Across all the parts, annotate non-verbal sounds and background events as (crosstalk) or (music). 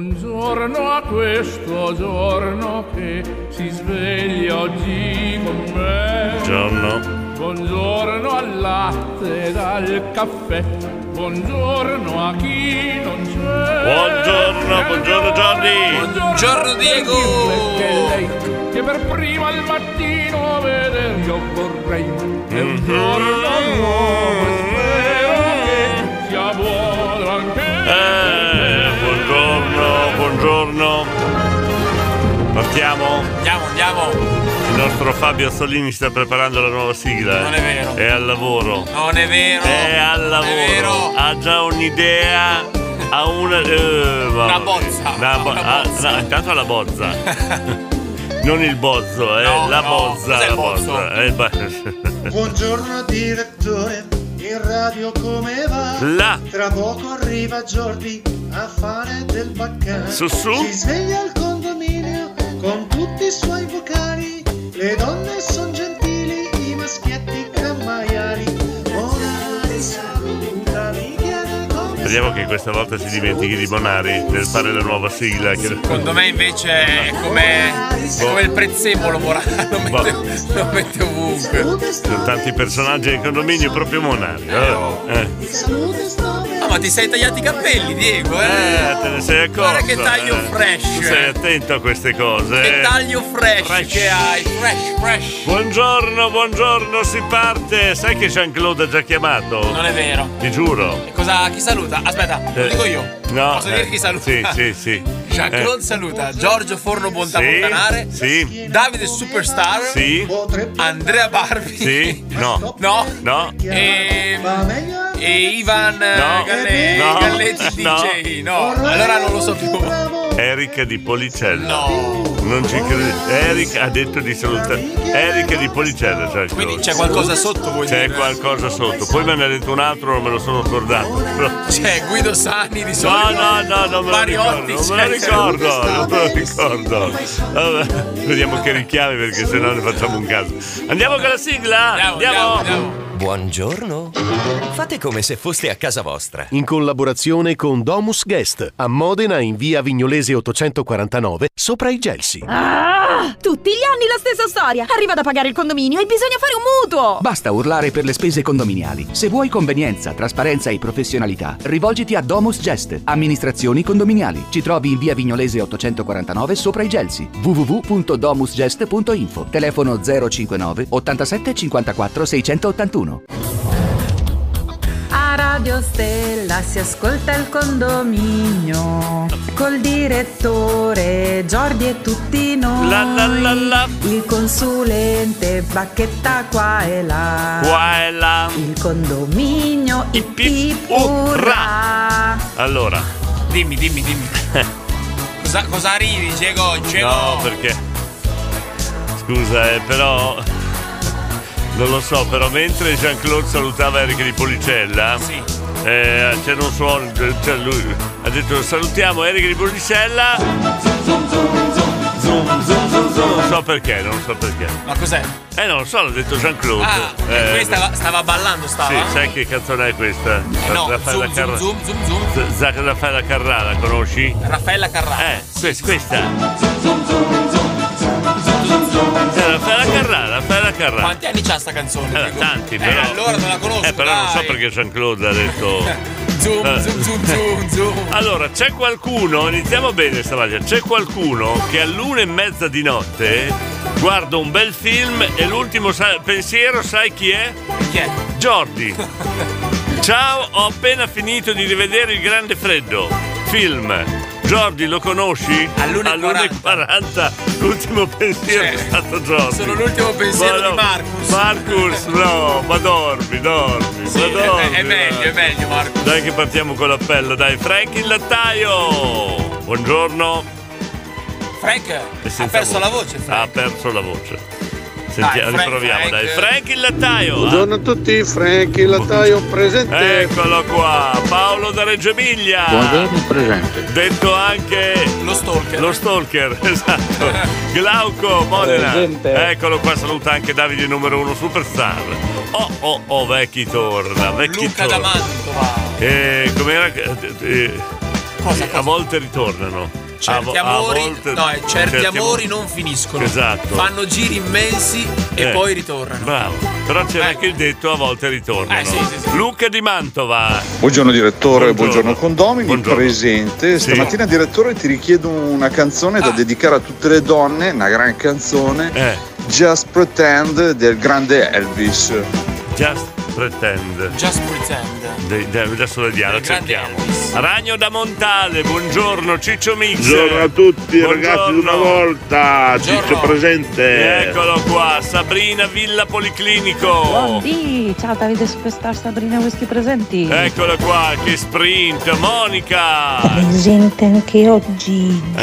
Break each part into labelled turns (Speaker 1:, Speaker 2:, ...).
Speaker 1: Buongiorno a questo giorno che si sveglia oggi con me.
Speaker 2: Buongiorno.
Speaker 1: Buongiorno al latte e al caffè. Buongiorno a chi non c'è.
Speaker 2: Buongiorno, buongiorno Johnny.
Speaker 3: Buongiorno, Diego.
Speaker 1: Perché lei che per prima al mattino veder io vorrei. È un giorno nuovo e spero che sia buono anche
Speaker 2: Eh, buongiorno, buongiorno. Partiamo.
Speaker 3: Andiamo, andiamo.
Speaker 2: Il nostro Fabio Solini sta preparando la nuova sigla. eh.
Speaker 3: Non è vero.
Speaker 2: È al lavoro.
Speaker 3: Non è vero.
Speaker 2: È al
Speaker 3: Non È
Speaker 2: lavoro.
Speaker 3: vero.
Speaker 2: Ha già un'idea. Ha una. eh, va-
Speaker 3: Una bozza.
Speaker 2: Una bo-
Speaker 3: Una
Speaker 2: ah,
Speaker 3: bozza.
Speaker 2: no, intanto ha la
Speaker 3: (laughs)
Speaker 2: bozza. non il bozzo, eh.
Speaker 3: No,
Speaker 2: la
Speaker 3: no.
Speaker 2: bozza.
Speaker 3: Cos'è
Speaker 2: La
Speaker 3: il bozzo?
Speaker 2: bozza. Eh, beh. (laughs)
Speaker 4: Buongiorno direttore, in radio come va?
Speaker 2: Là.
Speaker 4: Tra poco arriva Jordi a fare del baccano.
Speaker 2: Su, su.
Speaker 4: Si sveglia al condominio con tutti i suoi vocali. Le donne son gentili, i maschietti cammaiali. Monari salutami, chiede come
Speaker 2: Speriamo
Speaker 4: sta.
Speaker 2: che questa volta si dimentichi di Bonari nel fare la nuova sigla. Che...
Speaker 3: Secondo me invece è come, è come il prezzemolo morale, lo mette, lo mette ovunque.
Speaker 4: Salute
Speaker 2: Sono
Speaker 4: sta,
Speaker 2: tanti personaggi del condominio, proprio Monari. Eh, eh.
Speaker 3: oh.
Speaker 4: salute sta.
Speaker 3: Ah, ma ti sei tagliati i capelli, Diego, eh?
Speaker 2: Eh, te ne sei accorto.
Speaker 3: Guarda che taglio
Speaker 2: eh.
Speaker 3: fresh.
Speaker 2: Tu Sei attento a queste cose.
Speaker 3: Che
Speaker 2: eh.
Speaker 3: taglio fresh,
Speaker 2: Fresh.
Speaker 3: che hai, fresh, fresh.
Speaker 2: Buongiorno, buongiorno, si parte. Sai che Jean-Claude ha già chiamato?
Speaker 3: Non è vero.
Speaker 2: Ti giuro.
Speaker 3: E Cosa, chi saluta? Aspetta, lo
Speaker 2: Eh,
Speaker 3: dico io.
Speaker 2: No.
Speaker 3: Posso dire
Speaker 2: eh,
Speaker 3: chi saluta?
Speaker 2: Sì, sì, sì.
Speaker 3: Jean-Claude saluta Giorgio Forno Montamontanare,
Speaker 2: Eh, sì, Eh. sì,
Speaker 3: Davide Superstar,
Speaker 2: sì,
Speaker 4: Potrebbe
Speaker 3: Andrea Barbi,
Speaker 2: sì, Eh. no,
Speaker 3: (laughs) no,
Speaker 2: no.
Speaker 3: e,
Speaker 4: Va meglio
Speaker 3: e Ivan eh,
Speaker 2: No.
Speaker 3: Galle-
Speaker 2: No. (laughs)
Speaker 3: Galletti
Speaker 2: No.
Speaker 3: DJ, no. allora non lo so più.
Speaker 2: Eric di Policella.
Speaker 3: No,
Speaker 2: Non ci credo. Eric ha detto di salutare. Eric di Policella, Jean-Claude.
Speaker 3: quindi c'è qualcosa sotto voi
Speaker 2: C'è qualcosa sotto. Poi me ne ha detto un altro, non me lo sono scordato. Però-
Speaker 3: C'è Cioè, Guido Sani di
Speaker 2: No,
Speaker 3: solito.
Speaker 2: no, no, non me lo
Speaker 3: Mariotti,
Speaker 2: ricordo. Non me lo
Speaker 3: cioè, c'è-
Speaker 2: ricordo, non me lo ricordo. Vabbè, vediamo che richiami perché sennò ne facciamo un caso. Andiamo con la sigla!
Speaker 3: Andiamo, andiamo, andiamo.
Speaker 5: Buongiorno. Fate come se foste a casa vostra.
Speaker 6: Eh. in collaborazione con Domus Guest a Modena in via Vignolese 849 sopra i Gelsi.
Speaker 7: Ah, tutti gli anni la stessa storia. Arriva da pagare il condominio e bisogna fare un mutuo.
Speaker 8: Basta urlare per le spese condominiali. Se vuoi convenienza, trasparenza e professionalità, rivolgiti a Domus Gest, amministrazioni condominiali. Ci trovi in via Vignolese 849 sopra i Gelsi. www.domusgest.info. Telefono 059 87 54 681.
Speaker 9: A Radio Stella si ascolta il condominio col direttore Giordi e tutti noi.
Speaker 2: La, la, la, la.
Speaker 9: Il consulente Bacchetta qua e là.
Speaker 2: Qua e là.
Speaker 9: Il condominio
Speaker 2: Ip,
Speaker 9: ip,
Speaker 2: ip,
Speaker 9: ip,
Speaker 2: urrà.
Speaker 9: urrà.
Speaker 2: Allora,
Speaker 3: Dimmi, dimmi, dimmi. Cosa, cosa arrivi, Diego? Ah, Diego?
Speaker 2: no, perché. Scusa, eh, però. Non lo so, però mentre Jean-Claude salutava Eric di Policella.
Speaker 3: Sì.
Speaker 2: eh, c'era un suono, cioè lui ha detto salutiamo Eric di Policella. Non so perché, non so perché.
Speaker 3: Ma cos'è?
Speaker 2: Eh non lo so, l'ha detto Jean-Claude.
Speaker 3: Ah,
Speaker 2: Eh,
Speaker 3: questa stava, stava ballando, stava?
Speaker 2: Sì, sai che canzone è questa?
Speaker 3: Eh no,
Speaker 2: Raffaella
Speaker 3: zoom, zoom,
Speaker 2: Carrà.
Speaker 3: zoom, zoom, zoom.
Speaker 2: Z- Z- Raffaella Carrà, la conosci?
Speaker 3: Raffaella Carrà.
Speaker 2: Eh, questa, questa. Eh, Raffaella Carrà, Raffaella Carrà.
Speaker 3: Quanti anni c'ha sta canzone?
Speaker 2: Eh,
Speaker 3: Diego?
Speaker 2: tanti,
Speaker 3: Eh,
Speaker 2: però.
Speaker 3: allora non la conosco.
Speaker 2: Eh, però non so
Speaker 3: dai.
Speaker 2: perché Jean-Claude ha detto.
Speaker 3: (laughs)
Speaker 2: Eh.
Speaker 3: Zoom, zoom, zoom, zoom, zoom.
Speaker 2: Allora, c'è qualcuno, iniziamo bene stamattina, c'è qualcuno che all'una e mezza di notte guarda un bel film e l'ultimo sa- pensiero, sai chi è?
Speaker 3: Chi è?
Speaker 2: Jordi.
Speaker 3: (laughs)
Speaker 2: Ciao, ho appena finito di rivedere Il Grande Freddo. Film. Jordi, lo conosci?
Speaker 3: All'una e
Speaker 2: e 40. L'ultimo pensiero
Speaker 3: Cioè,
Speaker 2: è stato Jordi.
Speaker 3: sono l'ultimo pensiero di Marcus.
Speaker 2: Marcus, no, ma dormi, dormi.
Speaker 3: Sì,
Speaker 2: ma
Speaker 3: è,
Speaker 2: dormi,
Speaker 3: è- è meglio,
Speaker 2: dormi.
Speaker 3: è meglio, Marco.
Speaker 2: Dai che partiamo con l'appello, dai, Frank il lattaio! Buongiorno.
Speaker 3: Frank
Speaker 2: E senza
Speaker 3: ha perso la voce,
Speaker 2: Ha
Speaker 3: Frank.
Speaker 2: perso la voce. Sentiamo,
Speaker 3: Dai, Frank,
Speaker 2: riproviamo,
Speaker 3: Frank.
Speaker 2: dai. Frank il lattaio! Eh.
Speaker 10: Buongiorno a tutti, Frank il lattaio presente.
Speaker 2: Eccolo qua, Paolo da Reggio Emilia.
Speaker 10: presente.
Speaker 2: Detto anche
Speaker 3: Lo stalker.
Speaker 2: lo stalker, (laughs) esatto. Glauco Modena.
Speaker 10: Presente.
Speaker 2: Eccolo qua, saluta anche Davide numero uno superstar. Oh oh oh, vecchi torna, vecchi
Speaker 3: Luca da
Speaker 2: torna.
Speaker 3: Mantova.
Speaker 2: Eh, com'era? Eh, eh, A volte ritornano.
Speaker 3: Certi
Speaker 2: A vo- a
Speaker 3: amori,
Speaker 2: volte-
Speaker 3: no, eh, certi amori non finiscono.
Speaker 2: Esatto.
Speaker 3: Fanno giri immensi e
Speaker 2: Eh,
Speaker 3: poi ritornano. Eh.
Speaker 2: Bravo. Però c'era anche il detto a volte ritornano. Luca di Mantova.
Speaker 11: Buongiorno direttore, buongiorno, condomini, presente.
Speaker 2: Sì.
Speaker 11: Stamattina direttore ti richiedo una canzone da dedicare a tutte le donne, una gran canzone.
Speaker 2: Eh.
Speaker 11: Just Pretend del grande Elvis.
Speaker 2: Just pretend.
Speaker 3: Just pretend.
Speaker 2: De- de- adesso vediamo, la cerchiamo. Ragno da Montale, buongiorno Ciccio Mix.
Speaker 12: Buongiorno a tutti
Speaker 2: Buongiorno.
Speaker 12: ragazzi di una volta, Ciccio presente.
Speaker 2: Eccolo qua, Sabrina Villa Policlinico.
Speaker 9: Buondì, ciao Davide Superstar Sabrina Whisky presenti.
Speaker 2: Eccolo qua, che sprint, Monica.
Speaker 13: Presente anche oggi,
Speaker 2: Eh.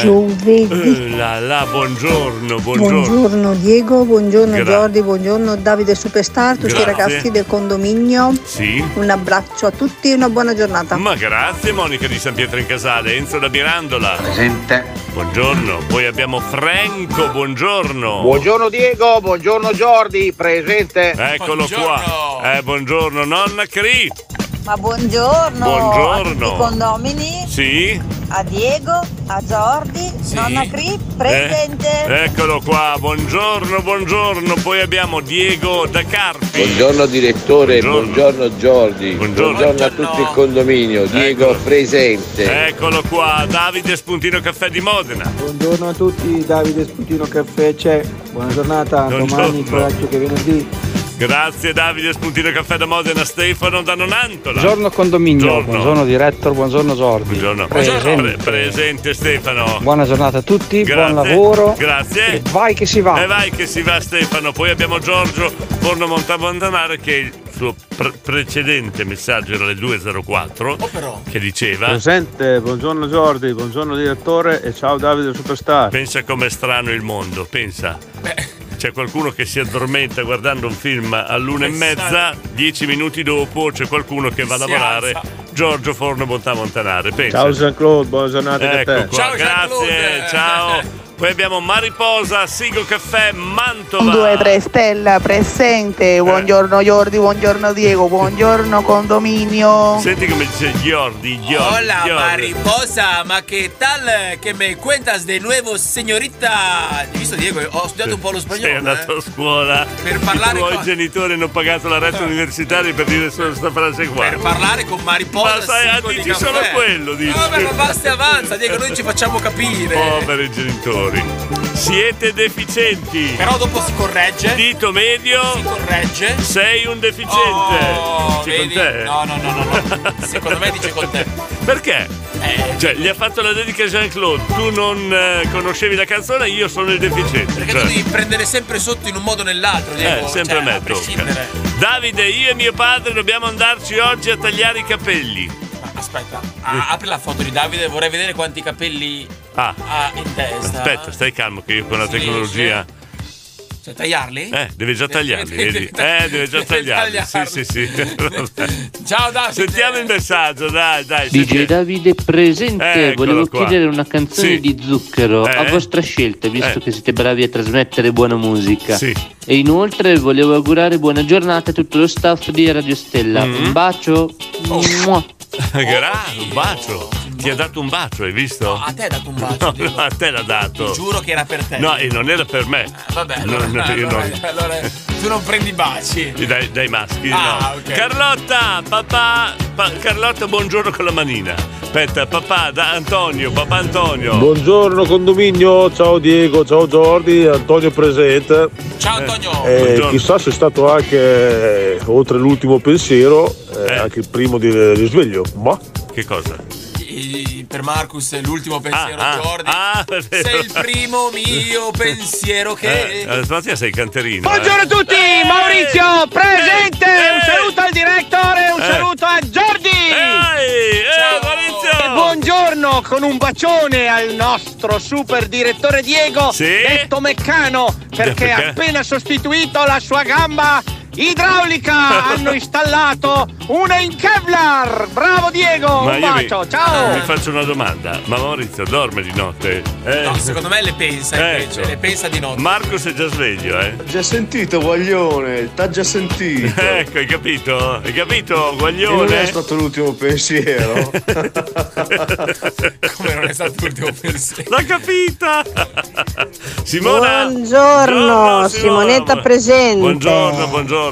Speaker 2: Eh,
Speaker 13: giovedì.
Speaker 2: là, là, buongiorno, buongiorno.
Speaker 13: Buongiorno Diego, buongiorno
Speaker 2: Grazie.
Speaker 13: Giordi, buongiorno Davide Superstar, tutti
Speaker 2: Grazie.
Speaker 13: i ragazzi del condominio.
Speaker 2: Sì.
Speaker 13: Un abbraccio a tutti e una buona giornata.
Speaker 2: Ma grazie Monica di San Pietro in Casale, Enzo da Mirandola. Presente. Buongiorno, poi abbiamo Franco, buongiorno.
Speaker 10: Buongiorno Diego, buongiorno Giordi, presente.
Speaker 2: Eccolo qua. Eh, buongiorno nonna Cri.
Speaker 14: Ma buongiorno,
Speaker 2: Buongiorno.
Speaker 14: a tutti i condomini,
Speaker 2: Sì.
Speaker 14: a Diego, a Giordi, nonna Cri, presente.
Speaker 2: Eh, eccolo qua, buongiorno, buongiorno. Poi abbiamo Diego da Carpi.
Speaker 1: Buongiorno direttore, buongiorno, Giordi, buongiorno. a tutti il condominio, Diego presente.
Speaker 2: Ecco. Eccolo qua, Davide Spuntino Caffè di Modena.
Speaker 15: Buongiorno a tutti, Davide Sputino Caffè c'è, buona giornata, domani
Speaker 2: Buongiorno.
Speaker 15: coraggio che è venerdì.
Speaker 2: Grazie Davide Spuntino Caffè da Modena, Stefano da Nonantola.
Speaker 15: Buongiorno condominio,
Speaker 2: Buongiorno. buongiorno
Speaker 15: direttor, buongiorno Sordi. Buongiorno.
Speaker 2: Pre- presente Stefano.
Speaker 15: Buona giornata a tutti,
Speaker 2: Grazie.
Speaker 15: buon lavoro.
Speaker 2: Grazie.
Speaker 15: E vai che si va.
Speaker 2: E vai che si va Stefano, poi abbiamo Giorgio Forno Montamontanare che il suo pre- precedente messaggio era le 2.04 che diceva
Speaker 16: Presente, buongiorno Giordi, buongiorno direttore e ciao Davide Superstar.
Speaker 2: pensa com'è strano il mondo, pensa. C'è qualcuno che si addormenta guardando un film all'una e mezza, dieci minuti dopo c'è qualcuno che va a
Speaker 16: Si
Speaker 2: lavorare. Giorgio Forno Montamontanare, pensa.
Speaker 16: Ciao Jean-Claude, buona giornata anche a
Speaker 2: Ecco
Speaker 16: te.
Speaker 2: qua, grazie, ciao. Poi abbiamo Mariposa, Sigo Caffè, Mantova.
Speaker 17: 2, 3 stella,
Speaker 12: Eh.
Speaker 17: presente, buongiorno Jordi, buongiorno Diego, buongiorno condominio.
Speaker 2: Senti come dice Giordi, Giordi.
Speaker 3: Hola
Speaker 2: Giordi.
Speaker 3: mariposa, ma che tal che me cuentas de nuevo signorita? Hai visto Diego? Ho studiato un po' lo spagnolo. eh.
Speaker 2: Sei andato a scuola. Per
Speaker 3: parlare
Speaker 2: I tuoi
Speaker 3: con-
Speaker 2: genitori hanno pagato la retta universitaria per dire solo questa frase qua. Per
Speaker 3: parlare con Mariposa.
Speaker 2: Ma sai, ah,
Speaker 3: secco di
Speaker 2: dici solo
Speaker 3: caffè.
Speaker 2: quello, dici.
Speaker 3: No, ma ma basta e avanza, Diego, noi ci facciamo capire.
Speaker 2: Poveri genitori. Siete deficienti. Però dopo si corregge. Dito medio. Si
Speaker 3: corregge. Oh,
Speaker 2: Sei un deficiente. Dice
Speaker 3: vedi?
Speaker 2: con te.
Speaker 3: No, no, no, no,
Speaker 2: (laughs)
Speaker 3: no. Secondo me dice con te. Eh.
Speaker 2: Perché? Cioè, gli ha fatto la dedica Jean-Claude, tu non eh, conoscevi la canzone, io sono il deficiente.
Speaker 3: Perché
Speaker 2: Cioè,
Speaker 3: tu devi prendere sempre sotto in un modo o nell'altro, Diego.
Speaker 2: eh, sempre
Speaker 3: cioè,
Speaker 2: a me
Speaker 3: a prescindere.
Speaker 2: tocca. Davide, io e mio padre dobbiamo andarci oggi a tagliare i capelli.
Speaker 3: Aspetta, ah, apri la foto di Davide, vorrei vedere quanti capelli
Speaker 2: Ah,
Speaker 3: ha in testa.
Speaker 2: aspetta, stai calmo che io con la
Speaker 3: Sì,
Speaker 2: tecnologia...
Speaker 3: Cioè, tagliarli?
Speaker 2: Eh, deve già
Speaker 3: (laughs)
Speaker 2: tagliarli,
Speaker 3: Deve-
Speaker 2: vedi?
Speaker 3: deve-
Speaker 2: Eh, deve già
Speaker 3: deve
Speaker 2: tagliarli. Sì,
Speaker 3: tagliarli.
Speaker 2: sì, sì.
Speaker 3: (laughs) Ciao Davide.
Speaker 2: Sentiamo il messaggio, dai, dai.
Speaker 18: DJ Davide presente,
Speaker 2: Eccolo
Speaker 18: volevo
Speaker 2: Eh, qua.
Speaker 18: chiedere una canzone
Speaker 2: Sì.
Speaker 18: di Zucchero
Speaker 2: Eh?
Speaker 18: a vostra scelta, visto
Speaker 2: Eh.
Speaker 18: che siete bravi a trasmettere buona musica.
Speaker 2: Sì.
Speaker 18: E inoltre volevo augurare buona giornata a tutto lo staff di Radio Stella.
Speaker 2: Mm. Oh.
Speaker 18: Un bacio. Mua.
Speaker 2: Grazie, un bacio. Ti ha dato un bacio, hai visto?
Speaker 3: a te ha dato un bacio.
Speaker 2: No, no, (laughs) a te l'ha dato.
Speaker 3: Ti giuro che era per te.
Speaker 2: Ecco. No,
Speaker 3: Ah,
Speaker 2: e non era per me.
Speaker 3: Vabbè,
Speaker 2: No,
Speaker 3: allora,
Speaker 2: no, io
Speaker 3: allora-
Speaker 2: non-
Speaker 3: allora tu non prendi baci.
Speaker 2: Dai, dai maschi,
Speaker 3: Ah,
Speaker 2: no.
Speaker 3: ok.
Speaker 2: Carlotta, papà, pa- Carlotta, buongiorno con la manina. Aspetta, papà, da Antonio, papà Antonio.
Speaker 16: Buongiorno condominio, ciao Diego, ciao Giordi, Antonio presente.
Speaker 3: Ciao Antonio.
Speaker 16: Eh, chissà se è stato anche, eh, oltre l'ultimo pensiero, eh, anche il primo di risveglio. Ma
Speaker 2: Che cosa?
Speaker 3: I- i- Per Marcus è l'ultimo pensiero,
Speaker 2: ah,
Speaker 3: Jordi.
Speaker 2: ah, (laughs) è vero.
Speaker 3: Sei il primo
Speaker 2: (laughs)
Speaker 3: mio pensiero che.
Speaker 2: Eh, stamattina sei canterino.
Speaker 10: Buongiorno a
Speaker 2: eh.
Speaker 10: tutti,
Speaker 2: Eh,
Speaker 10: Maurizio presente,
Speaker 2: eh,
Speaker 10: un saluto al direttore, un
Speaker 2: eh.
Speaker 10: saluto a Giordi.
Speaker 12: Eh.
Speaker 2: Ciao Maurizio.
Speaker 10: E buongiorno con un bacione al nostro super direttore Diego,
Speaker 2: Sì.
Speaker 10: detto Meccano, perché
Speaker 2: Perché?
Speaker 10: ha appena sostituito la sua gamba
Speaker 2: (laughs)
Speaker 19: Idraulica hanno installato una in Kevlar. Bravo Diego,
Speaker 2: Ma
Speaker 19: un
Speaker 2: io
Speaker 19: bacio,
Speaker 2: mi,
Speaker 19: ciao.
Speaker 2: Mi faccio una domanda. Ma Maurizio dorme di notte? Eh?
Speaker 3: No, secondo me le pensa invece, le pensa di notte.
Speaker 2: Marco sei già sveglio, eh?
Speaker 11: Già sentito, guaglione, t'ha
Speaker 2: (laughs)
Speaker 11: già sentito.
Speaker 2: Ecco, hai capito? Hai capito,
Speaker 11: E non è
Speaker 2: guaglione? (laughs)
Speaker 11: stato l'ultimo pensiero.
Speaker 2: Come non è stato l'ultimo pensiero? L'ha capita! Simona!
Speaker 20: Buongiorno,
Speaker 2: Buongiorno, Simona.
Speaker 20: Simonetta presente.
Speaker 2: Buongiorno, buongiorno.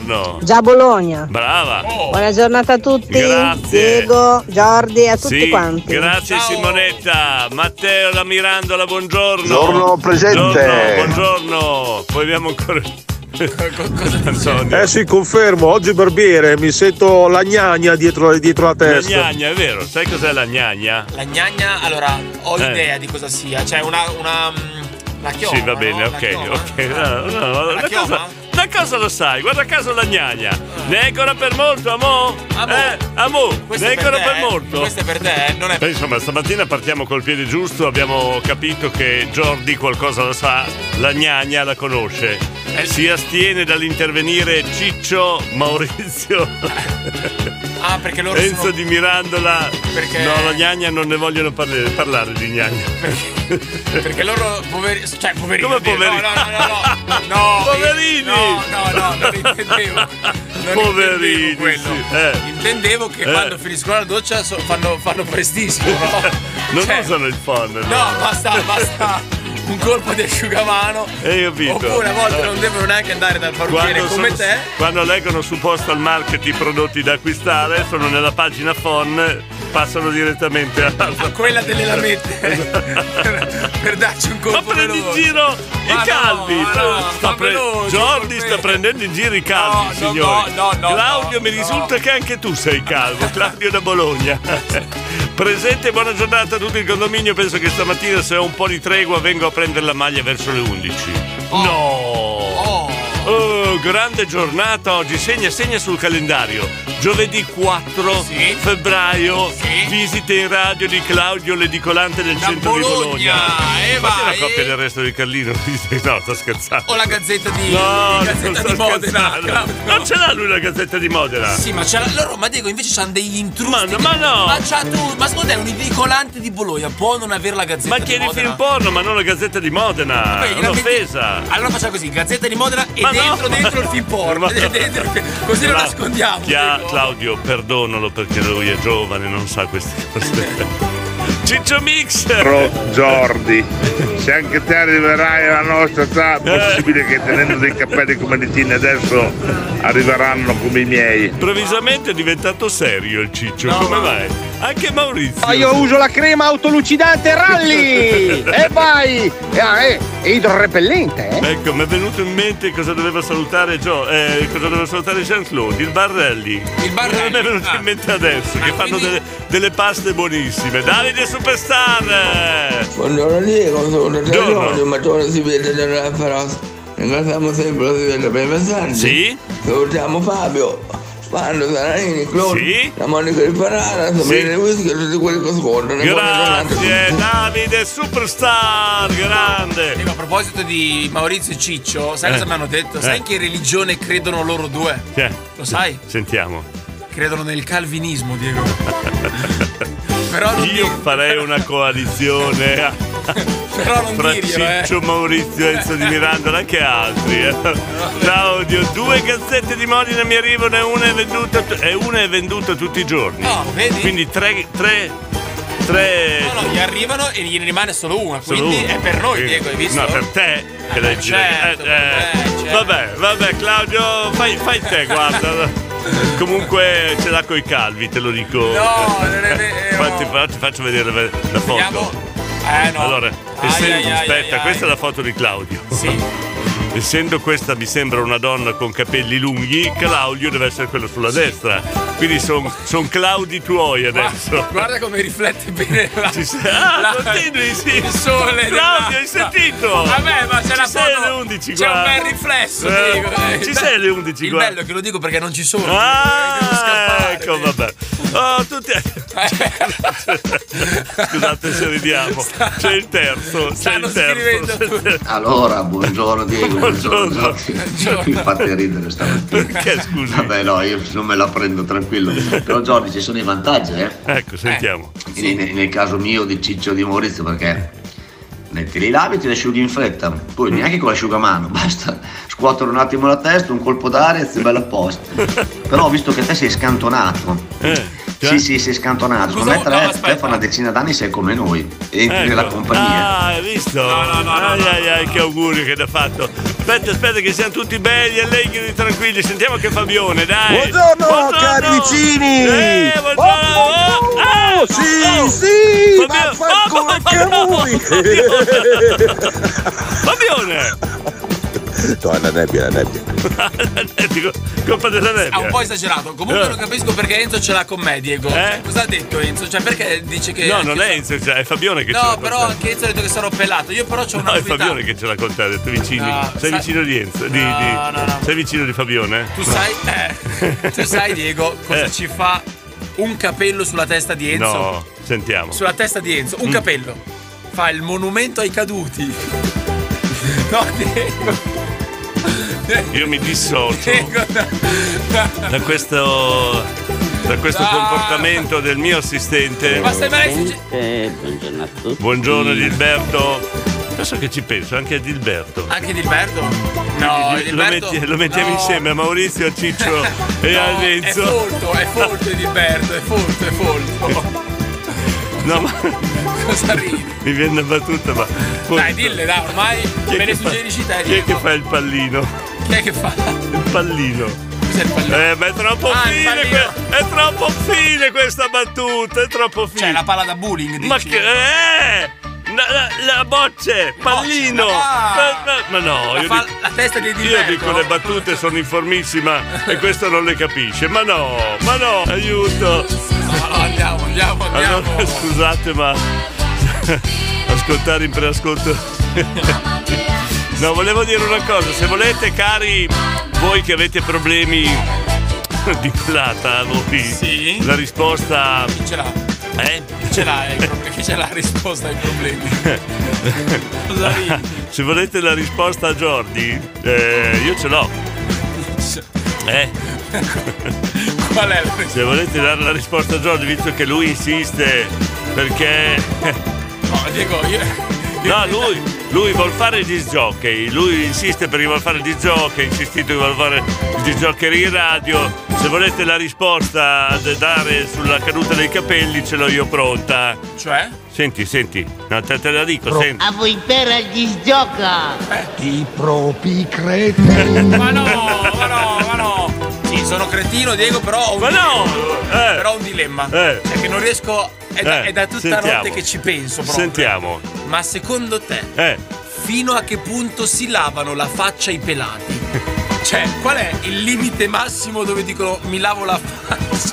Speaker 20: Già Bologna.
Speaker 2: Brava.
Speaker 20: Buona giornata a tutti.
Speaker 2: Grazie.
Speaker 20: Diego, Jordi, a tutti
Speaker 2: Sì,
Speaker 20: quanti.
Speaker 2: Grazie Simonetta, Matteo la Mirandola, buongiorno.
Speaker 21: Buongiorno,
Speaker 2: Buongiorno,
Speaker 21: presente.
Speaker 2: buongiorno. Poi abbiamo ancora (laughs) Antonio.
Speaker 21: Eh sì, confermo, oggi barbiere, mi sento la gnagna dietro, dietro la
Speaker 2: La
Speaker 21: testa.
Speaker 16: (laughs)
Speaker 2: gnagna, è vero, sai cos'è la gnagna?
Speaker 3: La gnagna, allora, ho
Speaker 2: Eh.
Speaker 3: idea di cosa sia. Cioè, una. una mm, la chioma.
Speaker 2: sì, va bene,
Speaker 3: no? La
Speaker 2: ok,
Speaker 3: chioma?
Speaker 2: ok. No, no, no,
Speaker 3: La
Speaker 2: da, cosa, da cosa lo sai? Guarda caso la gnagna. Ne è ancora per molto, amò? Eh, amò,
Speaker 3: Questo
Speaker 2: ne è
Speaker 3: è per
Speaker 2: ancora
Speaker 3: te,
Speaker 2: per
Speaker 3: eh?
Speaker 2: molto.
Speaker 3: Questo è per te, eh? non è
Speaker 2: Beh, insomma, stamattina partiamo col piede giusto, abbiamo capito che Jordi qualcosa la sa, la gnagna la conosce.
Speaker 3: Eh,
Speaker 2: Si astiene dall'intervenire Ciccio Maurizio.
Speaker 3: (laughs) Ah, perché loro
Speaker 2: Enzo
Speaker 3: sono-
Speaker 2: di Mirandola.
Speaker 3: Perché-
Speaker 2: No, la gnagna non ne vogliono parla- parlare, di gnagna.
Speaker 3: Perché loro poveri. Cioè, poverini.
Speaker 2: Come
Speaker 3: oddio,
Speaker 2: poveri-
Speaker 3: No, no, no, no, no. no,
Speaker 2: (laughs) Poverini!
Speaker 3: No, no, no, non intendevo. Non
Speaker 2: Poverini,
Speaker 3: intendevo quello. Intendevo che
Speaker 2: Eh.
Speaker 3: quando finiscono la doccia so- fanno, fanno prestissimo, no?
Speaker 2: (laughs)
Speaker 3: Cioè,
Speaker 2: Non usano il phon.
Speaker 3: No, basta, basta. Un colpo di asciugamano.
Speaker 2: E Eh, io capito.
Speaker 3: Oppure a volte
Speaker 2: Eh.
Speaker 3: non devono neanche andare dal parrucchiere
Speaker 2: Quando,
Speaker 3: come
Speaker 2: sono-
Speaker 3: te.
Speaker 2: quando leggono su Postal Market i prodotti da acquistare, sono nella pagina phon, passano direttamente a, Esatto.
Speaker 3: quella delle
Speaker 2: (laughs)
Speaker 3: lamette per darci un colpo
Speaker 2: Ma prendi in giro i calvi. sta pre- Jordi sta prendendo in giro i calvi, signori.
Speaker 3: no, no, no,
Speaker 2: Claudio, mi risulta che anche tu sei calvo. Claudio da Bologna. (laughs) Presente, buona giornata a tutto il condominio. Penso che stamattina, se ho un po' di tregua, vengo a prendere la maglia verso le 11. (laughs) No! Oh, grande giornata oggi, segna, segna sul calendario. Giovedì 4 febbraio, visite in radio di Claudio Ledicolante del centro di Bologna. Ma c'è una coppia del resto di Carlino? (laughs) No, sto scherzando.
Speaker 3: Eh, O la gazzetta di,
Speaker 2: No,
Speaker 3: la gazzetta
Speaker 2: non
Speaker 3: di
Speaker 2: sto
Speaker 3: Modena.
Speaker 2: scherzando. Non ce l'ha lui la gazzetta di Modena.
Speaker 3: Sì, ma c'è la- loro, ma Diego invece c'hanno degli intrusi. Ma,
Speaker 2: Ah. no.
Speaker 3: Ma c'ha tu, ma secondo te un edicolante di Bologna può non avere la gazzetta
Speaker 2: Ma
Speaker 3: di
Speaker 2: chiedi
Speaker 3: Modena?
Speaker 2: film porno, ma non la gazzetta di Modena. è un'offesa.
Speaker 3: Allora facciamo così, gazzetta di Modena e
Speaker 2: Ma no.
Speaker 3: dentro dentro il
Speaker 2: (laughs)
Speaker 3: film porno. E dentro- così lo
Speaker 2: Cla-
Speaker 3: nascondiamo.
Speaker 2: Chia- Claudio, perdonalo perché lui è giovane, non sa queste cose. Ciccio Mixer!
Speaker 22: Pro Jordi, se anche te arriverai alla nostra età, è
Speaker 2: Eh,
Speaker 22: possibile che tenendo dei capelli come le tine adesso arriveranno come i miei.
Speaker 2: Improvvisamente è diventato serio il Ciccio, come mai? Anche Maurizio.
Speaker 19: Ah, io uso la crema
Speaker 2: (laughs)
Speaker 19: autolucidante Rally! e vai! Ah, eh, è idrorepellente, eh!
Speaker 2: Ecco, mi è venuto in mente cosa doveva salutare Gio, eh, cosa doveva salutare Jean-Claude, il Barrelli. Il Barrelli. Mi è venuto in mente adesso, che fanno delle, delle paste buonissime. Davide Superstar!
Speaker 17: Buongiorno Diego, sono
Speaker 2: Buongiorno.
Speaker 17: Giorgio, ma tu si vede nella feroce. Ringraziamo sempre la diventa per i messaggi.
Speaker 2: Sì.
Speaker 17: Salutiamo Fabio, Spando, Saranini, Claudio, la Monica di Ferrara, Sabrina di Whisky e tutti quelli che ascoltano.
Speaker 2: Grazie, Davide Superstar, grande.
Speaker 3: a proposito di Maurizio e Ciccio, sai
Speaker 2: Eh.
Speaker 3: cosa mi hanno detto? Sai
Speaker 2: Eh.
Speaker 3: in che religione credono loro due?
Speaker 2: Chi è?
Speaker 3: Lo sai?
Speaker 2: Sentiamo.
Speaker 3: Credono nel calvinismo, Diego. Però non
Speaker 2: Io farei una coalizione
Speaker 3: (laughs)
Speaker 2: a- fra
Speaker 3: dirglielo, eh.
Speaker 2: Ciccio, Maurizio, Enzo di Mirandola anche altri. eh. Claudio, due gazzette di Modena mi arrivano e una è venduta, e una è venduta tutti i giorni. Quindi tre, tre, tre
Speaker 3: No, no, gli arrivano e gliene rimane solo una,
Speaker 2: Solo
Speaker 3: quindi
Speaker 2: uno.
Speaker 3: è per noi,
Speaker 2: Eh,
Speaker 3: Diego, hai visto?
Speaker 2: No, per te che leggi.
Speaker 3: certo,
Speaker 2: Eh, eh, Vabbè, vabbè, Claudio, fai, fai
Speaker 3: (laughs)
Speaker 2: te, guarda. Comunque ce l'ha coi calvi, te lo dico.
Speaker 3: No, non è
Speaker 2: vero. Fatti, fatti- faccio vedere la, la foto.
Speaker 3: Eh, no.
Speaker 2: Allora,
Speaker 3: Ai,
Speaker 2: essendo-
Speaker 3: ai, ai,
Speaker 2: aspetta,
Speaker 3: ai, ai.
Speaker 2: questa è la foto di Claudio. (laughs) Essendo questa mi sembra una donna con capelli lunghi, Claudio deve essere quello sulla destra. Quindi sono Claudi tuoi adesso.
Speaker 3: (laughs) Guarda come riflette bene la,
Speaker 2: ah,
Speaker 3: la-
Speaker 2: continui, sì.
Speaker 3: il sole.
Speaker 2: Claudio, hai sentito?
Speaker 3: Vabbè, ma c'è
Speaker 2: Ci
Speaker 3: la
Speaker 2: sei
Speaker 3: foto.
Speaker 2: alle 11
Speaker 3: c'è un
Speaker 2: guarda.
Speaker 3: bel riflesso,
Speaker 2: Eh,
Speaker 3: Diego.
Speaker 2: ci sei alle 11
Speaker 3: Il
Speaker 2: guarda.
Speaker 3: bello è che lo dico perché non ci
Speaker 2: (laughs)
Speaker 3: sono.
Speaker 2: Ah, ecco, vabbè. Oh, tutti, Scusate se ridiamo. C'è il terzo. C'è il terzo.
Speaker 23: Allora, buongiorno Diego, buongiorno. Giorgio. Mi fate ridere stamattina.
Speaker 2: Perché scusi?
Speaker 23: Vabbè no, io non me la prendo tranquillo. Però Giorgio ci sono i vantaggi, eh?
Speaker 2: Ecco, sentiamo.
Speaker 23: In- in- nel caso mio di Ciccio di Maurizio, perché metti lì i labi e ti li asciughi in fretta, poi neanche con l'asciugamano, (laughs) basta scuotere un attimo la testa, un colpo d'aria e bella a posto. Però ho visto che te sei scantonato.
Speaker 2: Eh.
Speaker 23: Sì,
Speaker 2: Cioè?
Speaker 23: sì, sei scantonato. Secondo me te, te fa una decina d'anni sei come noi. Entri
Speaker 2: Ecco.
Speaker 23: nella compagnia.
Speaker 2: Ah, hai visto? No, no, no. Ai, ai, ai, che augurio che ti ha fatto. Aspetta, aspetta, che siamo tutti belli, allegri, tranquilli. Sentiamo che Fabione, dai.
Speaker 15: Buongiorno, cari vicini!
Speaker 2: Eh, buongiorno! Ah,
Speaker 15: Oh, sì, sì! Ma
Speaker 2: Oh,
Speaker 15: fanculo anche voi!
Speaker 2: Fabione!
Speaker 9: No, è la nebbia, è la nebbia.
Speaker 2: Eh, Colpa della nebbia.
Speaker 3: Ha un po' esagerato. Comunque
Speaker 2: Eh.
Speaker 3: non capisco perché Enzo ce l'ha con me, Diego. Cioè, cosa ha detto Enzo? Cioè, perché dice che.
Speaker 2: No, non è Enzo, cioè, è Fabione che ce l'ha
Speaker 3: No,
Speaker 2: con
Speaker 3: però
Speaker 2: te.
Speaker 3: anche Enzo ha detto che sarò pelato. Io però c'ho una
Speaker 2: No, è
Speaker 3: novità.
Speaker 2: Fabione che ce l'ha con te, ha detto vicini.
Speaker 3: No,
Speaker 2: sei
Speaker 3: sai-
Speaker 2: vicino di Enzo. Di,
Speaker 3: No,
Speaker 2: di-
Speaker 3: no, no.
Speaker 2: Sei vicino di Fabione? (laughs)
Speaker 3: Tu sai, eh, tu sai, Diego, cosa ci fa un capello sulla testa di Enzo?
Speaker 2: Eh. No, sentiamo.
Speaker 3: Sulla testa di Enzo,
Speaker 2: Mm.
Speaker 3: un capello. Fa il monumento ai caduti. (laughs) No, Diego.
Speaker 2: Io mi dissocio
Speaker 3: (laughs)
Speaker 2: da questo, da questo comportamento del mio assistente.
Speaker 3: Ma stai mai-
Speaker 2: Buongiorno a tutti. Buongiorno Gilberto. Adesso che ci penso, anche a Gilberto.
Speaker 3: Anche Dilberto? Ah, No,
Speaker 2: lo,
Speaker 3: Dilberto.
Speaker 2: metti- lo mettiamo insieme a Maurizio, a
Speaker 3: (laughs)
Speaker 2: Ciccio e a
Speaker 3: È
Speaker 2: Renzo.
Speaker 3: folto, è folto Dilberto, è folto, è folto.
Speaker 2: No,
Speaker 3: (laughs)
Speaker 2: ma... Cosa ridi? Mi viene una battuta, ma.
Speaker 3: Dai, dille, dai, ormai
Speaker 2: Chi è che
Speaker 3: me ne
Speaker 2: fa-
Speaker 3: suggerisci te,
Speaker 2: Chi è che
Speaker 3: Diego.
Speaker 2: fa il pallino?
Speaker 3: Chi è che fa?
Speaker 2: Il pallino. Cos'è il pallino? Eh, ma è troppo
Speaker 3: Ah, il
Speaker 2: fine.
Speaker 3: pallino.
Speaker 2: que- è troppo fine questa battuta, è troppo fine. Cioè, la
Speaker 3: palla da bullying,
Speaker 2: Ma che. Eh! La, la, la bocce, pallino.
Speaker 3: ah!
Speaker 2: Ma, ma- ma no,
Speaker 3: La
Speaker 2: io,
Speaker 3: fa-
Speaker 2: dico,
Speaker 3: la testa di
Speaker 2: io
Speaker 3: Dilberto?
Speaker 2: dico le battute sono informissima e questo non le capisce. Ma no, ma no, aiuto.
Speaker 3: andiamo, andiamo, andiamo.
Speaker 2: Allora, (laughs) scusate, ma ascoltare in preascolto. (laughs) No, volevo dire una cosa, se volete cari, voi che avete problemi (laughs) di plata, voi, la risposta...
Speaker 3: Chi ce l'ha?
Speaker 2: Eh?
Speaker 3: Chi ce l'ha? il problema? Chi ce l'ha la risposta ai
Speaker 2: (laughs)
Speaker 3: problemi? Cosa ridi?
Speaker 2: Se volete la risposta a Jordi, eh, io ce l'ho. Eh?
Speaker 3: (laughs) Qual è
Speaker 2: (laughs) Se volete dare la risposta a Jordi, visto che lui insiste, perché...
Speaker 3: No, Diego, io...
Speaker 2: No, lui, lui vuol fare il disjockey, lui insiste perché vuol fare il disjockey, ha insistito che vuol fare il disjockey in radio. Se volete la risposta da dare sulla caduta dei capelli, ce l'ho io pronta.
Speaker 3: Cioè?
Speaker 2: Senti, senti, no, te, te la dico, senti.
Speaker 24: A voi terra gli sgioca!
Speaker 2: I propi
Speaker 3: ma no, ma no, ma no. Sì, sono cretino, Diego, però ho un dilemma. Però ho un dilemma. Cioè che non riesco. È da,
Speaker 2: Eh,
Speaker 3: è da tutta
Speaker 2: sentiamo.
Speaker 3: notte che ci penso proprio.
Speaker 2: Sentiamo. Eh,
Speaker 3: Ma secondo te, fino a che punto si lavano la faccia i pelati? Cioè, qual è il limite massimo dove dicono mi lavo la faccia?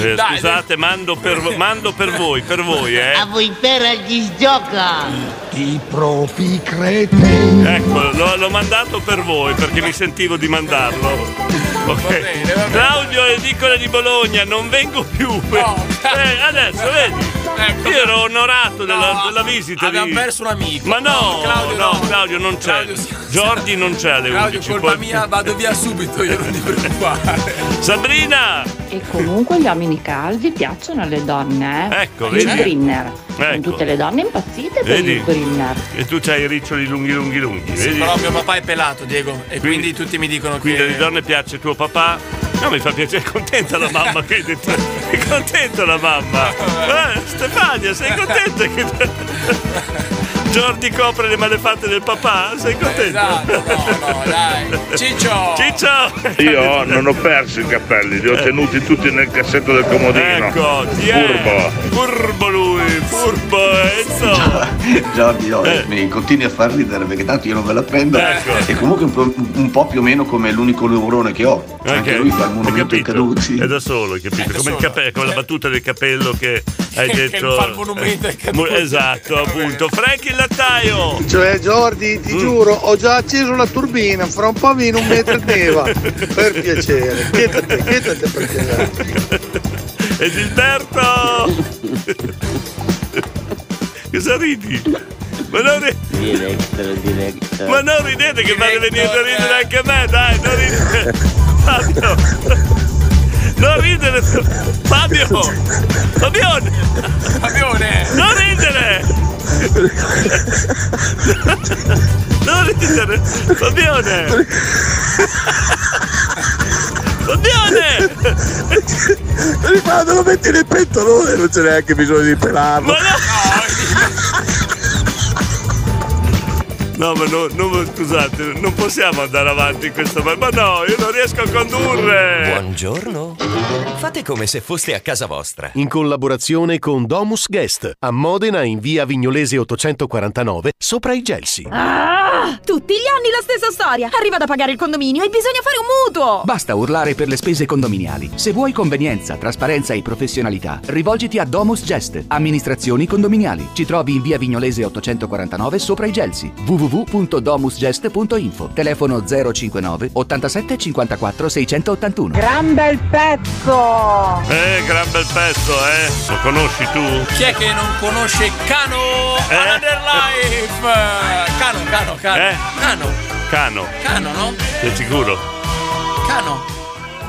Speaker 2: Eh,
Speaker 24: Dai,
Speaker 2: scusate, mando per, vo- mando per voi, per voi, (laughs) eh.
Speaker 24: A voi terra gli sgioca!
Speaker 2: I propi Ecco, l'ho, l'ho mandato per voi perché mi sentivo di mandarlo. Ok. Claudio, edicola di Bologna, non vengo più. (laughs) Eh, adesso, vedi? Io ero onorato della, della visita.
Speaker 3: Ecco. abbiamo
Speaker 2: di-
Speaker 3: perso un amico.
Speaker 2: Ma no,
Speaker 3: No, Claudio
Speaker 2: no,
Speaker 3: no.
Speaker 2: Claudio non c'è. Giordi non c'è alle
Speaker 3: Claudio,
Speaker 2: 11.
Speaker 3: colpa
Speaker 2: poi-
Speaker 3: mia, vado via subito,
Speaker 2: (laughs)
Speaker 3: io non ti preoccupare.
Speaker 2: Sabrina!
Speaker 25: E comunque gli uomini calvi piacciono alle donne. eh.
Speaker 2: Ecco,
Speaker 25: il
Speaker 2: vedi?
Speaker 25: Brinner. Sono
Speaker 2: Ecco.
Speaker 25: tutte le donne impazzite per
Speaker 2: Vedi?
Speaker 25: il Brinner.
Speaker 2: E tu c'hai i riccioli lunghi, lunghi, lunghi.
Speaker 3: Sì,
Speaker 2: vedi? (laughs)
Speaker 3: però mio papà è pelato, Diego, e quindi, tutti mi dicono
Speaker 2: Quindi
Speaker 3: che.
Speaker 2: alle donne piace tuo papà. No, mi fa piacere, è contenta la mamma che hai detto. È contenta la mamma. Eh, Stefania, sei contenta che. Giordi copre le malefatte del papà? Sei contenta? no, no, (laughs) dai.
Speaker 3: Ciccio!
Speaker 2: Ciccio!
Speaker 22: Io non ho perso i capelli, li ho tenuti tutti nel cassetto del comodino.
Speaker 2: Ecco, ti è?
Speaker 22: Furbo.
Speaker 2: eh, Furbo lui, furbo Enzo!
Speaker 23: (laughs) Giordi, no, mi continui a far ridere perché tanto io non ve la prendo.
Speaker 2: Eh. Ecco.
Speaker 23: E comunque un po', un po' più o meno come l'unico neurone che ho. Anche
Speaker 2: Ok,
Speaker 23: lui fa il
Speaker 2: hai
Speaker 23: monumento ai
Speaker 2: capito?
Speaker 23: caduti.
Speaker 2: È da solo, hai capito? Come, il cape- come la battuta del capello che hai
Speaker 23: Che
Speaker 2: detto.
Speaker 23: fa il monumento
Speaker 2: ai caduti. Esatto, appunto. Frank il lattaio.
Speaker 4: Cioè Jordi,
Speaker 2: Mm.
Speaker 4: ti giuro, ho già acceso la turbina, fra un po' viene un
Speaker 2: (laughs)
Speaker 4: metro e neva. Per piacere, chietate, chietate per piacere.
Speaker 2: E Gilberto! Cosa ridi? Ma non, ri-
Speaker 17: Eh.
Speaker 2: ma non ridete che fate venire a ridere anche a me, dai, non ridete! Fabio! Non ridere! Fabio! Fabione! Fabione! Non ridere! Non ridere! Fabione!
Speaker 16: Fabione! Quando lo metti nel pentolone non c'è neanche bisogno di pelarlo.
Speaker 2: No, ma no, no, scusate, non possiamo andare avanti in questa ma ma no, io non riesco a condurre!
Speaker 26: Buongiorno. Fate come se foste a casa vostra.
Speaker 6: In collaborazione con Domus Guest a Modena in via Vignolese 849 sopra i Gelsi.
Speaker 7: Ah! Tutti gli anni la stessa storia. Arriva da pagare il condominio e bisogna fare un mutuo.
Speaker 8: Basta urlare per le spese condominiali. Se vuoi convenienza, trasparenza e professionalità, rivolgiti a Domus Gest, amministrazioni condominiali. Ci trovi in via Vignolese 849 sopra i Gelsi. www.domusgest.info. Telefono 059 87 54 681.
Speaker 2: Gran bel pezzo! Eh, gran bel pezzo, eh! Lo conosci tu?
Speaker 3: Chi è che non conosce Cano Oh, Another Life? Cano, Cano, Cano.
Speaker 2: Eh?
Speaker 3: Cano,
Speaker 2: Cano,
Speaker 3: Cano, no?
Speaker 2: sei sicuro?
Speaker 3: Cano.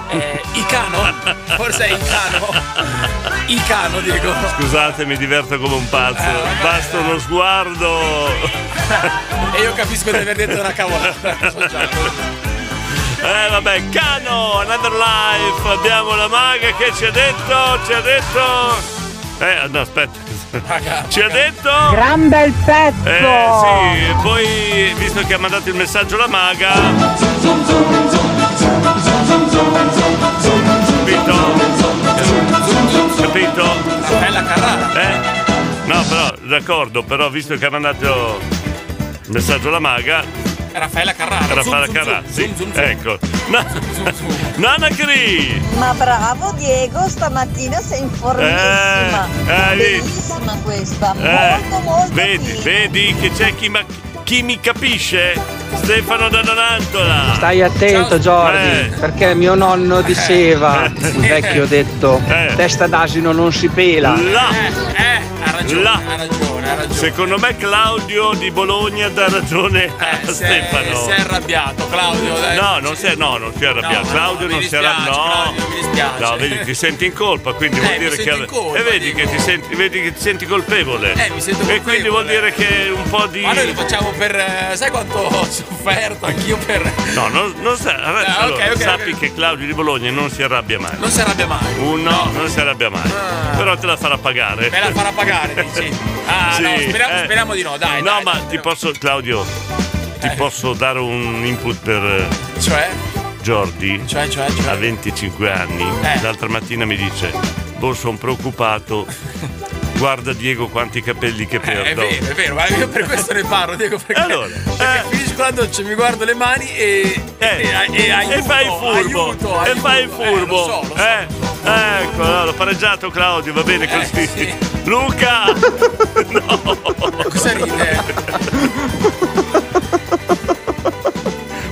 Speaker 3: Eh, Icano? Forse è Icano. Icano, Diego. Eh,
Speaker 2: Scusate, mi diverto come un pazzo. Basta uno sguardo.
Speaker 3: (laughs) E io capisco di aver detto
Speaker 2: (laughs)
Speaker 3: una cavolata. So già.
Speaker 2: Eh vabbè, Cano, Another Life, abbiamo la maga che ci ha detto, ci ha detto... Eh, no, aspetta. Ci ha detto...
Speaker 16: Gran bel pezzo!
Speaker 2: Eh sì, e poi visto che ha mandato il messaggio la maga. Capito? Capito? Bella carrara. Eh? No, però, d'accordo, però visto che ha mandato il messaggio la maga.
Speaker 3: Raffaella Carrara.
Speaker 2: Raffaella Carrà, sì. Ecco. Na- Nana Cree!
Speaker 13: Ma bravo Diego, stamattina sei in formissima.
Speaker 2: Eh, hai visto?
Speaker 13: Bellissima questa,
Speaker 2: Eh,
Speaker 13: molto molto
Speaker 2: vedi, vedi che c'è chi, ma- chi mi capisce? Stefano da Nonantola.
Speaker 17: Stai attento Jordi,
Speaker 2: Ah. Eh.
Speaker 17: perché mio nonno diceva,
Speaker 2: Eh.
Speaker 17: un vecchio detto, testa d'asino non si pela.
Speaker 2: Là.
Speaker 3: Eh, Ha ragione,
Speaker 2: Là.
Speaker 3: ha ragione, ha ragione.
Speaker 2: Secondo me Claudio di Bologna dà ragione a Stefano.
Speaker 3: si è arrabbiato, Claudio, dai.
Speaker 2: No, non si è, no, non si è arrabbiato.
Speaker 3: No, no,
Speaker 2: Claudio
Speaker 3: mi
Speaker 2: non si è arrabbiato. No,
Speaker 3: dispiace, Eh,
Speaker 2: no, vedi, ti senti in colpa, quindi vuol
Speaker 3: mi
Speaker 2: dire
Speaker 3: sento
Speaker 2: che.
Speaker 3: in colpa,
Speaker 2: e vedi che, ti senti, vedi che ti senti colpevole.
Speaker 3: Eh, mi sento
Speaker 2: E quindi vuol dire che un po' di.
Speaker 3: Ma noi lo facciamo per. eh, sai quanto ho sofferto anch'io per.
Speaker 2: No, non, non sa-
Speaker 3: Ah,
Speaker 2: allora,
Speaker 3: ok, ok,
Speaker 2: sappi che Claudio di Bologna non si arrabbia mai.
Speaker 3: Non si arrabbia mai. Ah.
Speaker 2: Uno, non si arrabbia mai. Però te la farà pagare.
Speaker 3: Me la farà pagare, dici? Ah,
Speaker 2: Sì,
Speaker 3: no, speriamo,
Speaker 2: eh.
Speaker 3: speriamo di no, dai.
Speaker 2: no,
Speaker 3: dai,
Speaker 2: ma
Speaker 3: dai.
Speaker 2: ti posso, Claudio, ti posso dare un input per. eh,
Speaker 3: Cioè?
Speaker 2: Jordi,
Speaker 3: Cioè, cioè, cioè. Eh.
Speaker 2: a 25 anni, l'altra mattina mi dice: Boh, sono
Speaker 3: (laughs)
Speaker 2: preoccupato. Guarda Diego quanti capelli che perdo.
Speaker 3: Eh, È vero, è vero, ma io per questo ne parlo, Diego, perché,
Speaker 2: eh.
Speaker 3: perché finisco la doccia, mi guardo le mani e. e, e, aiuto,
Speaker 2: e fai il furbo.
Speaker 3: aiuto,
Speaker 2: e
Speaker 3: aiuto.
Speaker 2: fai il furbo.
Speaker 3: Eh, lo so, Eh, lo so.
Speaker 2: Eh, ecco, allora, pareggiato Claudio, va bene così. (laughs)
Speaker 3: (laughs)
Speaker 2: Luca!
Speaker 3: Cosa ride?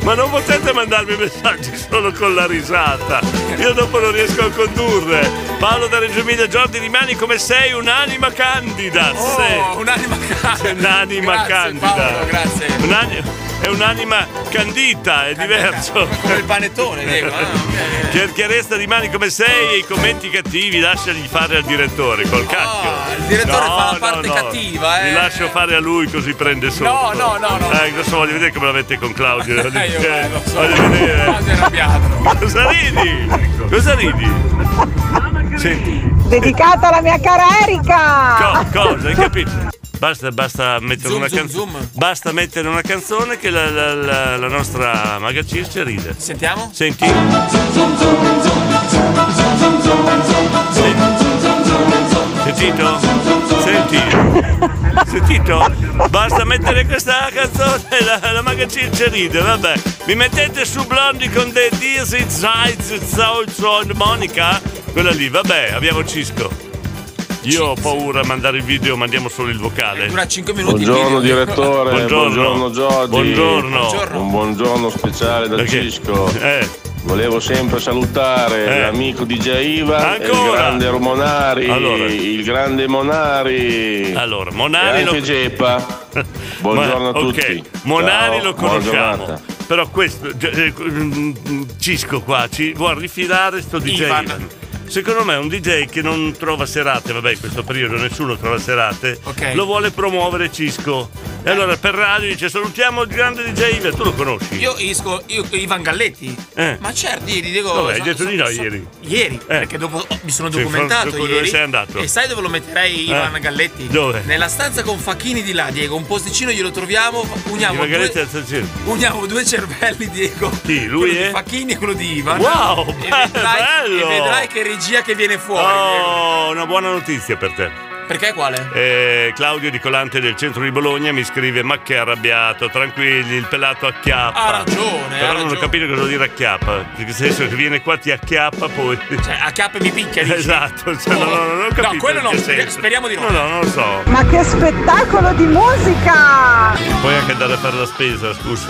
Speaker 2: Ma non potete mandarmi messaggi solo con la risata. Io dopo non riesco a condurre. Paolo da Reggio Emilia, Giordi, rimani come sei, un'anima candida.
Speaker 3: Oh,
Speaker 2: (laughs)
Speaker 3: un'anima candida.
Speaker 2: Un'anima
Speaker 3: Grazie,
Speaker 2: candida.
Speaker 3: Paolo, grazie.
Speaker 2: Un'ani- è un'anima candita, è diverso.
Speaker 3: Come
Speaker 2: (laughs)
Speaker 3: il panettone, Diego. eh? no?
Speaker 2: Cercheresta rimani come sei e i commenti cattivi lasciali fare al direttore, col cacchio.
Speaker 3: Ah, il direttore
Speaker 2: No,
Speaker 3: fa la
Speaker 2: no,
Speaker 3: parte
Speaker 2: no.
Speaker 3: cattiva, eh.
Speaker 2: Li lascio fare a lui così prende sotto.
Speaker 3: No, no, no, no.
Speaker 2: Eh, adesso voglio vedere come la mette con
Speaker 3: (laughs)
Speaker 2: Claudio. Voglio
Speaker 3: Eh, io,
Speaker 2: vedere.
Speaker 3: eh, lo so.
Speaker 2: Voglio vedere.
Speaker 3: Quasi arrabbiato. Ecco.
Speaker 2: Cosa ridi? Cosa ridi? Senti,
Speaker 7: Dedicata alla mia cara Erika.
Speaker 9: Ah.
Speaker 2: co- cosa? Hai capito? Basta, basta mettere
Speaker 3: Zoom,
Speaker 2: una
Speaker 3: zoom,
Speaker 2: canzone. Basta mettere una canzone che la, la- la- la nostra Maga Circe ride.
Speaker 3: Sentiamo?
Speaker 2: Senti. Sentito? Senti. Sentito? capito? Basta mettere questa canzone e la, la maga Circe ride, vabbè. Mi mettete su Blondi con The Dizzy Zites Zolzo e Monica? Quella lì, vabbè, abbiamo Cisco. Io ho paura a mandare il video, mandiamo solo il vocale.
Speaker 3: Dura 5 minuti.
Speaker 21: Buongiorno direttore,
Speaker 2: (laughs) Buongiorno.
Speaker 21: buongiorno, Giorgi.
Speaker 2: Buongiorno.
Speaker 21: Un buongiorno speciale da
Speaker 2: Perché?
Speaker 21: Cisco. Volevo sempre salutare
Speaker 2: Eh.
Speaker 21: l'amico di Giaiva, e il
Speaker 2: Ancora?
Speaker 21: grande Romonari,
Speaker 2: Allora.
Speaker 21: il grande Monari.
Speaker 2: Allora, Monari
Speaker 21: e anche
Speaker 2: lo- (laughs)
Speaker 21: Geppa. Buongiorno
Speaker 2: Ma-
Speaker 21: a
Speaker 2: ok,
Speaker 21: tutti.
Speaker 2: Monari
Speaker 21: Ciao,
Speaker 2: lo
Speaker 21: buona
Speaker 2: conosciamo.
Speaker 21: giornata.
Speaker 2: Però questo gi- eh, mm, Cisco qua ci vuol rifilare sto DJ.
Speaker 3: Ivan.
Speaker 2: Ivan. Secondo me è un DJ che non trova serate, vabbè in questo periodo nessuno trova serate, lo vuole promuovere Cisco. E allora per radio dice salutiamo il grande DJ Ivan, tu lo conosci?
Speaker 3: Io esco, io Ivan Galletti?
Speaker 2: Eh.
Speaker 3: Ma certo, ieri dico.
Speaker 2: Vabbè, hai
Speaker 3: so-
Speaker 2: detto di no
Speaker 3: so-
Speaker 2: ieri. Eh.
Speaker 3: Ieri, perché dopo oh, mi sono
Speaker 2: Sì,
Speaker 3: documentato
Speaker 2: fra- dopo dove
Speaker 3: ieri.
Speaker 2: sei andato?
Speaker 3: E sai dove lo metterei Ivan
Speaker 2: Eh?
Speaker 3: Galletti?
Speaker 2: Dove?
Speaker 3: Nella stanza con Facchini di là, Diego, un posticino glielo troviamo, uniamo
Speaker 2: Ivan Galletti
Speaker 3: due,
Speaker 2: al stazione.
Speaker 3: uniamo due cervelli, Diego. Sì,
Speaker 2: lui
Speaker 3: quello
Speaker 2: è?
Speaker 3: di Facchini e quello di Ivan.
Speaker 2: Wow,
Speaker 3: e
Speaker 2: be-
Speaker 3: vedrai,
Speaker 2: bello!
Speaker 3: E vedrai che regia che viene fuori.
Speaker 2: Oh, una buona notizia per te.
Speaker 3: Diego. Perché quale?
Speaker 2: Eh, Claudio di Colante del centro di Bologna mi scrive: Ma che arrabbiato, tranquilli, il pelato acchiappa.
Speaker 3: Ha ragione,
Speaker 2: Però
Speaker 3: ha
Speaker 2: non ho
Speaker 3: ragione.
Speaker 2: capito cosa vuol dire acchiappa. Nel senso che viene qua, ti acchiappa, poi. Cioè,
Speaker 3: acchiappa e mi picchia. dici?
Speaker 2: Esatto, cioè, no, no, no, non ho capito.
Speaker 3: No, quello no,
Speaker 2: in che
Speaker 3: sper-
Speaker 2: senso.
Speaker 3: speriamo di no.
Speaker 2: No, no, non lo so.
Speaker 20: Ma che spettacolo di musica!
Speaker 2: Puoi anche andare a fare la spesa,
Speaker 3: (laughs)
Speaker 2: scusa.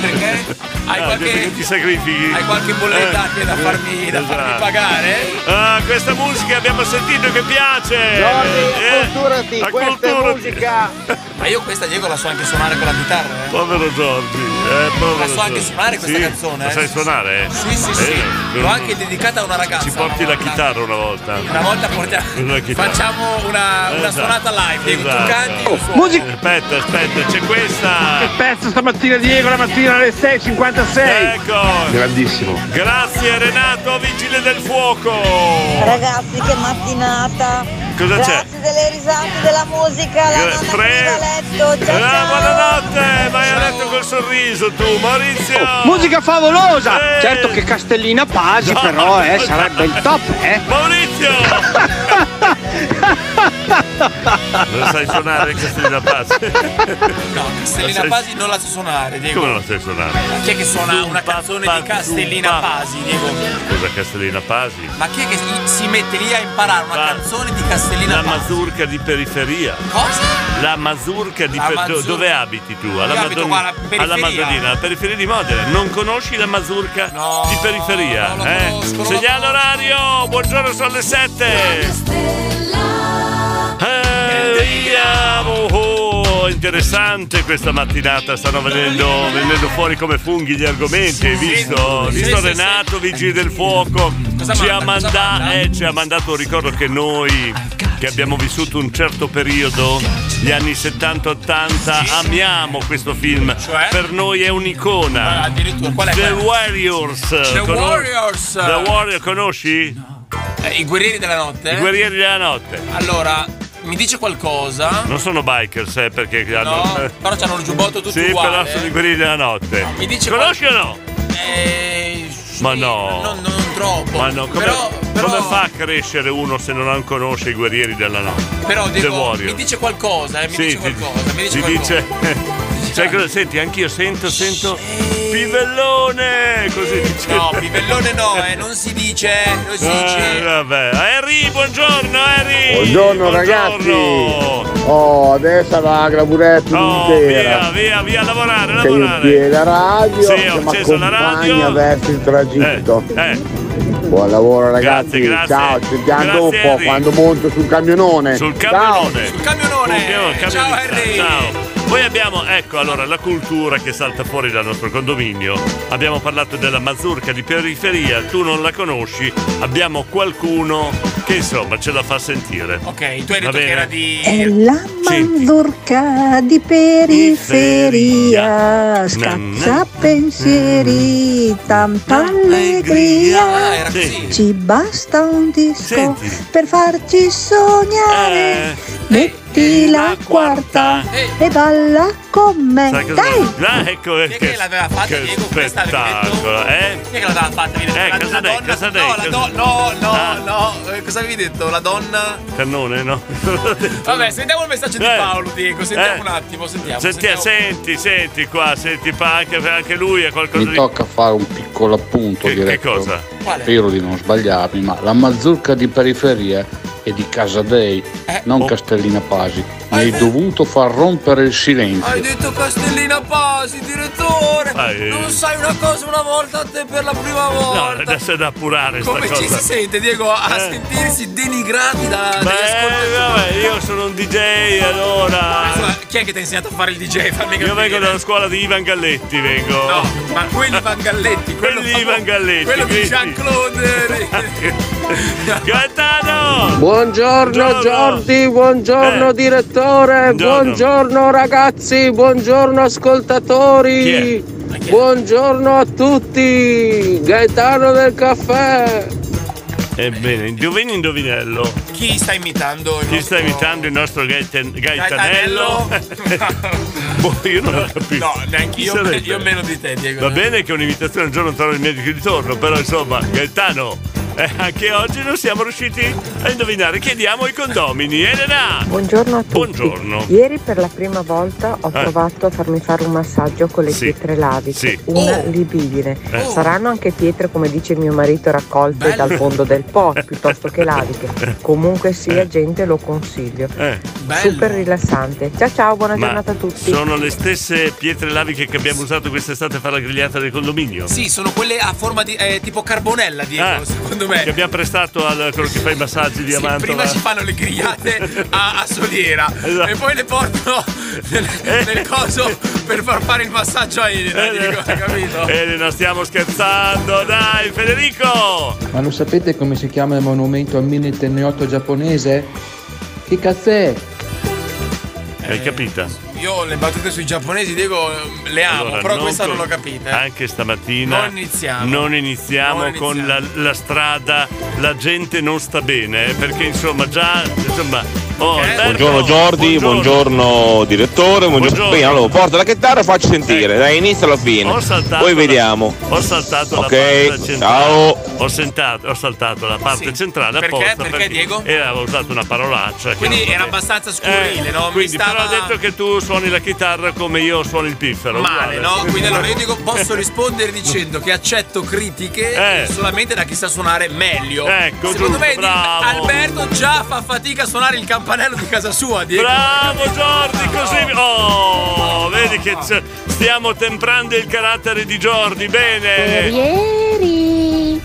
Speaker 2: Perché? Hai qualche. Che ti sacrifichi. Hai qualche bolletta
Speaker 3: che da farmi, da farmi pagare?
Speaker 2: Esatto. Ah, questa musica abbiamo sentito che piace! Eh,
Speaker 3: acculturati,
Speaker 2: questa è acculturati. (laughs)
Speaker 3: musica! Ma io questa Diego la so anche suonare con la chitarra, eh?
Speaker 2: Povero Giorgi, eh, povero
Speaker 3: La so anche
Speaker 2: Giorgi.
Speaker 3: suonare questa
Speaker 2: Sì?
Speaker 3: canzone,
Speaker 2: La
Speaker 3: eh?
Speaker 2: sai suonare? eh?
Speaker 3: Sì, sì, sì.
Speaker 2: Bene.
Speaker 3: L'ho anche dedicata a una ragazza.
Speaker 2: Ci porti la chitarra una volta.
Speaker 3: Una volta
Speaker 2: (laughs)
Speaker 3: portiamo.
Speaker 2: La chitarra.
Speaker 3: Facciamo una, una
Speaker 2: Esatto.
Speaker 3: suonata live, Diego. Tu
Speaker 2: Esatto.
Speaker 3: canti. io suono.
Speaker 2: Aspetta, aspetta, c'è questa!
Speaker 19: Pezzo stamattina Diego, la mattina alle 6.56.
Speaker 2: Ecco!
Speaker 19: Grandissimo.
Speaker 2: Grazie Renato, vigile del fuoco!
Speaker 20: Ragazzi che mattinata!
Speaker 2: Cosa c'è?
Speaker 20: Grazie delle risate della musica, la
Speaker 2: Gra-
Speaker 20: nonna che
Speaker 2: pre-
Speaker 20: viene da letto, ciao
Speaker 2: Eh,
Speaker 20: ciao!
Speaker 2: buonanotte! Vai a letto col sorriso tu, Maurizio!
Speaker 20: Oh.
Speaker 19: Musica
Speaker 2: Eh.
Speaker 19: favolosa! Certo che Castellina Pasi però eh, sarebbe il top, eh!
Speaker 17: (laughs)
Speaker 2: Maurizio! Non sai suonare Castellina Pazzi?
Speaker 3: No, Castellina
Speaker 2: La sai-
Speaker 3: Pasi non la so suonare, Diego.
Speaker 2: Come non la sai suonare?
Speaker 3: Chi è che suona una canzone di Castellina Pasi, Diego?
Speaker 2: Cosa Castellina Pasi?
Speaker 3: Ma chi è che si- si mette lì a imparare una canzone di Castellina
Speaker 2: La
Speaker 3: Pasi?
Speaker 2: mazurca di periferia.
Speaker 3: Cosa?
Speaker 2: La mazurca Eh, di
Speaker 3: La
Speaker 2: per-
Speaker 3: mazurca.
Speaker 2: dove abiti tu? Alla
Speaker 3: Io abito
Speaker 2: Madon-
Speaker 3: qua, alla periferia.
Speaker 2: alla Madonnina, alla periferia di Modena. Non conosci la mazurca di periferia? eh? Segnale orario, buongiorno, sono le 7. Andiamo! Oh, Eh, interessante questa mattinata, stanno venendo, venendo fuori come funghi gli argomenti, hai visto?
Speaker 3: Sì,
Speaker 2: Visto
Speaker 3: sì,
Speaker 2: Renato, Vigili del Fuoco,
Speaker 3: Cosa
Speaker 2: ci ha,
Speaker 3: manda? Cosa
Speaker 2: manda-
Speaker 3: manda?
Speaker 2: eh, ci ha mandato, ricordo che noi che abbiamo vissuto un certo periodo, gli anni 70-80, amiamo questo film, per noi è un'icona.
Speaker 3: Cioè? Ah, Addirittura qual è?
Speaker 2: The
Speaker 3: quella?
Speaker 2: Warriors.
Speaker 3: The
Speaker 2: Conos-
Speaker 3: Warriors.
Speaker 2: Eh, The Warrior, conosci?
Speaker 3: Eh, I guerrieri della notte?
Speaker 2: I guerrieri della notte.
Speaker 3: Allora, mi dice qualcosa?
Speaker 2: Non sono bikers, eh, perché hanno...
Speaker 3: No, però c'hanno il giubbotto tutto
Speaker 2: Sì,
Speaker 3: uguale.
Speaker 2: però sono i guerrieri della notte.
Speaker 3: Mi dice
Speaker 2: Conosci o no?
Speaker 3: Eh,
Speaker 2: Ma no.
Speaker 3: non, non troppo.
Speaker 2: Ma no, come,
Speaker 3: però,
Speaker 2: come fa a crescere uno se non conosce i guerrieri della notte?
Speaker 3: però
Speaker 2: The
Speaker 3: Diego,
Speaker 2: Warrior.
Speaker 3: mi dice qualcosa, eh, mi
Speaker 2: Sì,
Speaker 3: dice
Speaker 2: ti-
Speaker 3: qualcosa, mi dice
Speaker 2: ti
Speaker 3: qualcosa.
Speaker 2: dice. (laughs) Sai cosa? Senti, anch'io sento, sento. Pivellone! Così dice.
Speaker 3: No, pivellone no, eh, non si dice, non si dice.
Speaker 2: Eh, vabbè. Harry, buongiorno, Harry!
Speaker 27: Buongiorno, ragazzi! Oh, adesso va la Graburetti
Speaker 2: Oh, via, via, via, lavorare, lavorare!
Speaker 27: Che la radio
Speaker 2: Sì,
Speaker 27: che
Speaker 2: ho
Speaker 27: mi
Speaker 2: acceso la
Speaker 27: accompagna
Speaker 2: radio.
Speaker 27: verso il tragitto.
Speaker 2: Eh,
Speaker 27: Buon lavoro ragazzi,
Speaker 2: Grazie, grazie.
Speaker 27: ciao, ci sentiamo dopo
Speaker 2: Grazie, Harry.
Speaker 27: quando monto sul camionone.
Speaker 2: Sul
Speaker 27: Ciao.
Speaker 2: camionone. Sul camionone. Ciao Henry. Ciao. Poi abbiamo, ecco allora, la cultura che salta fuori dal nostro condominio. Abbiamo parlato della mazurca di periferia, tu non la conosci, abbiamo qualcuno che insomma ce la fa sentire.
Speaker 3: Ok, tu hai
Speaker 2: Va
Speaker 3: detto che
Speaker 2: bene.
Speaker 3: era di.
Speaker 13: È la manzurca di periferia,
Speaker 2: Mm,
Speaker 13: scaccia pensieri, tanta
Speaker 3: Ah,
Speaker 13: allegria.
Speaker 3: era così.
Speaker 13: Ci
Speaker 2: Eh.
Speaker 17: Eh.
Speaker 13: basta un disco per farci sognare. Metti la quarta e balla con me.
Speaker 2: Sai cosa-
Speaker 13: Dai!
Speaker 2: Ah, ecco perché.
Speaker 3: Chi è che l'aveva fatta
Speaker 2: che
Speaker 3: Diego questa
Speaker 2: spettacolo, eh?
Speaker 3: Chi è che l'aveva fatta? Mi
Speaker 2: Eh, cosa dei, cosa dei,
Speaker 3: No, la
Speaker 2: cosa-
Speaker 3: do- no, no,
Speaker 2: Ah.
Speaker 3: no. Eh, cosa avevi detto? La donna.
Speaker 2: Cannone, no?
Speaker 3: (laughs) Vabbè, sentiamo il messaggio di
Speaker 2: Eh.
Speaker 3: Paolo, Diego. Sentiamo
Speaker 2: Eh.
Speaker 3: un attimo, sentiamo.
Speaker 2: Senti, senti, senti qua, senti, pa- anche, anche lui è qualcosa
Speaker 16: Mi
Speaker 2: di.
Speaker 16: tocca fare un piccolo appunto
Speaker 2: Che- che
Speaker 16: diretto.
Speaker 2: cosa? Quale?
Speaker 16: Spero di non sbagliarmi, ma la mazzurca di periferia è di Casadei,
Speaker 2: Oh.
Speaker 16: non Castellina Pasi. Mi hai dovuto far rompere il silenzio.
Speaker 3: Hai detto Castellina Pasi, direttore!
Speaker 16: Ah, eh.
Speaker 3: Non sai una cosa una volta a te per la prima
Speaker 2: No,
Speaker 3: volta!
Speaker 2: adesso è da appurare
Speaker 3: Come
Speaker 2: sta
Speaker 3: ci
Speaker 2: cosa.
Speaker 3: si sente, Diego, a
Speaker 2: Eh.
Speaker 3: sentirsi denigrati da, dagli
Speaker 2: Eh, vabbè, io sono un DJ, allora.
Speaker 3: Chi è che ti ha insegnato a fare il DJ? Fammi
Speaker 2: Io vengo dalla scuola di Ivan Galletti, vengo. No,
Speaker 3: ma quelli Ivan Galletti,
Speaker 2: quello di Ivan Galletti.
Speaker 3: quello di
Speaker 2: quindi- (laughs)
Speaker 3: Jean-Claude. eh,
Speaker 2: Gaetano!
Speaker 1: Buongiorno Giordi, buongiorno
Speaker 2: Eh.
Speaker 1: direttore,
Speaker 2: Buongiorno.
Speaker 1: buongiorno ragazzi, buongiorno ascoltatori, buongiorno a tutti, Gaetano del caffè.
Speaker 2: Ebbene, indovini indovinello.
Speaker 3: Chi sta imitando?
Speaker 2: Chi sta imitando il nostro Gaeten- Gaetanello? (laughs) Boh, io non ho capito.
Speaker 3: No, neanche
Speaker 2: Chi
Speaker 3: io,
Speaker 2: sarebbe?
Speaker 3: io meno di te, Diego.
Speaker 2: Va bene che un'imitazione un giorno trovo il medico di ritorno, però insomma, Gaetano, eh, anche oggi non siamo riusciti a indovinare. Chiediamo ai condomini. Elena!
Speaker 28: Buongiorno a tutti.
Speaker 2: Buongiorno.
Speaker 28: Ieri per la prima volta ho
Speaker 2: Eh.
Speaker 28: provato a farmi fare un massaggio con le pietre laviche, una libidine.
Speaker 2: Oh. Eh.
Speaker 28: Saranno anche pietre, come dice mio marito, raccolte
Speaker 2: Bello. Eh.
Speaker 28: dal fondo del po' piuttosto che laviche. Comunque sia, gente, lo consiglio. Super rilassante. Ciao ciao, buona
Speaker 2: Eh. Ma
Speaker 28: giornata a tutti.
Speaker 2: Sono le stesse pietre laviche che abbiamo usato quest'estate a fare la grigliata del condominio?
Speaker 3: Sì, sono quelle a forma di. eh, tipo carbonella, Diego.
Speaker 2: Ah,
Speaker 3: secondo me.
Speaker 2: Che abbiamo prestato a quello che fa i massaggi di
Speaker 3: Sì,
Speaker 2: Amantova.
Speaker 3: prima ci fanno le grigliate a, a soliera
Speaker 2: Esatto.
Speaker 3: e poi le portano nel,
Speaker 2: Eh.
Speaker 3: nel coso per far fare il massaggio a Elena, Diego, hai capito?
Speaker 2: Esatto. Elena, stiamo scherzando, dai, Federico!
Speaker 18: Ma lo sapete come si chiama il monumento al mini tenniotto giapponese? Che cazzo è?
Speaker 2: Hai capita?
Speaker 3: Eh, Io le battute sui giapponesi, Diego, le amo,
Speaker 2: Allora,
Speaker 3: però questa
Speaker 2: con-
Speaker 3: non l'ho capita. eh.
Speaker 2: Anche stamattina
Speaker 3: Non iniziamo.
Speaker 2: non iniziamo
Speaker 3: Non iniziamo.
Speaker 2: con la, la strada, la gente non sta bene, eh, perché insomma già insomma oh, Alberto,
Speaker 11: Buongiorno Giordi, buongiorno, direttore, buongiorno.
Speaker 2: Buongiorno.
Speaker 11: Bene, allora porta la chitarra e facci sentire, dai inizio alla fine.
Speaker 2: Ho saltato
Speaker 11: Poi
Speaker 2: la-
Speaker 11: vediamo.
Speaker 2: ho saltato
Speaker 11: Ok,
Speaker 2: la parte centrale. Ho, sentato- ho saltato la parte centrale
Speaker 3: Perché?
Speaker 2: apposta
Speaker 3: Perché, Diego?
Speaker 2: E avevo usato una parolaccia. che
Speaker 3: Quindi
Speaker 2: non so
Speaker 3: era
Speaker 2: che-
Speaker 3: abbastanza scurile,
Speaker 2: Eh,
Speaker 3: no? Mi
Speaker 2: Quindi,
Speaker 3: stava
Speaker 2: però ha detto che tu suoni la chitarra come io suono il piffero.
Speaker 3: male,
Speaker 2: uguale.
Speaker 3: no? Quindi allora io dico, posso rispondere dicendo che accetto critiche
Speaker 2: Eh.
Speaker 3: solamente da chi sa suonare meglio.
Speaker 2: Ecco, giusto,
Speaker 3: Secondo me
Speaker 2: bravo.
Speaker 3: Alberto già fa fatica a suonare il campanello di casa sua, Diego.
Speaker 2: Bravo Giordi, così. Oh, vedi che c- stiamo temprando il carattere di Giordi, bene.
Speaker 29: Guerrieri,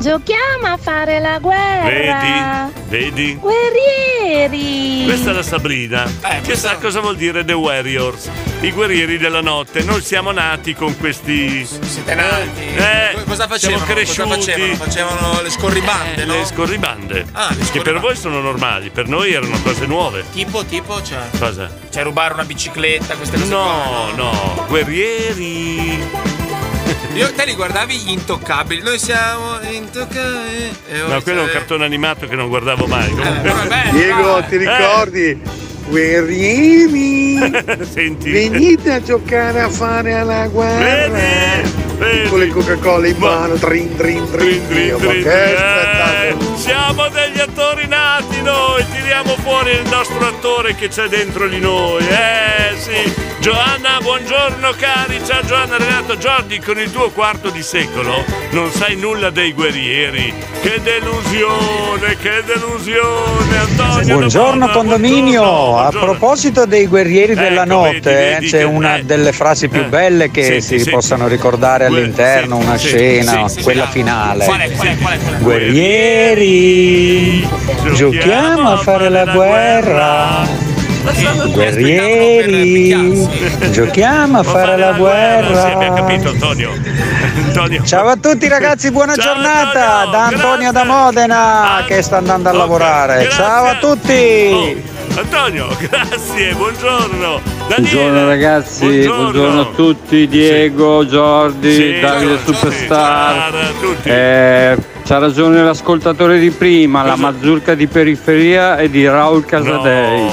Speaker 29: giochiamo a fare la guerra.
Speaker 2: Vedi? Vedi?
Speaker 29: Guerrieri.
Speaker 2: Questa è la Sabrina,
Speaker 3: Eh,
Speaker 2: che sa cosa vuol dire The Warriors, i guerrieri della notte. Noi siamo nati con questi. Siete
Speaker 3: nati? Co- cosa facevano?
Speaker 2: Siamo
Speaker 3: Cosa
Speaker 2: cresciuti.
Speaker 3: facevano? Facevano le scorribande,
Speaker 2: Eh,
Speaker 3: no?
Speaker 2: Le scorribande.
Speaker 3: Ah, le
Speaker 2: Che per voi sono normali, per noi erano cose nuove.
Speaker 3: Tipo, tipo, cioè,
Speaker 2: Cosa?
Speaker 3: cioè rubare una bicicletta, queste cose
Speaker 2: No,
Speaker 3: qua,
Speaker 2: no, guerrieri.
Speaker 3: Io te li guardavi gli intoccabili. Noi siamo intoccabili. E voi
Speaker 2: No, quello è un
Speaker 3: siete-
Speaker 2: cartone animato che non guardavo
Speaker 3: Eh,
Speaker 2: mai. Comunque.
Speaker 4: Diego, ti
Speaker 2: Eh.
Speaker 4: ricordi? Guerrieri,
Speaker 2: (laughs) Senti.
Speaker 4: venite a giocare a fare alla guerra. Con le Coca-Cola in mano, drin drin drin. Dio, ma che
Speaker 2: Eh, siamo degli attori nati noi, tiriamo fuori il nostro attore che c'è dentro di noi. Eh sì. Giovanna, buongiorno cari, ciao Giovanna Renato Giordi, con il tuo quarto di secolo non sai nulla dei guerrieri. Che delusione, che delusione, Antonio. da
Speaker 11: Buongiorno
Speaker 2: Modena,
Speaker 11: condominio, a proposito dei guerrieri della notte eh, c'è una delle frasi più belle che si possano ricordare all'interno, una scena, quella finale. Guerrieri, giochiamo a fare la guerra. Guerrieri, giochiamo a fare la guerra.
Speaker 2: Antonio.
Speaker 11: Ciao a tutti ragazzi, buona giornata da Antonio da Modena che sta andando a lavorare. Ciao a tutti.
Speaker 2: Oh, Antonio, (laughs) grazie, buongiorno.
Speaker 29: Buongiorno ragazzi, buongiorno, a tutti, Diego, Giordi,
Speaker 2: Sì,
Speaker 29: Davide
Speaker 2: Giorgio,
Speaker 29: Superstar.
Speaker 2: sì, ciao a tutti.
Speaker 29: Eh, c'ha ragione l'ascoltatore di prima, la mazzurca di periferia è di Raul Casadei.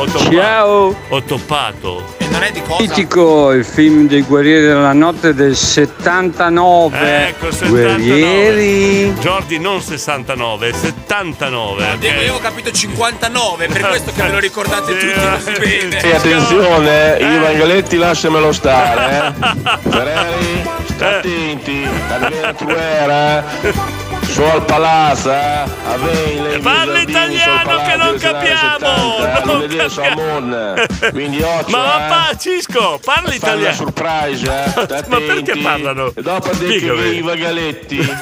Speaker 2: Ho toppato.
Speaker 29: Ciao.
Speaker 2: Ho toppato.
Speaker 3: non è di
Speaker 29: Mitico il film dei Guerrieri della Notte del 79.
Speaker 2: Ecco, 79.
Speaker 29: Eh, Guerrieri.
Speaker 2: Jordi non 69, 79.
Speaker 23: Ah,
Speaker 2: ok?
Speaker 3: Avevo capito 59, per questo che me lo
Speaker 2: (laughs)
Speaker 3: ricordate tutti così bene.
Speaker 23: E attenzione, eh, i Vangoletti lasciamelo stare. Eh. Ferreri, sta
Speaker 2: Eh.
Speaker 23: attenti, Adriana Truera, Suol Palazza, Aveile.
Speaker 2: Parla italiano che non capiamo! Non capiamo. (laughs)
Speaker 23: Quindi eh? oggi
Speaker 2: Ma papà, Cisco, parla italiano!
Speaker 23: surprise, eh.
Speaker 2: (laughs) Ma perché parlano?
Speaker 23: E dopo ha detto
Speaker 2: Spiegami.
Speaker 23: che i
Speaker 2: (laughs)
Speaker 23: Vangoletti.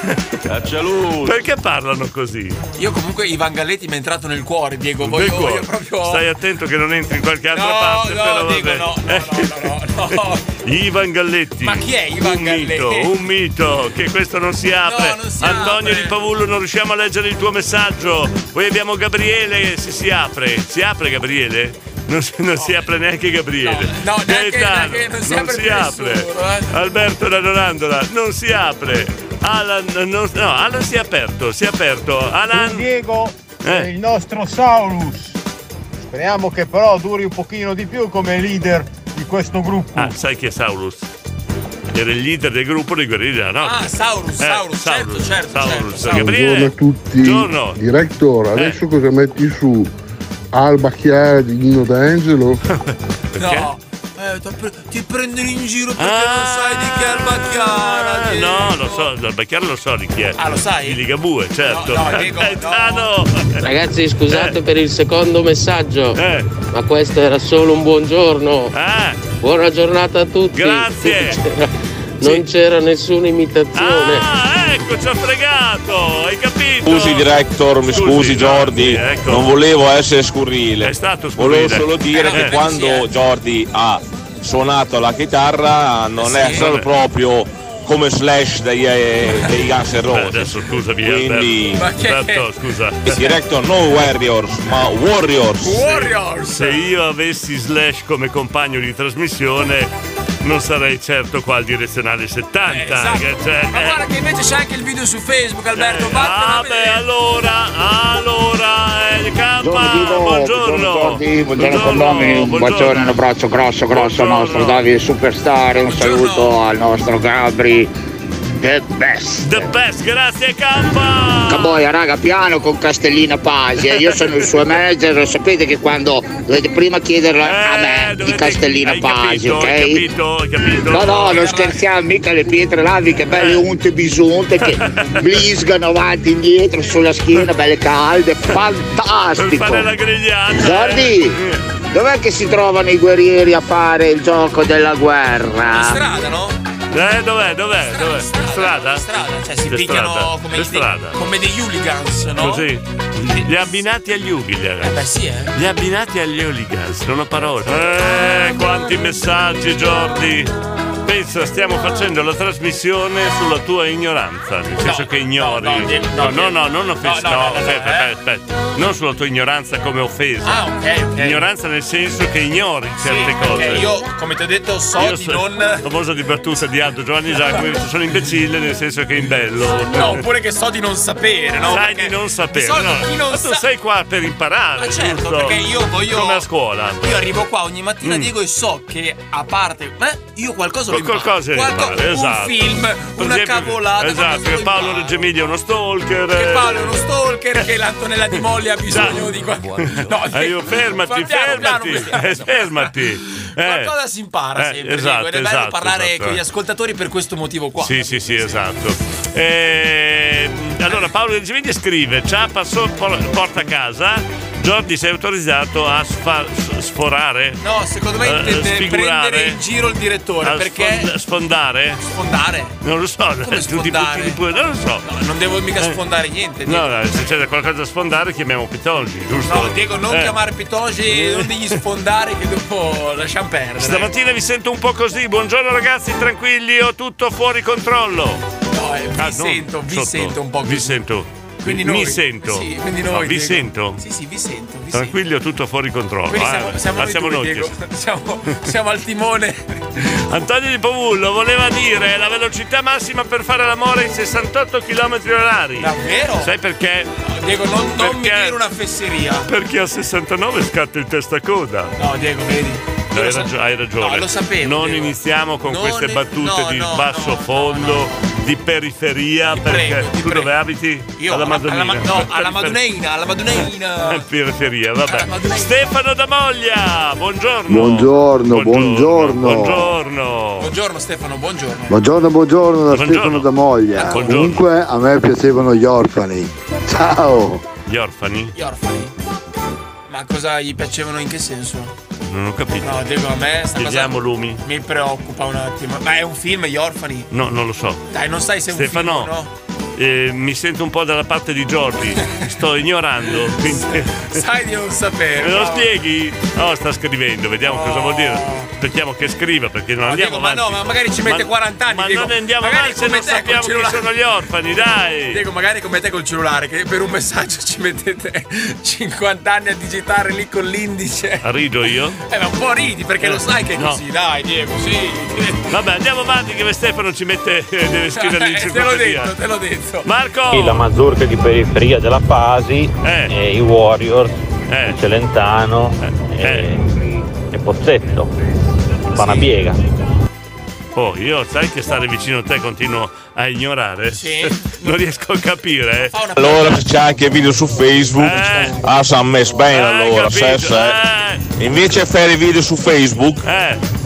Speaker 23: A saluto.
Speaker 2: Perché parlano così?
Speaker 3: Io comunque Ivan Galletti mi è entrato nel cuore, Diego. Voi,
Speaker 2: Del cuore.
Speaker 3: io proprio.
Speaker 2: Stai attento che non entri in qualche altra parte, però va bene. (laughs) Ivan Galletti.
Speaker 3: Ma chi è Ivan
Speaker 2: un
Speaker 3: Galletti?
Speaker 2: Mito, un mito, che questo non si apre. Antonio di Pavullo, non riusciamo a leggere il tuo messaggio. Poi abbiamo Gabriele, se si apre. Si apre Gabriele? Non si, non si apre neanche Gabriele.
Speaker 3: No, no, neanche-
Speaker 2: Gaetano,
Speaker 3: neanche- non si apre
Speaker 2: si
Speaker 3: più
Speaker 2: apre.
Speaker 3: nessuno, eh.
Speaker 2: Alberto da Donandola, non si apre. Alan, non- no, Alan si è aperto, si è aperto. Alan.
Speaker 22: Diego
Speaker 2: Eh.
Speaker 22: il nostro Saurus. Speriamo che però duri un pochino di più come leader di questo gruppo.
Speaker 2: Ah, sai chi è Saurus? Era il leader del gruppo dei guerrieri della notte. Eh,
Speaker 3: Ah, Saurus, Saurus, certo, certo.
Speaker 2: Saurus.
Speaker 27: Buongiorno a
Speaker 2: Gabriele,
Speaker 27: tutti.
Speaker 2: Buongiorno. Eh.
Speaker 27: Direttore, adesso cosa metti su? Alba Chiara di Nino
Speaker 2: (laughs)
Speaker 27: D'Angelo?
Speaker 3: No. Eh, t'ho pre- ti prendono in giro perché non sai di chi è Alba Chiara. Diego.
Speaker 2: Ah, No, lo so, dal Bacchiaro lo so di chi è. Ah, lo sai? Di Ligabue, certo.
Speaker 3: No, no,
Speaker 2: (laughs)
Speaker 3: Diego,
Speaker 2: Gaetano!
Speaker 17: Ragazzi,
Speaker 11: Eh.
Speaker 17: scusate per il secondo messaggio, ma questo era solo un buongiorno.
Speaker 11: Eh.
Speaker 17: Buona giornata a tutti.
Speaker 2: Grazie.
Speaker 17: Non c'era, (laughs) non c'era nessuna imitazione.
Speaker 2: Ah, ecco, ci ha fregato, hai capito?
Speaker 23: Scusi director, mi scusi Jordi,
Speaker 2: ecco.
Speaker 23: non volevo essere scurrile.
Speaker 2: È stato
Speaker 23: Volevo
Speaker 2: scurrile.
Speaker 23: solo dire
Speaker 2: Eh,
Speaker 23: che
Speaker 2: eh.
Speaker 23: quando Jordi ha suonato la chitarra non è
Speaker 2: Sì.
Speaker 23: stato proprio come slash dei, eh, dei Guns N' Roses.
Speaker 2: Adesso scusami,
Speaker 23: Quindi
Speaker 2: Alberto, Alberto,
Speaker 3: (laughs)
Speaker 2: scusa.
Speaker 23: director non Warriors, ma Warriors.
Speaker 2: Warriors! Se io avessi Slash come compagno di trasmissione, non sarei certo qua al direzionale 70. che c'è-
Speaker 3: Eh, esatto. Ma guarda che invece c'è anche il video su Facebook, Alberto.
Speaker 2: eh, ah, beh, allora, allora, eh, K, buongiorno.
Speaker 19: Buongiorno, buongiorno condomini, un bacione, un abbraccio grosso grosso al nostro Davide Superstar, un saluto al nostro Gabri, the best.
Speaker 2: The best, grazie K.
Speaker 19: Caboia raga piano con Castellina Pasi, eh, io sono il suo manager, lo sapete che quando dovete prima chiederla a me di Castellina Pasi, ok?
Speaker 2: Eh, Hai capito, hai capito.
Speaker 19: No, no, non scherziamo mica le pietre laviche,
Speaker 2: Eh.
Speaker 19: belle unte bisunte
Speaker 2: (laughs)
Speaker 19: che blisgano avanti e indietro sulla schiena, belle calde, fantastico!
Speaker 2: Fare la grigliata. eh.
Speaker 19: Jordi, dov'è che si trovano i guerrieri a fare il gioco della guerra?
Speaker 2: Eh, dov'è, dov'è, dov'è? Strada? Strada,
Speaker 3: cioè si picchiano come i-
Speaker 2: strada.
Speaker 3: Come degli hooligans, no?
Speaker 2: Così. Gli abbinati agli hooligans. Eh beh
Speaker 3: sì, eh.
Speaker 2: Gli abbinati agli hooligans, non ho parole. Eh, quanti messaggi, Jordi. Pensa, stiamo facendo la trasmissione sulla tua ignoranza, nel senso che ignori.
Speaker 3: no, Diego, no,
Speaker 2: no, no,
Speaker 3: Diego.
Speaker 2: no, non offesa.
Speaker 3: No,
Speaker 2: No,
Speaker 3: no, no, no,
Speaker 2: aspetta,
Speaker 3: eh.
Speaker 2: aspetta, aspetta. Non sulla tua ignoranza come offesa.
Speaker 3: Ah, ok, ok.
Speaker 2: Ignoranza nel senso che ignori certe
Speaker 3: perché
Speaker 2: cose.
Speaker 3: io, come ti ho detto, so
Speaker 2: Io
Speaker 3: di
Speaker 2: so-
Speaker 3: non.
Speaker 2: La famosa di Bertusa di Aldo Giovanni
Speaker 3: (laughs)
Speaker 2: Giacomo sono imbecille nel senso che imbello.
Speaker 3: No, oppure che so di non sapere, no?
Speaker 2: Sai
Speaker 3: Perché
Speaker 2: di non sapere.
Speaker 3: di solito
Speaker 2: no.
Speaker 3: chi non
Speaker 2: Ma tu
Speaker 3: sa-
Speaker 2: sei qua per imparare.
Speaker 3: Ma certo,
Speaker 2: giusto?
Speaker 3: perché io voglio-
Speaker 2: Come a scuola.
Speaker 3: Io arrivo qua ogni mattina,
Speaker 2: Mm.
Speaker 3: Diego, e so che a parte. Eh, io qualcosa lo
Speaker 2: Qual-
Speaker 3: imparo.
Speaker 2: qualcosa
Speaker 3: Qualco-
Speaker 2: impari, esatto.
Speaker 3: Un film,
Speaker 2: Per
Speaker 3: una
Speaker 2: esempio-
Speaker 3: cavolata.
Speaker 2: Esatto,
Speaker 3: qualcosa
Speaker 2: che
Speaker 3: lo
Speaker 2: Paolo Reggio Emilia è uno stalker. Che
Speaker 3: Paolo è uno stalker che l'Antonella Di Molli ha bisogno di qualcosa. No,
Speaker 2: Esatto. Eh, io, fermati,
Speaker 3: (laughs) Piano, piano,
Speaker 2: fermati, eh, fermati. Eh,
Speaker 3: Qualcosa si impara
Speaker 2: eh,
Speaker 3: sempre,
Speaker 2: esatto,
Speaker 3: Diego, ed è bello
Speaker 2: esatto,
Speaker 3: parlare
Speaker 2: esatto,
Speaker 3: con gli
Speaker 2: eh.
Speaker 3: ascoltatori per questo motivo qua.
Speaker 2: Sì, sì, sì, esatto. Ehm, allora Paolo Reggimini scrive: Ciappa so- por- porta a casa. Jordi sei autorizzato a sfa- s- sforare?
Speaker 3: No, secondo me
Speaker 2: Eh,
Speaker 3: intende
Speaker 2: sfigurare?
Speaker 3: prendere in giro il direttore
Speaker 2: a
Speaker 3: perché
Speaker 2: sfond- sfondare?
Speaker 3: sfondare?
Speaker 2: Non lo so,
Speaker 3: Come
Speaker 2: tutti i punti di
Speaker 3: sfondare?
Speaker 2: pu- non lo so. Eh.
Speaker 3: non devo mica sfondare niente. Diego.
Speaker 2: No, no, se c'è qualcosa da sfondare chiamiamo Pitongi, giusto?
Speaker 3: No, Diego, non
Speaker 2: Eh.
Speaker 3: chiamare Pitogi,
Speaker 2: (laughs)
Speaker 3: non degli sfondare che dopo lasciamo perdere.
Speaker 2: Stamattina vi sento un po' così. Buongiorno ragazzi, tranquilli, ho tutto fuori controllo.
Speaker 3: No, eh, vi sento, vi sento un po'
Speaker 2: Ah, Vi sento.
Speaker 3: Quindi
Speaker 2: Mi
Speaker 3: noi.
Speaker 2: sento.
Speaker 3: Sì, quindi noi,
Speaker 2: No, vi
Speaker 3: Diego.
Speaker 2: sento.
Speaker 3: Sì, sì, vi sento. Vi sento.
Speaker 2: Tranquillo, tutto fuori controllo.
Speaker 3: Quindi
Speaker 2: eh.
Speaker 3: siamo, siamo
Speaker 2: Ma
Speaker 3: noi
Speaker 2: siamo
Speaker 3: due,
Speaker 2: noi che-
Speaker 3: Diego. (laughs) Siamo, siamo al timone.
Speaker 2: Antonio di Povullo voleva dire la velocità massima per fare l'amore in 68 km h
Speaker 3: Davvero?
Speaker 2: Sai perché?
Speaker 3: Diego, non, non mi dire una fesseria.
Speaker 2: Perché a 69 scatta il testacoda.
Speaker 3: No, Diego, vedi.
Speaker 2: Hai, ragio- hai ragione.
Speaker 3: No, lo sapevo,
Speaker 2: Non iniziamo con
Speaker 3: Non
Speaker 2: queste
Speaker 3: ne-
Speaker 2: battute
Speaker 3: no,
Speaker 2: di
Speaker 3: no,
Speaker 2: basso fondo, di periferia. perché tu dove abiti?
Speaker 3: Io
Speaker 2: alla
Speaker 3: alla-
Speaker 2: Madonnina.
Speaker 3: alla Ma- no, alla Maduneina,
Speaker 2: (laughs)
Speaker 3: alla Maduneina.
Speaker 2: Eh, periferia, vabbè. Stefano da Moglia, buongiorno.
Speaker 27: Buongiorno, buongiorno.
Speaker 2: Buongiorno.
Speaker 3: Buongiorno Stefano, buongiorno.
Speaker 27: Buongiorno, buongiorno da
Speaker 2: Buongiorno. Eh,
Speaker 27: Stefano da Moglia.
Speaker 2: Buongiorno.
Speaker 27: Comunque a me piacevano gli orfani. Ciao!
Speaker 2: Gli orfani?
Speaker 3: Gli orfani. Ma cosa gli piacevano in che senso?
Speaker 2: Non ho capito.
Speaker 3: No, Diego, a me sta
Speaker 2: Chiediamo
Speaker 3: cosa
Speaker 2: lumi.
Speaker 3: mi preoccupa un attimo. Ma è un film, Gli orfani?
Speaker 2: No, non lo so.
Speaker 3: Dai, non sai se è un
Speaker 2: Stefano,
Speaker 3: film o no.
Speaker 2: eh, mi sento un po' dalla parte di Jordi. Sto ignorando. Quindi...
Speaker 3: Sai di non sapere.
Speaker 2: Me lo
Speaker 3: no.
Speaker 2: spieghi? No, sta scrivendo, vediamo cosa vuol dire. Aspettiamo che scriva perché non andiamo
Speaker 3: Diego, ma
Speaker 2: avanti.
Speaker 3: no, ma magari ci mette 40 anni.
Speaker 2: Ma
Speaker 3: Diego.
Speaker 2: non ne andiamo
Speaker 3: Magari
Speaker 2: avanti se
Speaker 3: come
Speaker 2: non
Speaker 3: te col
Speaker 2: sappiamo chi
Speaker 3: cellulare.
Speaker 2: sono gli orfani, dai.
Speaker 3: Diego, magari come te col cellulare, che per un messaggio ci mettete 50 anni a digitare lì con l'indice.
Speaker 2: Rido io?
Speaker 3: Eh, ma un po' ridi perché lo sai che è
Speaker 2: Eh, No.
Speaker 3: così, dai, Diego, sì.
Speaker 2: Vabbè, andiamo avanti che Stefano ci mette. eh, deve scrivere
Speaker 3: (laughs) Eh, te l'ho
Speaker 2: l'enciclopedia.
Speaker 3: detto, te l'ho detto.
Speaker 2: Marco!
Speaker 30: Sì, la mazurka di periferia della Pasi, eh, i Warriors,
Speaker 2: Eh.
Speaker 30: il Celentano eh, e Pozzetto, Panabiega.
Speaker 2: Oh, io sai che stare vicino a te continuo a ignorare? (laughs) non riesco a capire. eh.
Speaker 23: Allora c'è anche il video su Facebook. Ah, si è messo bene allora, se,
Speaker 2: Eh, capito, eh.
Speaker 23: se. Invece fare i video su Facebook,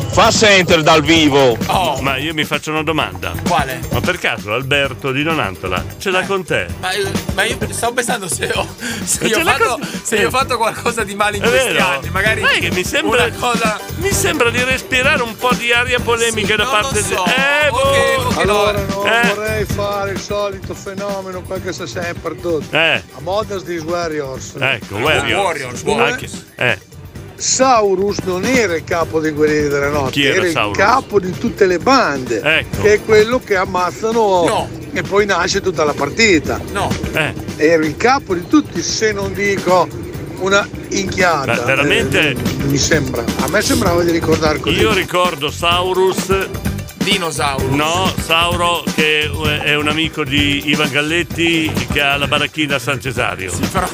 Speaker 23: fa sempre dal vivo.
Speaker 2: Ma io mi faccio una domanda.
Speaker 3: Oh. Quale? Eh.
Speaker 2: Ma per caso Alberto di Nonantola ce l'ha con te?
Speaker 3: Ma, ma io stavo pensando se ho, se
Speaker 2: Ma
Speaker 3: io ho
Speaker 2: c'è la
Speaker 3: fatto,
Speaker 2: cosa-
Speaker 3: se io ho fatto qualcosa di male in
Speaker 2: È
Speaker 3: questi
Speaker 2: vero?
Speaker 3: anni, magari
Speaker 2: Sai che mi sembra,
Speaker 3: una cosa.
Speaker 2: mi sembra di respirare un po' di aria polemica da parte di. Eh, boh.
Speaker 4: Allora non
Speaker 2: Eh.
Speaker 4: vorrei fare il solito fenomeno quel che si è sempre detto.
Speaker 2: Eh.
Speaker 4: A modas di Warriors.
Speaker 2: Ecco, Warriors.
Speaker 3: boh.
Speaker 4: Due,
Speaker 2: Anche- eh,
Speaker 4: Saurus non era il capo dei guerrieri della notte,
Speaker 2: Chi era
Speaker 4: il
Speaker 2: Saurus? Ecco.
Speaker 4: capo di tutte le bande, che è quello che ammazzano e poi nasce tutta la partita.
Speaker 2: eh.
Speaker 4: Era il capo di tutti, se non dico una inchiata.
Speaker 2: Ma veramente-
Speaker 4: eh, mi sembra. A me sembrava di ricordare così.
Speaker 2: Io ricordo Saurus.
Speaker 3: Dinosauro.
Speaker 2: No, Sauro che è un amico di Ivan Galletti che ha la baracchina a San Cesario.
Speaker 3: però.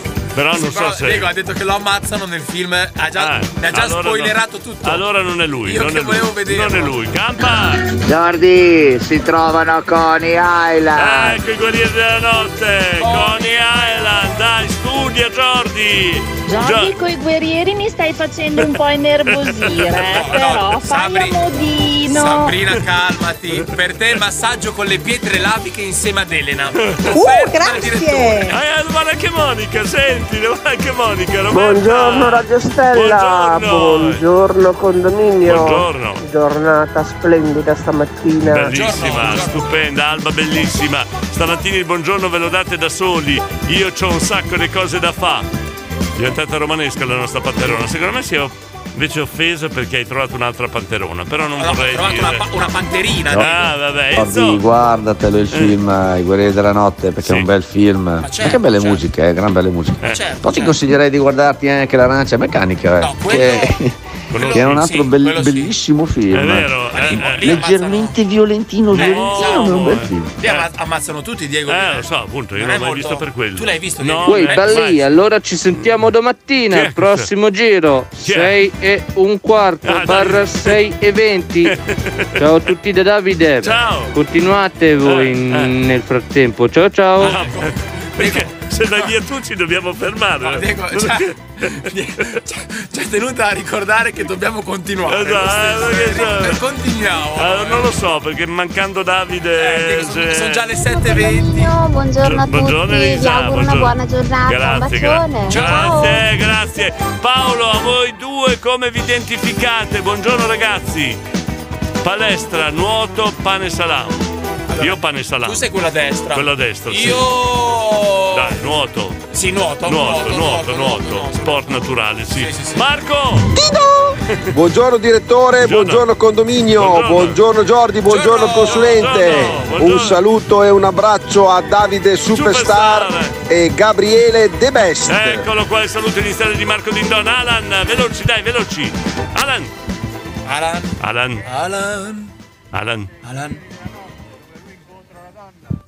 Speaker 2: non
Speaker 3: Sì, però
Speaker 2: so se. Ah,
Speaker 3: Diego ha detto che lo ammazzano nel film, eh, ha già, ne ha già
Speaker 2: allora
Speaker 3: spoilerato
Speaker 2: no.
Speaker 3: tutto.
Speaker 2: Allora non è lui,
Speaker 3: Io
Speaker 2: non
Speaker 3: che
Speaker 2: è lui.
Speaker 3: volevo vederlo.
Speaker 2: Non è lui. Campa!
Speaker 19: Jordi, si trovano a Coney
Speaker 3: Ah.
Speaker 19: Island.
Speaker 2: Ecco i guerrieri della notte!
Speaker 3: Oh.
Speaker 2: Coney Island, dai, studia Jordi!
Speaker 31: Jordi,
Speaker 2: Gio-
Speaker 31: coi guerrieri mi stai facendo un po' innervosire, eh,
Speaker 3: No,
Speaker 31: però
Speaker 3: no,
Speaker 31: fai
Speaker 3: Sabri-
Speaker 31: amodino.
Speaker 3: Sabrina, calmati. Per te il massaggio con le pietre laviche insieme ad Elena.
Speaker 2: Offerta
Speaker 3: grazie.
Speaker 2: direttore. Eh, guarda anche Monica, senti, (laughs) guarda anche Monica. Roberta.
Speaker 1: Buongiorno Radio Stella,
Speaker 2: Buongiorno.
Speaker 1: buongiorno condominio.
Speaker 2: Buongiorno.
Speaker 1: Giornata splendida stamattina.
Speaker 2: Bellissima, stupenda, Alba bellissima. Stamattina il buongiorno ve lo date da soli. Io ho un sacco di cose da fare. Diventata romanesca la nostra panterona. Secondo me si è invece offesa perché hai trovato un'altra panterona. Però non vorrei.
Speaker 3: trovato
Speaker 2: dire.
Speaker 3: una pa-
Speaker 2: (laughs)
Speaker 3: una panterina, Diego.
Speaker 2: Ah, vabbè,
Speaker 32: Guardi,
Speaker 2: Enzo.
Speaker 32: guardatelo il film eh, I guerrieri della notte perché è un bel film. Ma
Speaker 3: certo,
Speaker 32: che belle musiche, eh, gran belle musiche.
Speaker 2: Eh, certo,
Speaker 32: Poi ti consiglierei di guardarti anche l'arancia meccanica, eh, (laughs) che,
Speaker 2: quello
Speaker 32: che è un
Speaker 2: sì,
Speaker 32: altro
Speaker 2: sì,
Speaker 32: bel-
Speaker 2: quello sì.
Speaker 32: bellissimo film.
Speaker 2: È vero, eh, eh.
Speaker 32: Leggermente violentino, violentino, ma è un bel film.
Speaker 3: Li amma- ammazzano tutti, Diego.
Speaker 2: Eh, lo so, appunto, io non l'ho mai visto per quello.
Speaker 3: Tu l'hai visto,
Speaker 2: No,
Speaker 3: Diego?
Speaker 2: Uè,
Speaker 3: Eh,
Speaker 2: Balli,
Speaker 3: vai.
Speaker 1: allora ci sentiamo domattina, al prossimo giro, 6 e un quarto,
Speaker 2: Ah,
Speaker 1: barra 6 e 20.
Speaker 2: (laughs)
Speaker 1: ciao a tutti da Davide.
Speaker 2: Ciao. Eh,
Speaker 1: Continuate voi nel frattempo, ciao ciao.
Speaker 2: Ah, perché se dai via tu ci dobbiamo fermare.
Speaker 3: Diego,
Speaker 2: Non-
Speaker 3: cioè- Ci è tenuta a ricordare che dobbiamo continuare.
Speaker 2: Esatto,
Speaker 3: lo stesso.
Speaker 2: perché-
Speaker 3: Continuiamo. Eh,
Speaker 2: Ah, non lo so, perché mancando Davide. cioè-
Speaker 3: Sono già le 7.20.
Speaker 31: Buongiorno, buongiorno a tutti,
Speaker 2: Buongiorno
Speaker 31: vi
Speaker 2: Elisa,
Speaker 31: auguro una
Speaker 2: buongiorno.
Speaker 31: buona giornata, un
Speaker 2: Grazie, gra-
Speaker 31: bacione. Ciao.
Speaker 2: grazie, grazie. Paolo, a voi due come vi identificate? Buongiorno ragazzi. Palestra, nuoto, pane e salame. Io pane e salame.
Speaker 3: Tu sei quella a destra.
Speaker 2: Quella a destra. sì.
Speaker 3: Io.
Speaker 2: Dai, nuoto.
Speaker 3: Sì, nuoto.
Speaker 2: Nuoto, nuoto, nuoto. Sport naturale, sì. Marco!
Speaker 9: Dido!
Speaker 15: Buongiorno direttore, buongiorno, condominio, buongiorno, Jordi, buongiorno, consulente. Un saluto e un abbraccio a Davide Superstar, e Gabriele De Best.
Speaker 2: Eccolo qua il saluto iniziale di Marco Dindon. Alan, veloci, dai, veloci. Alan.
Speaker 3: Alan.
Speaker 2: Alan.
Speaker 3: Alan.
Speaker 2: Alan.
Speaker 3: Alan.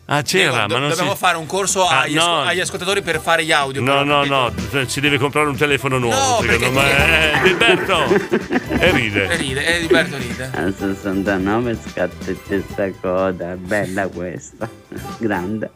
Speaker 2: Ah, c'era,
Speaker 3: Eh, Do-
Speaker 2: ma non si...
Speaker 3: dobbiamo fare un corso
Speaker 2: Ah,
Speaker 3: agli, asco-
Speaker 2: no.
Speaker 3: agli ascoltatori per fare gli audio.
Speaker 2: No,
Speaker 3: però,
Speaker 2: no,
Speaker 3: capito?
Speaker 2: no, cioè, si deve comprare un telefono nuovo, secondo me. Eh, Gilberto! E
Speaker 3: E
Speaker 2: ride.
Speaker 3: ride, eh, Roberto ride.
Speaker 10: Al 69 scatta questa coda, bella questa, grande.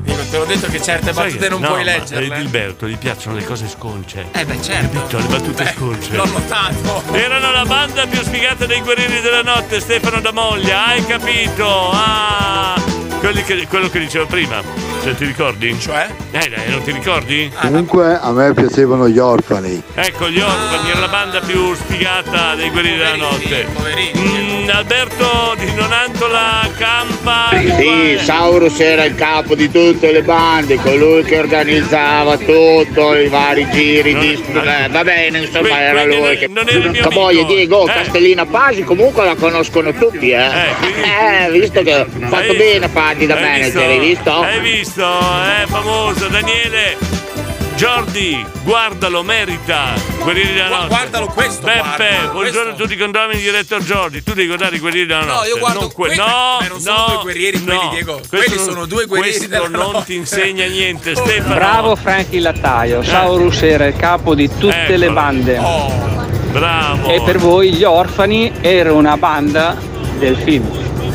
Speaker 3: Dico, te l'ho detto che certe
Speaker 2: Sai
Speaker 3: battute
Speaker 2: che-
Speaker 3: non
Speaker 2: no,
Speaker 3: puoi
Speaker 2: ma,
Speaker 3: leggerle.
Speaker 2: eh, Gilberto gli piacciono le cose sconce.
Speaker 3: Eh beh, certo.
Speaker 2: Capito? Le battute sconce.
Speaker 3: L'ho notato.
Speaker 2: Erano la banda più sfigata dei guerrieri della notte, Stefano da Moglia, hai capito? Ah! Quelli che- quello che dicevo prima, se ti ricordi? Cioè? Eh, dai, non ti ricordi?
Speaker 3: Ah,
Speaker 27: Comunque a me piacevano gli orfani.
Speaker 2: Ecco, gli orfani era la banda più sfigata dei guerrieri della notte. Mm,
Speaker 3: certo.
Speaker 2: Alberto di Nonantola Campa.
Speaker 19: Sì, Saurus era il capo di tutte le bande, colui che organizzava tutto, i vari giri, disputi, beh, va bene, insomma era lui che... Camoglie, Diego, Castellina Pasi comunque la conoscono tutti, eh. Eh, visto che ho fatto bene a farti da manager, hai visto?
Speaker 2: Hai visto? È famoso, Daniele. Giordi, guardalo, merita. Guerrieri della notte. Guardalo questo. Beppe, buongiorno a tutti i condomini, direttore Giordi. Tu devi guardare i guerrieri della notte.
Speaker 3: No, io guardo
Speaker 2: non que-
Speaker 3: que-
Speaker 2: no,
Speaker 3: ma non sono
Speaker 2: no,
Speaker 3: due guerrieri
Speaker 2: no.
Speaker 3: quelli, Diego.
Speaker 2: Questo
Speaker 3: Quelli
Speaker 2: non-
Speaker 3: sono due guerrieri
Speaker 2: Questo
Speaker 3: della
Speaker 2: non
Speaker 3: notte.
Speaker 2: ti insegna niente, Stefano.
Speaker 1: Bravo Franky Lattaio, Saurus era il capo di tutte le
Speaker 2: Eccolo. Oh,
Speaker 1: bande.
Speaker 2: Bravo.
Speaker 1: E per voi gli orfani era una banda del film.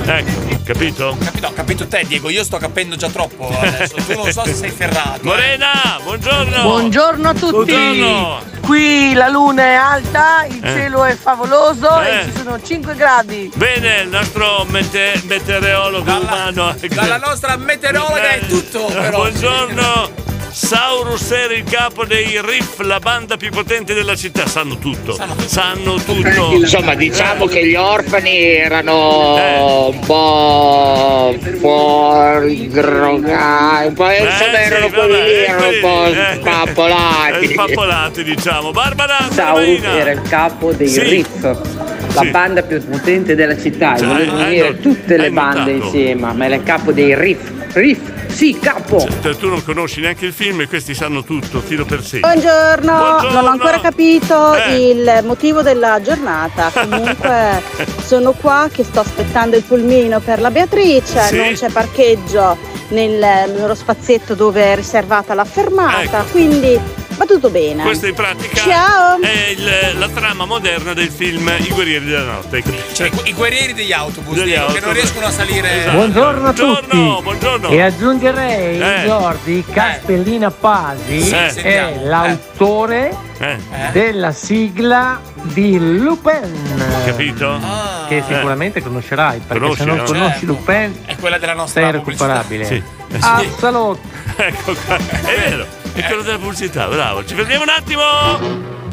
Speaker 2: Ecco, capito?
Speaker 3: Capito, ho capito te, Diego. Io sto capendo già troppo adesso. Tu non so se sei ferrato.
Speaker 2: Morena, buongiorno.
Speaker 33: Buongiorno a tutti!
Speaker 2: Buongiorno.
Speaker 33: Qui la luna è alta, il
Speaker 2: Eh.
Speaker 33: cielo è favoloso
Speaker 2: Eh.
Speaker 33: e ci sono 5 gradi.
Speaker 2: Bene, il nostro mete- meteorologo umano. Eh,
Speaker 3: Dalla nostra meteorologa è tutto, però.
Speaker 2: Buongiorno. Saurus era il capo dei Riff, la banda più potente della città. Sanno tutto. Sanno tutto.
Speaker 19: Insomma, diciamo che gli orfani erano
Speaker 2: Eh.
Speaker 19: un po' fuori drogati, poi insomma erano quelli lì, erano un po'
Speaker 2: Eh,
Speaker 19: spappolati.
Speaker 2: Spappolati, diciamo. Barbara
Speaker 9: Saurus
Speaker 2: Marina.
Speaker 9: era il capo dei
Speaker 2: Sì.
Speaker 9: Riff, la banda più potente della città, e
Speaker 2: Cioè,
Speaker 9: voleva
Speaker 2: hai
Speaker 9: unire
Speaker 2: not-
Speaker 9: tutte le
Speaker 2: hai
Speaker 9: bande
Speaker 2: notato?
Speaker 9: insieme, ma era il capo dei Riff. Riff, sì, capo!
Speaker 2: Cioè, tu non conosci neanche il film e questi sanno tutto, filo per segno.
Speaker 33: Buongiorno, non ho ancora capito
Speaker 2: Eh.
Speaker 33: il motivo della giornata. Comunque sono qua che sto aspettando il pulmino per la Beatrice,
Speaker 24: Sì.
Speaker 33: non c'è parcheggio nel- nello spazietto dove è riservata la fermata, quindi va tutto bene.
Speaker 2: Questa in pratica è il- la trama moderna del film I guerrieri della notte.
Speaker 3: Cioè, I guerrieri degli autobus,
Speaker 2: Degli
Speaker 3: Diego, che
Speaker 2: autobus.
Speaker 3: non riescono a salire.
Speaker 2: Esatto.
Speaker 25: Buongiorno a
Speaker 2: Buongiorno,
Speaker 25: tutti
Speaker 2: buongiorno.
Speaker 25: e aggiungerei
Speaker 2: Eh.
Speaker 25: Jordi Castellina Pasi
Speaker 2: Sì,
Speaker 25: è
Speaker 3: Eh.
Speaker 2: sentiamo.
Speaker 25: l'autore della sigla di Lupin
Speaker 2: Capito?
Speaker 3: Ah.
Speaker 25: che sicuramente conoscerai perché
Speaker 2: Conosci,
Speaker 25: se non
Speaker 2: no?
Speaker 25: conosci
Speaker 2: Certo.
Speaker 25: Lupin
Speaker 3: È quella della nostra
Speaker 25: sei
Speaker 3: pubblicità.
Speaker 25: recuperabile
Speaker 2: Eh, Sì.
Speaker 25: Absalot
Speaker 2: Ecco qua. È vero, è quello della pubblicità, bravo. Ci fermiamo un attimo.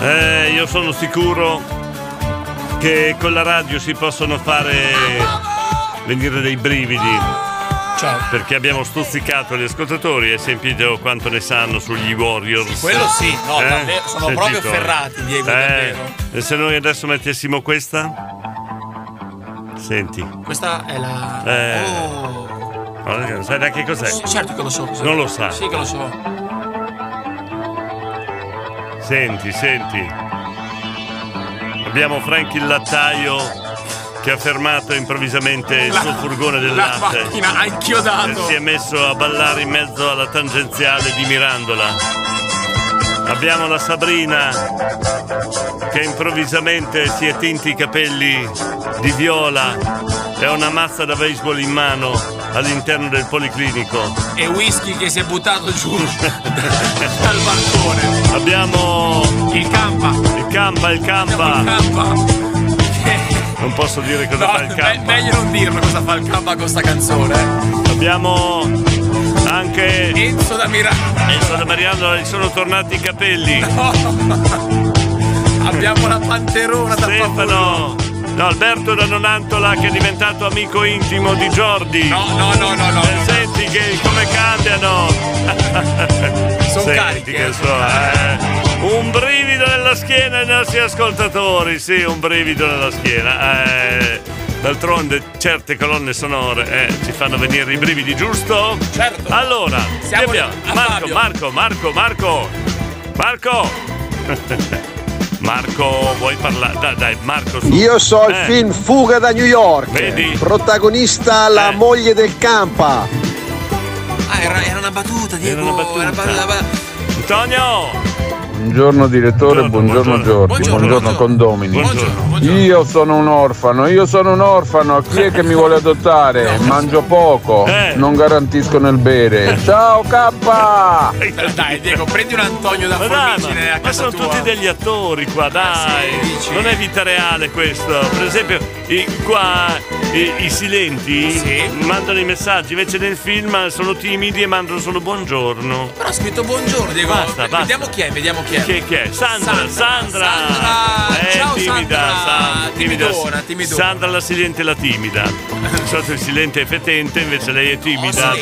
Speaker 2: Eh, io sono sicuro che con la radio si possono fare venire dei brividi. Perché abbiamo stuzzicato gli ascoltatori e sentito quanto ne sanno sugli Warriors.
Speaker 3: Quello sì, no, davvero, sono
Speaker 2: Eh. Sentito,
Speaker 3: proprio
Speaker 2: eh.
Speaker 3: ferrati, Diego, davvero.
Speaker 2: E se noi adesso mettessimo questa? Senti.
Speaker 3: Questa è la.
Speaker 2: Eh.
Speaker 3: Oh.
Speaker 2: Guarda che non sai neanche cos'è.
Speaker 3: Sì, certo che lo so.
Speaker 2: Non lo sa.
Speaker 3: Sì, che lo so.
Speaker 2: Senti, senti. Abbiamo Frank il lattaio che ha fermato improvvisamente il
Speaker 3: La-
Speaker 2: suo furgone del
Speaker 3: la
Speaker 2: latte.
Speaker 3: macchina ha inchiodato.
Speaker 2: E si è messo a ballare in mezzo alla tangenziale di Mirandola. Abbiamo la Sabrina che improvvisamente si è tinti i capelli di viola e ha una mazza da baseball in mano all'interno del policlinico.
Speaker 3: E whisky che si è buttato giù (laughs) dal balcone.
Speaker 2: Abbiamo
Speaker 3: il campa.
Speaker 2: Il campa. fa il K. Non posso dire cosa fa il K.
Speaker 3: Meglio non dirlo cosa fa il K con sta canzone.
Speaker 2: Abbiamo anche
Speaker 3: Enzo da Miranda.
Speaker 2: Enzo da Mariano, gli sono tornati i capelli.
Speaker 3: Abbiamo la panterona da
Speaker 2: Stefano. No, Alberto da Nonantola che è diventato amico intimo di Jordi. No,
Speaker 3: no, no, no, no.
Speaker 2: Senti che come
Speaker 3: (laughs)
Speaker 2: cambiano.
Speaker 3: Sono
Speaker 2: Senti
Speaker 3: carichi,
Speaker 2: che
Speaker 3: eh,
Speaker 2: so, eh. Un brivido nella schiena ai nostri ascoltatori, sì, un brivido nella schiena. eh. D'altronde certe colonne sonore eh, ci fanno venire i brividi, giusto?
Speaker 3: Certo.
Speaker 2: Allora, chi
Speaker 3: Siamo
Speaker 2: abbiamo?
Speaker 3: a Fabio.
Speaker 2: Marco, Marco, Marco, Marco. Marco. (laughs) Marco, vuoi parlare? Dai, dai, Marco. su.
Speaker 15: Io so il
Speaker 2: Eh.
Speaker 15: film Fuga da New York.
Speaker 2: Vedi?
Speaker 15: Protagonista la moglie del Campa.
Speaker 3: Ah, era, era una battuta, Diego. Era una battuta.
Speaker 2: Antonio!
Speaker 21: Buongiorno direttore, buongiorno, Giorgi, buongiorno, condomini. Io sono un orfano, io sono un orfano, a chi è che mi vuole adottare? Mangio poco, non garantisco nel bere. Ciao K!
Speaker 3: Dai, Diego, prendi un Antonio da Formicine a
Speaker 2: Ma
Speaker 3: casa
Speaker 2: sono
Speaker 3: tua. Ah,
Speaker 2: tutti degli attori qua, dai! non è vita reale questo. Per esempio, i- qua i, i silenti mandano i messaggi, invece nel film sono timidi e mandano solo buongiorno.
Speaker 3: Però ha scritto buongiorno, Diego.
Speaker 2: Basta, basta.
Speaker 3: Vediamo chi è, vediamo chi è.
Speaker 2: Chi è, chi è? Sandra, Sandra! È
Speaker 3: ciao,
Speaker 2: timida,
Speaker 3: Sandra.
Speaker 2: sa- timida.
Speaker 3: Timidona, timidona.
Speaker 2: Sandra la silente e la timida.
Speaker 3: (laughs)
Speaker 2: Di solito il silente è fetente, invece
Speaker 3: Oh,
Speaker 2: lei è timida.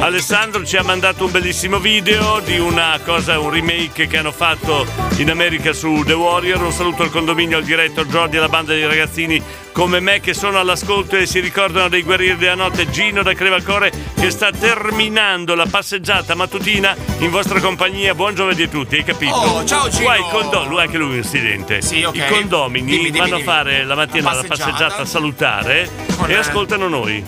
Speaker 2: Alessandro ci ha mandato un bellissimo video di una cosa, un remake che hanno fatto in America su The Warrior. Un saluto al condominio, al diretto Jordi e alla banda di ragazzini come me che sono all'ascolto e si ricordano dei guerrieri della notte. Gino da Crevalcore che sta terminando la passeggiata mattutina in vostra compagnia. Buon giovedì a tutti, hai capito?
Speaker 3: Oh, ciao, Gino.
Speaker 2: Qua i condo- lui anche lui è un silente.
Speaker 3: ok.
Speaker 2: I condomini
Speaker 3: Dimmi, dimmi,
Speaker 2: vanno
Speaker 3: dimmi.
Speaker 2: a fare la mattina
Speaker 3: La
Speaker 2: la
Speaker 3: passeggiata.
Speaker 2: passeggiata a salutare
Speaker 3: Con,
Speaker 2: e
Speaker 3: eh,
Speaker 2: ascoltano noi.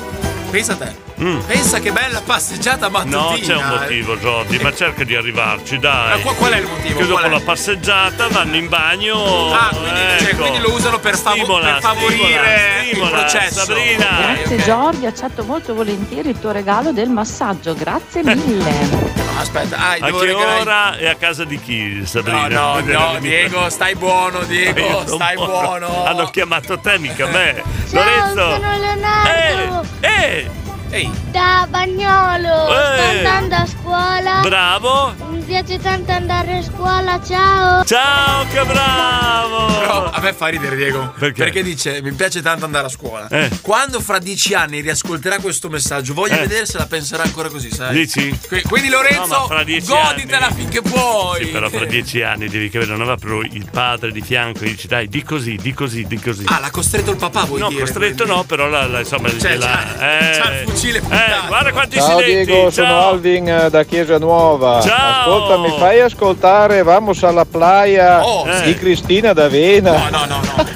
Speaker 3: Pensa a te.
Speaker 2: Mm.
Speaker 3: Pensa che bella passeggiata mattutina.
Speaker 2: No, c'è un motivo, Jordi, ma cerca di arrivarci, dai.
Speaker 3: eh. Ma qua- qual è il motivo?
Speaker 2: Che dopo
Speaker 3: Qual è?
Speaker 2: la passeggiata vanno in bagno.
Speaker 3: Ah, quindi, cioè,
Speaker 2: ecco.
Speaker 3: quindi lo usano per, favo-
Speaker 2: Stimola,
Speaker 3: per favorire
Speaker 2: stimola, stimola,
Speaker 3: il processo.
Speaker 2: Sabrina.
Speaker 11: Eh,
Speaker 13: Grazie Giorgio, accetto molto volentieri il tuo regalo del massaggio, grazie mille.
Speaker 3: No, aspetta, ah,
Speaker 2: A
Speaker 3: devo
Speaker 2: che
Speaker 3: regalare-
Speaker 2: ora e a casa di chi, Sabrina?
Speaker 3: No, no, no, Diego, stai buono, Diego,
Speaker 2: Io
Speaker 3: stai
Speaker 2: sono
Speaker 3: buono.
Speaker 2: Hanno chiamato te, mica me. Lorenzo.
Speaker 21: sono Leonardo
Speaker 2: Eh, ehi.
Speaker 21: da Bagnolo. Sto
Speaker 2: Eh.
Speaker 21: andando a scuola.
Speaker 2: Bravo.
Speaker 21: Mi piace tanto andare a scuola, ciao.
Speaker 2: Ciao, che bravo.
Speaker 3: Però a me fa ridere Diego. Perché? dice: Mi piace tanto andare a scuola. Quando fra dieci anni riascolterà questo messaggio, voglio
Speaker 2: Eh.
Speaker 3: vedere se la penserà ancora così, sai?
Speaker 2: Dici?
Speaker 3: Que- Quindi
Speaker 2: No, ma
Speaker 3: Lorenzo,
Speaker 2: fra dieci
Speaker 3: goditela finché puoi.
Speaker 2: Sì, però fra dieci anni devi capire, non aveva proprio il padre di fianco e dici dai, di così, di così, di così.
Speaker 3: Ah, l'ha costretto il papà, vuoi
Speaker 2: no,
Speaker 3: dire?
Speaker 2: costretto no, però la, la- insomma,
Speaker 3: Cioè,
Speaker 2: gliela- eh,
Speaker 3: c'ha il fucile
Speaker 2: eh, guarda quanti
Speaker 21: Ciao,
Speaker 2: silenti.
Speaker 21: Diego, sono
Speaker 2: ciao.
Speaker 21: Alvin eh, da Chiesa Nuova.
Speaker 2: Ciao.
Speaker 21: Ascolta, mi fai ascoltare Vamos alla playa
Speaker 3: Oh,
Speaker 21: di
Speaker 3: sì.
Speaker 21: Cristina D'Avena.
Speaker 3: No, no, no, no.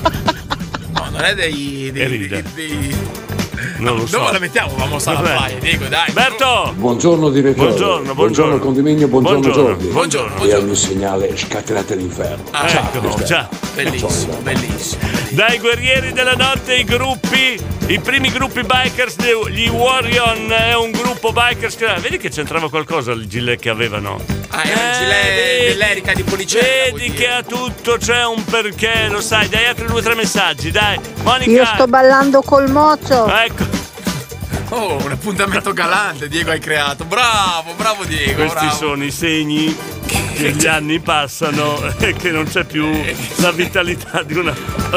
Speaker 3: No, non è dei. dei, dei, dei...
Speaker 2: Non lo
Speaker 3: so. Dove la mettiamo? Vamos alla
Speaker 13: Vabbè.
Speaker 3: playa, Diego, dai.
Speaker 2: Berto!
Speaker 13: Buongiorno direttore.
Speaker 2: Buongiorno, buongiorno.
Speaker 13: condominio, buongiorno,
Speaker 2: Buongiorno,
Speaker 13: Jordi.
Speaker 2: buongiorno,
Speaker 13: E hanno un segnale scatenate l'inferno.
Speaker 2: Ah,
Speaker 13: Ciao,
Speaker 2: ecco,
Speaker 13: Cristiano.
Speaker 2: ciao.
Speaker 13: Ciao,
Speaker 3: bellissimo.
Speaker 2: Dai guerrieri della notte, i gruppi, i primi gruppi bikers, de- gli Warrior è un gruppo bikers. che- Vedi che c'entrava qualcosa il gilet che avevano? Eh,
Speaker 3: Ah, è un gilet dell'Erica di Policella.
Speaker 2: Vedi che a tutto c'è un perché, lo sai. Dai altri due o tre messaggi, dai. Monica.
Speaker 33: Io sto ballando col mocio.
Speaker 2: Ecco.
Speaker 3: Oh, un appuntamento galante, Diego, hai creato. Bravo, bravo, Diego.
Speaker 2: Questi
Speaker 3: bravo.
Speaker 2: sono i segni che gli anni passano e che non c'è più la vitalità di una.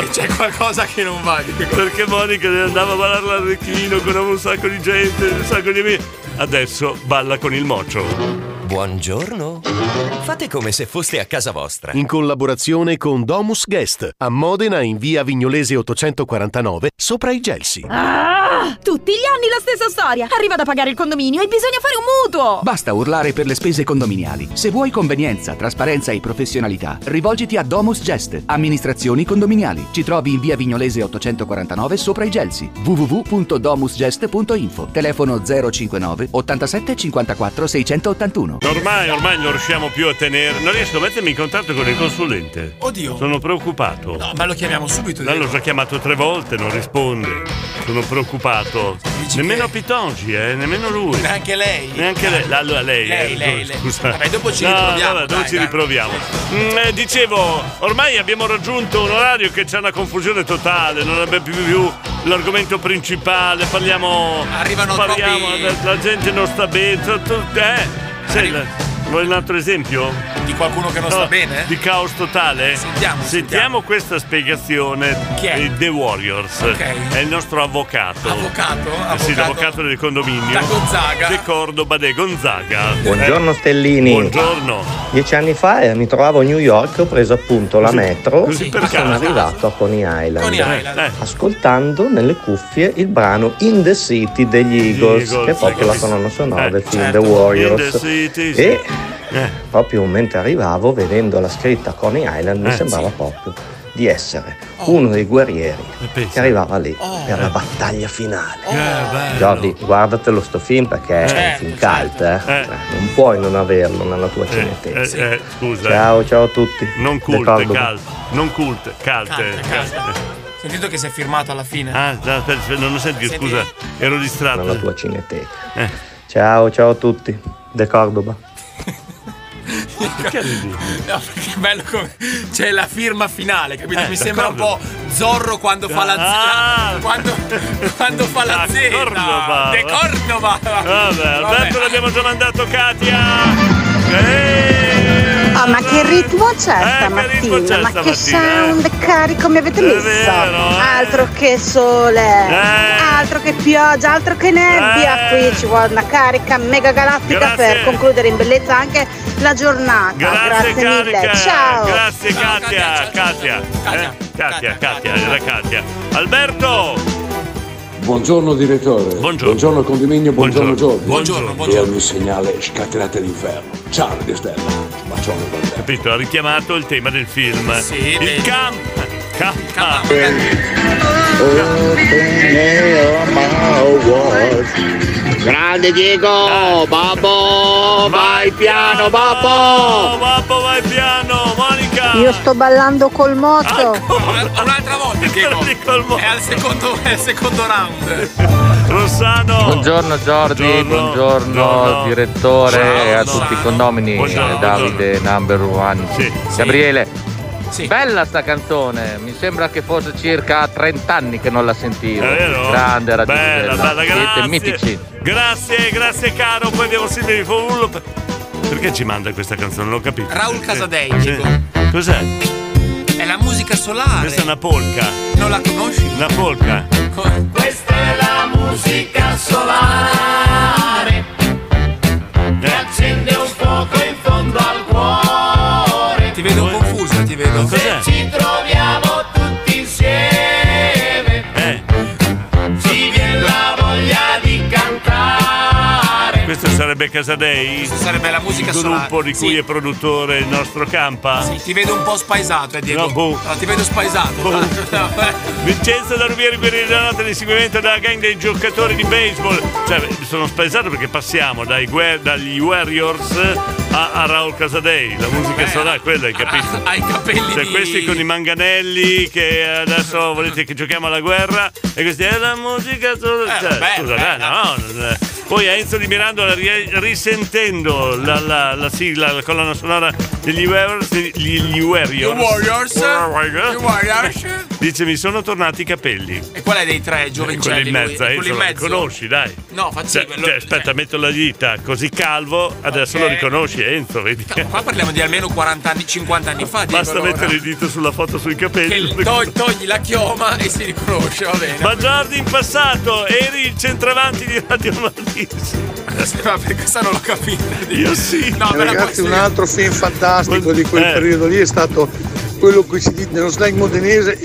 Speaker 3: C'è qualcosa Eh. che non va.
Speaker 2: Perché Monica andava a ballare l'arrecchino, conoscevo un sacco di gente, un sacco di amici. Adesso balla con il mocio.
Speaker 6: Buongiorno. Fate come se foste a casa vostra. In collaborazione con Domus Guest a Modena in via Vignolese 849 sopra i Gelsi.
Speaker 7: Ah, tutti gli anni la stessa storia. Arriva da pagare il condominio e bisogna fare un mutuo.
Speaker 8: Basta urlare per le spese condominiali. Se vuoi convenienza, trasparenza e professionalità, rivolgiti a Domus Gest, amministrazioni condominiali. Ci trovi in via Vignolese 849 sopra i Gelsi. www.domusgest.info. Telefono 059 87 54 681. italiano.
Speaker 2: Ormai, ormai non riusciamo più a tenere. Non riesco a mettermi in contatto con il consulente.
Speaker 3: Oddio.
Speaker 2: Sono preoccupato. No,
Speaker 3: ma lo chiamiamo subito.
Speaker 2: L'ho già chiamato tre volte, non risponde. Sono preoccupato. nemmeno Pitongi, eh, nemmeno lui.
Speaker 3: Neanche lei.
Speaker 2: Neanche lei. Allora lei.
Speaker 3: Lei,
Speaker 2: eh,
Speaker 3: lei, lei.
Speaker 2: Scusa.
Speaker 3: Vabbè, dopo ci
Speaker 2: No,
Speaker 3: riproviamo,
Speaker 2: vabbè, dopo
Speaker 3: dai,
Speaker 2: ci
Speaker 3: dai.
Speaker 2: riproviamo. Mm, eh, dicevo, ormai abbiamo raggiunto un orario che c'è una confusione totale. Non abbiamo più, più l'argomento principale. Parliamo.
Speaker 3: Arrivano
Speaker 2: parliamo,
Speaker 3: troppi-
Speaker 2: la- La gente non sta bene. tu- tu- Eh. Sai, la- vuoi un altro esempio?
Speaker 3: Di qualcuno che non sta bene?
Speaker 2: Di caos totale?
Speaker 3: Sentiamo, sentiamo.
Speaker 2: questa spiegazione
Speaker 3: Chi è?
Speaker 2: di The Warriors.
Speaker 3: Ok.
Speaker 2: È il nostro avvocato.
Speaker 3: Avvocato?
Speaker 2: Eh Sì, l'avvocato del condominio.
Speaker 3: Da Gonzaga.
Speaker 2: De Cordoba de Gonzaga.
Speaker 22: Buongiorno Stellini.
Speaker 2: Buongiorno.
Speaker 22: Dieci anni fa eh, mi trovavo a New York, ho preso appunto la metro
Speaker 2: così per
Speaker 22: e sono
Speaker 2: caso.
Speaker 22: arrivato a Coney Island,
Speaker 2: Coney Island. Eh.
Speaker 22: ascoltando nelle cuffie il brano In the City degli Eagles,
Speaker 2: Eagles,
Speaker 22: che è proprio
Speaker 2: eh,
Speaker 22: la colonna sonora
Speaker 2: eh,
Speaker 22: del film
Speaker 2: certo.
Speaker 22: The Warriors.
Speaker 2: In the City, sì. Eh,
Speaker 22: E proprio mentre arrivavo, vedendo la scritta Coney Island, mi
Speaker 2: Eh,
Speaker 22: sembrava
Speaker 2: sì. Eh,
Speaker 22: proprio di essere uno dei guerrieri che arrivava lì
Speaker 2: Oh.
Speaker 22: per la battaglia finale. Jordi, guardatelo sto film perché è un
Speaker 2: Certo,
Speaker 22: film cult, eh. non puoi non averlo nella tua cineteca.
Speaker 2: Eh, eh, scusa.
Speaker 22: Ciao, ciao a tutti.
Speaker 2: Non culte,
Speaker 22: D'accordo?
Speaker 2: cal, non culte, calte. eh.
Speaker 3: Calte, Ho sentito che si è firmato alla fine.
Speaker 2: Ah, no, aspetta, aspetta, non ho sentito,
Speaker 3: Senti.
Speaker 2: scusa, ero distratto.
Speaker 22: Nella tua cineteca. Ciao, ciao a tutti. De Cordoba.
Speaker 3: (laughs) No, perché è bello come. C'è la firma finale, capito?
Speaker 22: Eh,
Speaker 3: Mi sembra un po'
Speaker 22: d'accordo.
Speaker 3: Zorro quando fa la Z.
Speaker 2: Ah!
Speaker 3: Quando, quando fa la Z. De
Speaker 2: Cordova.
Speaker 3: De Cordova.
Speaker 2: Vabbè, Alberto l'abbiamo già mandato Katia.
Speaker 33: Oh, ma che ritmo c'è stamattina?
Speaker 2: Eh, c'è
Speaker 33: ma
Speaker 2: stamattina, eh?
Speaker 33: che sound carico mi avete messo? Altro che sole,
Speaker 2: Eh.
Speaker 33: altro che pioggia, altro che nebbia. Qui ci vuole una carica mega galattica per concludere in bellezza anche la giornata.
Speaker 2: Grazie,
Speaker 33: Ah, mille,
Speaker 2: Katia.
Speaker 33: ciao.
Speaker 2: Grazie Katia. Katia. Eh? Katia, Katia, era Katia. Alberto!
Speaker 16: Buongiorno direttore. Buongiorno. condominio, buongiorno, Giorgio.
Speaker 2: Buongiorno,
Speaker 16: E ogni segnale scatenate d'inferno. Ciao Radio Stella. Bacione per te.
Speaker 2: Capito, ha richiamato il tema del film.
Speaker 16: Sì,
Speaker 2: il
Speaker 16: del-
Speaker 2: cam. Ca-
Speaker 19: Grande Diego,
Speaker 2: Eh!
Speaker 19: babbo, vai piano, babbo.
Speaker 2: Babbo, vai piano, Ecco, Monica. Ah,
Speaker 33: Io sto ballando col moto.
Speaker 3: Un'altra volta, Diego. È al secondo, è al secondo round.
Speaker 2: Rossano.
Speaker 20: Buongiorno Giordi, buongiorno, direttore e a tutti i condomini, Buongiorno, Davide number one. Gabriele,
Speaker 3: Sì.
Speaker 20: bella sta canzone, mi sembra che fosse circa 30 anni che non la sentivo.
Speaker 2: È vero?
Speaker 20: Grande era
Speaker 2: Bella, bella, grazie.
Speaker 20: siete mitici.
Speaker 2: Grazie, grazie caro. Poi abbiamo Silvio di Foul. Perché ci manda questa canzone? Non ho capito.
Speaker 3: Raul
Speaker 2: Perché?
Speaker 3: Casadei,
Speaker 2: Sì. Cos'è?
Speaker 3: È la musica solare.
Speaker 2: Questa è una polca.
Speaker 3: Non la conosci?
Speaker 2: Una polca.
Speaker 20: Questa è la musica solare che accende un fuoco in fondo al cuore.
Speaker 3: Ti vedo confusa, ti vedo.
Speaker 20: Se ci troviamo tutti insieme,
Speaker 2: Eh.
Speaker 20: ci viene la voglia di cantare.
Speaker 2: Questo sarebbe Casadei? Questa
Speaker 3: sarebbe la musica
Speaker 2: Il gruppo
Speaker 3: solare,
Speaker 2: di cui è produttore il nostro Campa? Sì,
Speaker 3: Ti vedo un po' spaesato, eh, Diego.
Speaker 2: No, boh.
Speaker 3: (laughs) No, eh. ti vedo spaesato.
Speaker 2: Vincenzo da Rubieri per il giornata di seguimento della gang dei giocatori di baseball. Cioè, beh, sono spaesato perché passiamo dai guer- dagli Warriors a, a Raul Casadei. La musica sarà quella, hai
Speaker 3: (laughs)
Speaker 2: capito?
Speaker 3: Hai i Eh, capelli
Speaker 2: Cioè,
Speaker 3: di-
Speaker 2: questi con i manganelli che adesso volete che giochiamo alla guerra e questi è la musica solo.
Speaker 3: Eh,
Speaker 2: cioè,
Speaker 3: vabbè,
Speaker 2: scusa,
Speaker 3: vabbè,
Speaker 2: dai, no, non è- Poi Enzo di Mirandola ri- risentendo la, la- la sigla, la colonna sonora degli Warriors, gli, gli
Speaker 3: The Warriors.
Speaker 2: Eh?
Speaker 3: The Warriors.
Speaker 2: Dice mi sono tornati i capelli.
Speaker 3: E qual è dei tre
Speaker 2: E quello
Speaker 3: giovincelli?
Speaker 2: in mezzo,
Speaker 3: lui?
Speaker 2: eh,
Speaker 3: Quello in
Speaker 2: insomma,
Speaker 3: mezzo.
Speaker 2: lo conosci, dai.
Speaker 3: No,
Speaker 2: Cioè,
Speaker 3: facciamo.
Speaker 2: cioè, aspetta, metto la dita così calvo, adesso
Speaker 3: Ok.
Speaker 2: lo riconosci Enzo, vedi?
Speaker 3: Qua parliamo di almeno 40 anni, 50 anni fa. Diego,
Speaker 2: Basta
Speaker 3: allora.
Speaker 2: mettere il dito sulla foto sui capelli.
Speaker 3: Che to- togli la chioma e si riconosce, va bene.
Speaker 2: Ma Giordi in passato eri il centravanti di Radio Martis.
Speaker 3: Ma per questa non l'ho capita.
Speaker 2: Io sì.
Speaker 3: No, me la
Speaker 4: Ragazzi,
Speaker 3: posso-
Speaker 4: un altro film fantastico di quel
Speaker 2: Eh.
Speaker 4: periodo lì è stato quello che si dice nello slang modenese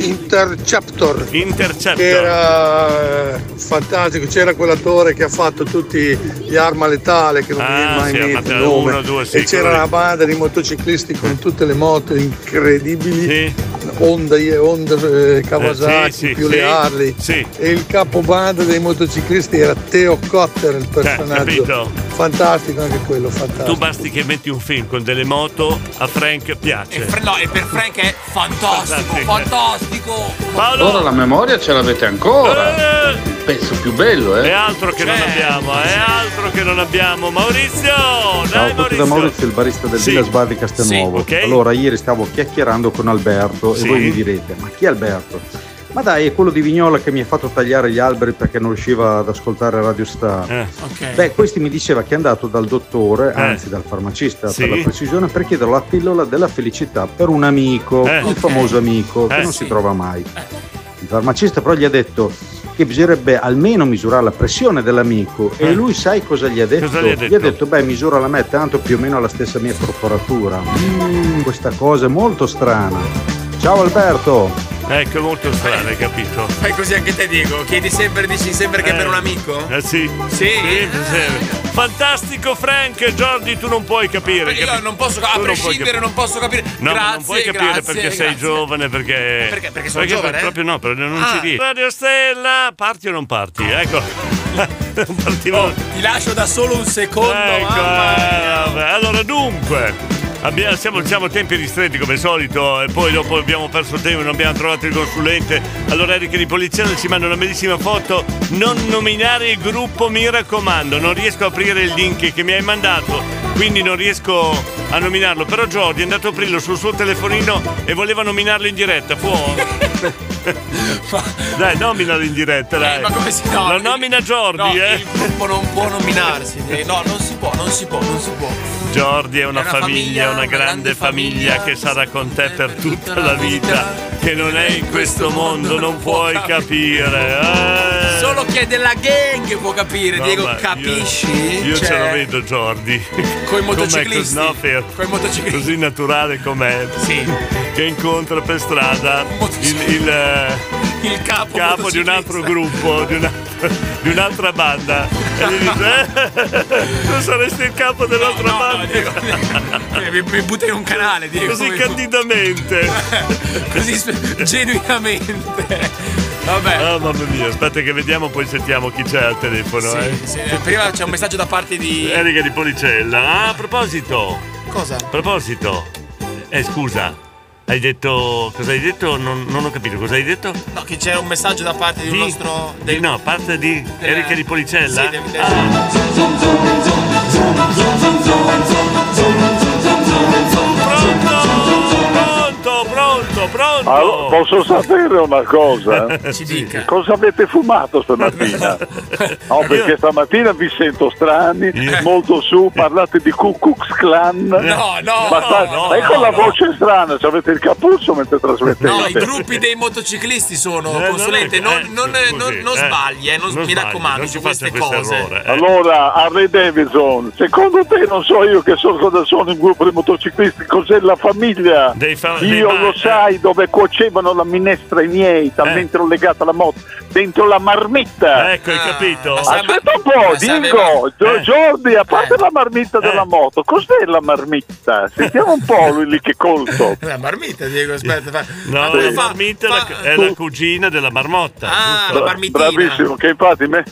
Speaker 4: Interceptor.
Speaker 2: Interceptor.
Speaker 4: Che era eh, fantastico, c'era quell'attore che ha fatto tutti gli arma letale che non mi viene mai
Speaker 2: Ah, sì,
Speaker 4: in
Speaker 2: Arma
Speaker 4: mente il
Speaker 2: Letale
Speaker 4: nome.
Speaker 2: uno, due, sì,
Speaker 4: e c'era
Speaker 2: quello lì.
Speaker 4: una banda di motociclisti con tutte le moto incredibili. Honda, Honda eh, Kawasaki,
Speaker 2: sì, sì,
Speaker 4: più le
Speaker 2: sì,
Speaker 4: Harley.
Speaker 2: sì.
Speaker 4: E il capobanda dei motociclisti era Theo Cotter, il personaggio.
Speaker 2: capito?
Speaker 4: Fantastico anche quello, fantastico.
Speaker 2: Tu basti che metti un film con delle moto, a Frank piace.
Speaker 3: Fr- No, e per Frank è fantastico, fantastico.
Speaker 23: Allora la memoria ce l'avete ancora. Il pezzo più bello,
Speaker 2: Eh. È
Speaker 23: eh.
Speaker 2: altro che non
Speaker 3: Cioè.
Speaker 2: abbiamo, è altro che non abbiamo. Maurizio!
Speaker 30: Ciao a
Speaker 2: Dai
Speaker 30: tutti da Maurizio, il barista del Villa Sbar di Castelnuovo.
Speaker 2: Sì, ok.
Speaker 30: Allora, ieri stavo chiacchierando con Alberto
Speaker 2: Sì.
Speaker 30: e voi mi direte, ma chi è Alberto? Ma dai, è quello di Vignola che mi ha fatto tagliare gli alberi perché non riusciva ad ascoltare Radio Star.
Speaker 1: Eh,
Speaker 30: Beh, questi mi diceva che è andato dal dottore, anzi dal farmacista
Speaker 32: Sì.
Speaker 30: per la precisione, per chiedere la pillola della felicità per un amico,
Speaker 32: Eh.
Speaker 30: il famoso amico, che
Speaker 32: Eh,
Speaker 30: non
Speaker 32: sì.
Speaker 30: si trova mai. Il farmacista però gli ha detto che bisognerebbe almeno misurare la pressione dell'amico e lui sai cosa gli ha detto?
Speaker 32: Eh. Cosa gli ha detto?
Speaker 30: beh misura la me tanto più o meno alla stessa mia corporatura. Mm, questa cosa è molto strana. Ciao Alberto!
Speaker 2: Ecco, è molto strano, hai capito?
Speaker 3: Fai così anche te Diego, chiedi sempre, dici sempre che è per un amico?
Speaker 2: Eh sì.
Speaker 3: Sì?
Speaker 2: sì. Fantastico Frank, Giordi, tu non puoi capire.
Speaker 3: Io non posso,
Speaker 2: Tu
Speaker 3: a
Speaker 2: non puoi
Speaker 3: prescindere
Speaker 2: capire.
Speaker 3: non posso capire.
Speaker 2: No,
Speaker 3: grazie,
Speaker 2: non puoi capire
Speaker 3: grazie,
Speaker 2: perché sei
Speaker 3: grazie.
Speaker 2: giovane, perché.
Speaker 3: Perché- perché sono giovane?
Speaker 2: Proprio no, però non
Speaker 3: Ah.
Speaker 2: ci dici. Radio Stella, parti o non parti? Ecco. (laughs) non partivo.
Speaker 3: Oh, Ti lascio da solo un secondo,
Speaker 2: Ecco,
Speaker 3: mamma.
Speaker 2: eh, vabbè. Allora, dunque, abbiamo- siamo, siamo a tempi ristretti come al solito e poi dopo abbiamo perso tempo, non abbiamo trovato il consulente. Allora, Eric di Polizia ci manda una bellissima foto. Non nominare il gruppo, mi raccomando. Non riesco a aprire il link che mi hai mandato, quindi non riesco a nominarlo. Però Jordi è andato a aprirlo sul suo telefonino e voleva nominarlo in diretta.
Speaker 3: (laughs)
Speaker 2: Può... (laughs) dai, nominalo in diretta, dai.
Speaker 3: Eh, ma come si no,
Speaker 2: Lo nomina Jordi,
Speaker 3: No,
Speaker 2: eh.
Speaker 3: il gruppo non può nominarsi. eh, No, non si può, non si può, non si può.
Speaker 2: Giordi è una, famiglia, una grande famiglia, che sarà con te per tutta la vita, che non è in questo mondo, non puoi capire. eh.
Speaker 3: Solo chi è della gang può capire, Diego,
Speaker 2: Mamma, io-
Speaker 3: capisci?
Speaker 2: Io ce
Speaker 3: Cioè,
Speaker 2: lo vedo Giordi.
Speaker 3: Coi
Speaker 2: (laughs) Com'è
Speaker 3: motociclisti.
Speaker 2: cos- no, fer- Così naturale com'è. Che incontra per strada il, il, eh,
Speaker 3: capo,
Speaker 2: di un altro gruppo, di, una- di un'altra banda. E gli dice, "Eh, tu saresti il capo dell'altra banda. (laughs)
Speaker 3: eh, mi, mi butta in un canale, Diego.
Speaker 2: Ah, Così
Speaker 3: mi-
Speaker 2: candidamente.
Speaker 3: (laughs) Così
Speaker 2: (laughs)
Speaker 3: sp- genuinamente. (laughs) Vabbè.
Speaker 2: Ah, mamma mia, aspetta che vediamo, poi sentiamo chi c'è al telefono.
Speaker 3: Sì,
Speaker 2: eh.
Speaker 3: sì, eh, prima c'è un messaggio da parte di.
Speaker 2: Erika di Policella. Ah, a proposito.
Speaker 3: Cosa?
Speaker 2: A proposito. Eh, scusa. Hai detto. Cosa hai detto? Non, non ho capito. Cosa hai detto?
Speaker 3: No, che c'è un messaggio da parte di un nostro.
Speaker 2: Di- no, parte di Erika di Policella. Ah,
Speaker 3: Sì,
Speaker 2: del-
Speaker 3: del-
Speaker 2: Pronto, pronto, pronto.
Speaker 16: Allora, Ah, posso sapere una cosa?
Speaker 3: (laughs) Ci dica.
Speaker 16: Cosa avete
Speaker 3: (laughs)
Speaker 16: fumato stamattina? No, perché stamattina vi sento strani, molto su, parlate di Ku Klux Klan.
Speaker 3: Eh. No, no,
Speaker 16: Basta-
Speaker 3: no,
Speaker 16: ecco
Speaker 3: no,
Speaker 16: la
Speaker 3: no.
Speaker 16: voce strana, cioè avete il cappuccio mentre trasmettete.
Speaker 3: No, i gruppi dei motociclisti sono
Speaker 16: non è-
Speaker 3: consulente, non,
Speaker 16: eh,
Speaker 3: non- non- non sbagli, eh, non- mi raccomando, su queste cose.
Speaker 16: Allora, Harley Davidson, secondo te non so io che so cosa sono un gruppo di motociclisti, cos'è la famiglia?
Speaker 2: fa- dei
Speaker 16: io
Speaker 2: ba-
Speaker 3: eh.
Speaker 16: lo sai dove cuocevano la minestra i miei, talmente
Speaker 3: Eh.
Speaker 16: ho legata alla moto, dentro la marmitta.
Speaker 2: Ecco, hai
Speaker 3: Ah,
Speaker 2: capito? Eh.
Speaker 16: Aspetta un po', Dingo,
Speaker 3: Eh.
Speaker 16: Gio- Giordi, a parte la marmitta della moto, cos'è la marmitta? Sentiamo un
Speaker 3: Eh.
Speaker 16: po' lui lì che
Speaker 3: (laughs)
Speaker 16: colto.
Speaker 3: La marmita, Diego, aspetta. fa-
Speaker 2: No,
Speaker 3: Allora,
Speaker 2: la
Speaker 3: fa- Ah,
Speaker 2: marmita è la- è la cugina della marmotta. giusto?
Speaker 16: Bra- Bravissimo, che infatti me...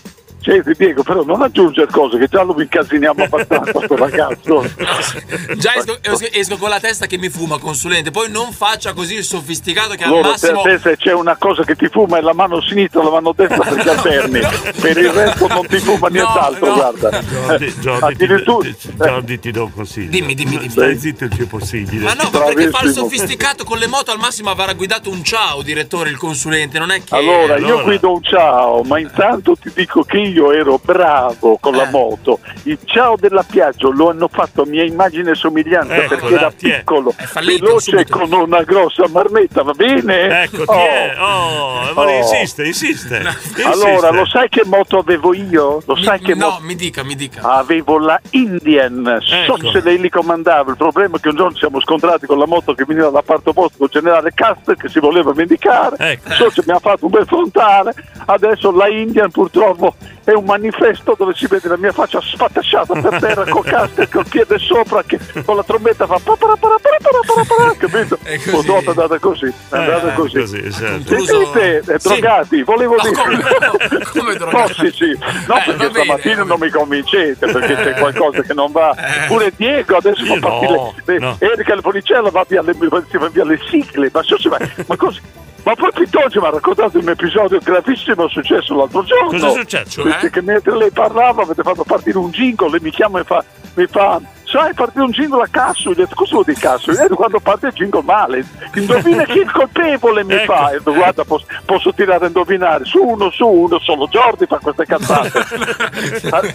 Speaker 16: Senti Diego, però non aggiungere cose che già lo incasiniamo abbastanza sto ragazzo.
Speaker 3: (laughs) Già esco, esco- esco con la testa che mi fuma, consulente. Poi non faccia così il sofisticato che al
Speaker 16: Loro se
Speaker 3: massimo.
Speaker 16: a te se c'è una cosa che ti fuma è la mano sinistra, la mano destra
Speaker 3: (laughs)
Speaker 16: perché alterni. per il resto non ti fuma nient'altro, guarda.
Speaker 2: Giordi, Giordi, ti, ti- Giordi, ti do un consiglio. Dimmi, dimmi, dimmi. Stai zitto il più possibile.
Speaker 3: Ma no, ma perché fa il sofisticato con le moto al massimo avrà guidato un ciao, direttore, il consulente, non è che.
Speaker 16: Allora, io guido un ciao, ma intanto ti dico che io ero bravo con
Speaker 2: Eh.
Speaker 16: la moto. Il ciao della Piaggio lo hanno fatto a mia immagine e somiglianza
Speaker 2: Ecco,
Speaker 16: perché era
Speaker 2: là, ti è.
Speaker 16: piccolo, veloce con una grossa marmetta, va bene?
Speaker 2: Ecco, ti
Speaker 16: Oh.
Speaker 2: è. Oh, ma
Speaker 16: Oh.
Speaker 2: insiste, insiste. Eh, insiste.
Speaker 16: Allora, lo sai che moto avevo io? Lo sai che Ah, moto?
Speaker 3: mi dica, mi dica. (laughs)
Speaker 16: Avevo la Indian, so
Speaker 2: Ecco.
Speaker 16: se lei li comandava. Il problema è che un giorno ci siamo scontrati con la moto che veniva dalla parte opposta con il generale Cast che si voleva vendicare.
Speaker 2: Ecco.
Speaker 16: So se mi ha fatto un bel frontale. Adesso la Indian purtroppo è è un manifesto dove si vede la mia faccia sfatasciata per terra col caster col piede sopra che con la trombetta fa pa para para para para para para, capito? Purtroppo è andata così, è
Speaker 2: eh,
Speaker 16: andata così.
Speaker 2: certo.
Speaker 16: Sentite, eh, drogati, volevo dire. Tossici. No, perché stamattina non mi convincete, perché c'è qualcosa che non va. Pure Diego adesso fa partire le- Erika il poliziello va via le, va via le sigle, ma, so se va- ma cosa? Ma poi Pitogio mi ha raccontato un episodio gravissimo successo l'altro giorno.
Speaker 2: Cosa è successo,
Speaker 16: Perché
Speaker 2: eh?
Speaker 16: che mentre lei parlava avete fatto partire un jingle, lei mi chiama e fa, mi fa sai partire un jingle a cazzo, gli ho detto cosa vuol dire cazzo? Gli ho detto, quando parte il jingle male, indovina chi è il colpevole mi
Speaker 2: Ecco.
Speaker 16: fa, e ho detto, guarda posso, posso tirare a indovinare, su uno, su uno, solo Jordi fa queste cazzate.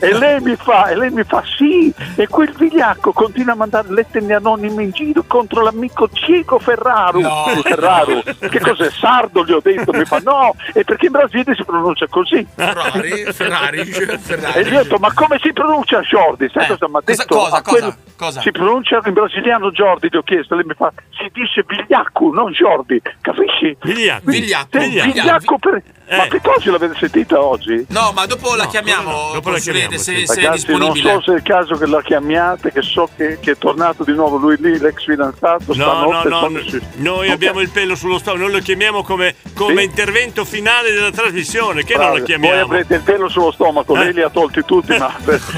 Speaker 16: e lei mi fa, e lei mi fa sì, e quel vigliacco continua a mandare lettere anonime in giro contro l'amico Cieco Ferraru.
Speaker 2: (laughs) No.
Speaker 16: Ferraru, che cos'è? Sardo gli ho detto, mi fa no, è perché in Brasile si pronuncia così.
Speaker 3: Ferrari,
Speaker 16: (laughs)
Speaker 3: Ferrari,
Speaker 16: E gli ho
Speaker 3: Ferrari.
Speaker 16: detto, ma come si pronuncia Jordi? Sai cosa mi ha
Speaker 3: Eh, cosa-
Speaker 16: detto?
Speaker 3: cosa-
Speaker 16: A quel-
Speaker 3: cosa- cosa?
Speaker 16: Si pronuncia in brasiliano Jordi, gli ho chiesto, lei mi fa, si dice vigliacco, non Jordi, capisci?
Speaker 2: Vigliacco.
Speaker 3: Vigliacco,
Speaker 16: Sì,
Speaker 3: vigliacco. Eh.
Speaker 16: vigliacco per... Ma Pitocci l'avete sentita oggi?
Speaker 3: No, ma dopo la chiamiamo, consulente, se, se è
Speaker 16: Ragazzi, non
Speaker 3: disponibile.
Speaker 16: so se è il caso che la chiamiate, che so che, che è tornato di nuovo lui lì, l'ex fidanzato,
Speaker 2: No,
Speaker 16: stanotte.
Speaker 2: no, no,
Speaker 16: quando si-
Speaker 2: noi abbiamo il pelo sullo stomaco, noi lo chiamiamo come, come intervento finale della trasmissione, che non
Speaker 16: Bravo,
Speaker 2: lo chiamiamo?
Speaker 16: Voi avrete il pelo sullo stomaco,
Speaker 2: Eh.
Speaker 16: lei li ha tolti
Speaker 2: (laughs)
Speaker 16: tutti, ma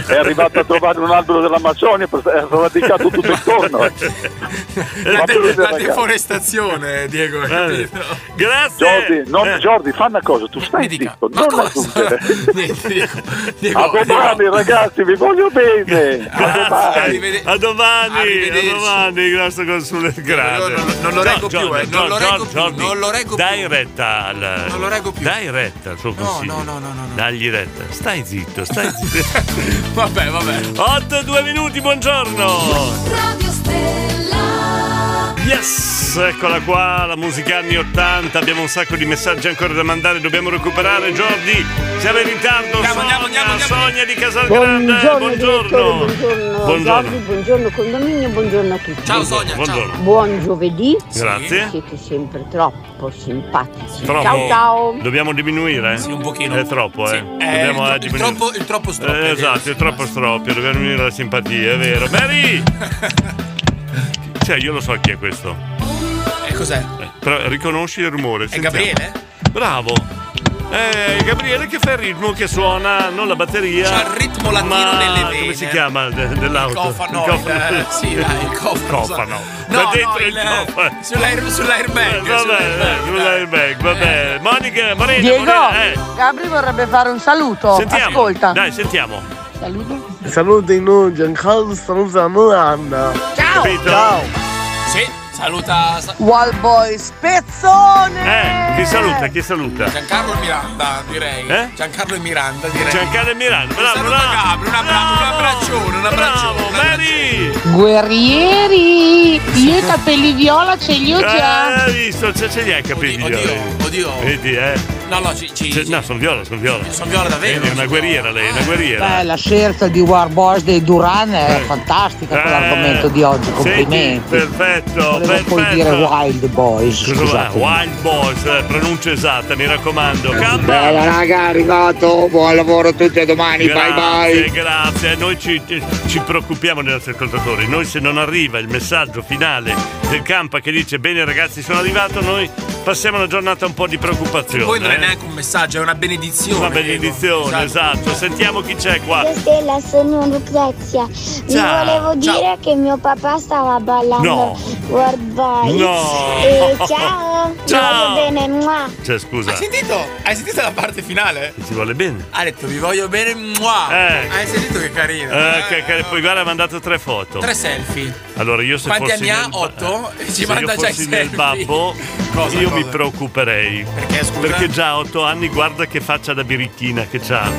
Speaker 16: è arrivato a trovare un albero dell'Amazzonia, per- è radicato tutto intorno.
Speaker 2: (laughs)
Speaker 3: La, de-
Speaker 16: pure,
Speaker 3: la
Speaker 16: ragazzi.
Speaker 3: deforestazione, Eh, Diego. hai capito?
Speaker 16: Jordi, non, Jordi, fa una cosa, tu stai zitto, non
Speaker 3: (laughs)
Speaker 16: aggiungere. a domani ragazzi, vi voglio bene. A domani.
Speaker 2: Arrivederci. A domani, a domani, grazie consulente. Grazie.
Speaker 3: non lo reggo più, eh, non lo reggo più,
Speaker 2: non lo reggo più. Dai retta al. Non lo reggo più. Dai retta al suo consiglio. No, no, no, no. Dagli retta. Stai zitto,
Speaker 3: (laughs)
Speaker 2: stai zitto.
Speaker 3: vabbè, vabbè.
Speaker 2: 8 e 2 minuti, buongiorno. Yes, eccola qua, la musica anni 80. Abbiamo un sacco di messaggi ancora da mandare, dobbiamo recuperare. Giordi, siamo in ritardo. Sonia, Sonia di Casalgrande.
Speaker 31: Buongiorno,
Speaker 2: Buongiorno.
Speaker 31: direttore, buongiorno,
Speaker 2: Buongiorno.
Speaker 31: Jordi, buongiorno condominio, buongiorno a tutti.
Speaker 2: Ciao, Sonia, Buongiorno. ciao.
Speaker 31: Buon giovedì.
Speaker 2: Grazie.
Speaker 31: Siete sempre troppo simpatici.
Speaker 2: Troppo.
Speaker 31: Ciao ciao.
Speaker 2: Dobbiamo diminuire? Sì, un pochino. È troppo, eh. Dobbiamo eh,
Speaker 3: il, tro- il
Speaker 2: diminuire.
Speaker 3: troppo, il troppo stroppio,
Speaker 2: Eh,
Speaker 3: è vero.
Speaker 2: esatto, è troppo stroppio, dobbiamo diminuire la simpatia, è vero. Mary! cioè, io lo so chi è questo.
Speaker 3: E cos'è?
Speaker 2: Eh, Però riconosci il rumore.
Speaker 3: È Gabriele?
Speaker 2: Bravo. Eh, Gabriele che fa il ritmo che suona, non la batteria. C'ha il ritmo latino nelle vene. Come si chiama de- dell'auto?
Speaker 3: Il cofano, il- eh, sì, dai, il cofano.
Speaker 2: Cofano.
Speaker 3: No,
Speaker 2: Va dentro
Speaker 3: no,
Speaker 2: il
Speaker 3: il, eh,
Speaker 2: cofano. Eh,
Speaker 3: sull'air- sull'airbag,
Speaker 2: Vabbè,
Speaker 3: sull'airbag, Eh.
Speaker 2: sull'airbag, vabbè. Monica, Marina,
Speaker 10: Diego,
Speaker 2: Morena, eh.
Speaker 10: Gabri vorrebbe fare un saluto.
Speaker 2: Sentiamo.
Speaker 10: Ascolta.
Speaker 2: Dai, sentiamo.
Speaker 10: Saluto.
Speaker 4: Saluto in noi Giancarlo, salutiamo Anna.
Speaker 10: Ciao.
Speaker 2: Capito?
Speaker 3: Sì, saluta sa-
Speaker 10: Wall Boy Spezzone.
Speaker 2: Eh, chi saluta? Chi saluta?
Speaker 3: Giancarlo e Miranda, direi. Giancarlo e Miranda, direi.
Speaker 2: Eh? Giancarlo e Miranda, bravo,
Speaker 3: Saluta Gabri, un abbraccio, un abbraccione, un abbraccione. un abbraccione.
Speaker 10: Guerrieri. Io i capelli viola ce li ho
Speaker 2: Ah,
Speaker 10: già.
Speaker 2: hai visto, ce, ce li hai capiti. Oddio,
Speaker 3: oddio.
Speaker 2: Vedi, eh.
Speaker 3: No, no, ci,
Speaker 2: No, sono viola, sono viola. Sono
Speaker 3: viola davvero.
Speaker 2: Vedi, è una guerriera lei, è una guerriera.
Speaker 10: Beh, la scelta di War Boys dei Duran è fantastica
Speaker 2: eh. Eh,
Speaker 10: con Ecco l'argomento di oggi, complimenti.
Speaker 2: Perfetto,
Speaker 10: Volevo
Speaker 2: perfetto.
Speaker 10: poi dire Wild Boys,
Speaker 2: Cosa-
Speaker 10: scusate.
Speaker 2: Wild Boys, eh, pronuncia esatta, mi raccomando. Campa.
Speaker 19: Bella raga, arrivato, buon lavoro a tutti a domani,
Speaker 2: grazie,
Speaker 19: bye bye.
Speaker 2: grazie. Noi ci, ci preoccupiamo dei nostri ascoltatori. Noi se non arriva il messaggio finale del campa che dice bene ragazzi sono arrivato, noi passiamo una giornata un po' di preoccupazione.
Speaker 3: Poi non è
Speaker 2: eh.
Speaker 3: neanche un messaggio, è una benedizione.
Speaker 2: Una benedizione, esatto. Sentiamo chi c'è qua.
Speaker 32: Stella, sono Lucrezia. Vi
Speaker 2: Ciao.
Speaker 32: volevo
Speaker 2: Ciao.
Speaker 32: dire che mio papà stava ballando
Speaker 2: No.
Speaker 32: World Boys.
Speaker 2: No. (laughs)
Speaker 32: E ciao.
Speaker 2: Ciao.
Speaker 32: Vi voglio bene, mua.
Speaker 2: Cioè, scusa.
Speaker 3: Hai sentito? Hai sentito la parte finale?
Speaker 2: Ci vuole bene.
Speaker 3: Ha detto vi voglio bene, mua.
Speaker 2: Eh.
Speaker 3: Hai sentito che
Speaker 2: Eh,
Speaker 3: carino?
Speaker 2: che- che- poi guarda, ha mandato tre foto.
Speaker 3: Tre selfie.
Speaker 2: Allora io se
Speaker 3: Quanti
Speaker 2: fossi
Speaker 3: anni ha?
Speaker 2: nel ba- eh,
Speaker 3: Otto? E ci
Speaker 2: se
Speaker 3: manda
Speaker 2: io
Speaker 3: già i
Speaker 2: fossi nel
Speaker 3: selfie.
Speaker 2: babbo,
Speaker 3: (laughs) Cosa,
Speaker 2: io
Speaker 3: cosa?
Speaker 2: mi preoccuperei. Perché,
Speaker 3: scusa?
Speaker 2: già a otto anni guarda che faccia da birichina che c'ha.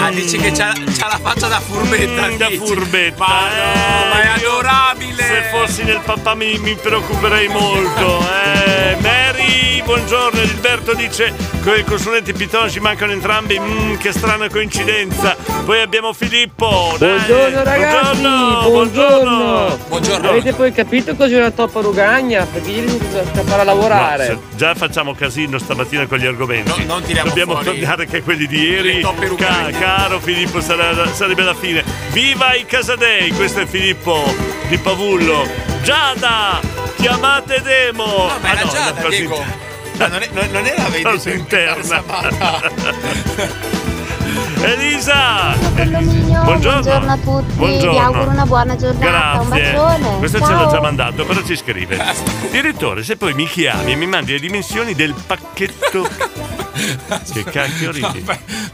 Speaker 3: Ah, dici che c'ha, c'ha la faccia da furbetta.
Speaker 2: Mm,
Speaker 3: da furbetta. Ma no, ma è adorabile.
Speaker 2: eh, Se fossi nel papà mi, mi preoccuperei molto. Eh, Mary, buongiorno, Gilberto Roberto dice che i consulenti Piton ci mancano entrambi. Mm, che strana coincidenza. Poi abbiamo Filippo. dai.
Speaker 27: Buongiorno ragazzi, buongiorno. buongiorno. Avete poi capito cos'è una toppa rugagna? Perché ieri sono dovuto scappare a lavorare.
Speaker 2: No, se- già facciamo casino stamattina con gli argomenti.
Speaker 27: non tiriamo
Speaker 2: Dobbiamo
Speaker 27: fuori
Speaker 2: tornare anche quelli di ieri. Ca- caro Filippo, sarà- sarebbe la fine. Viva i Casadei! Questo è Filippo di Pavullo. Giada! Chiamate Demo! Ah, No, ma Giada, Diego. non, era la cosa interna. (laughs) Elisa!
Speaker 32: Condominio,
Speaker 2: Buongiorno.
Speaker 32: buongiorno a tutti, vi
Speaker 2: Buongiorno.
Speaker 32: auguro una buona giornata, un
Speaker 2: Grazie.
Speaker 32: bacione.
Speaker 2: Questo ce
Speaker 32: Ciao.
Speaker 2: l'ho già mandato, però ci
Speaker 32: (laughs)
Speaker 2: scrive. Direttore, se poi mi chiami e mi mandi le dimensioni del
Speaker 32: (laughs)
Speaker 2: pacchetto. che cacchio ridi?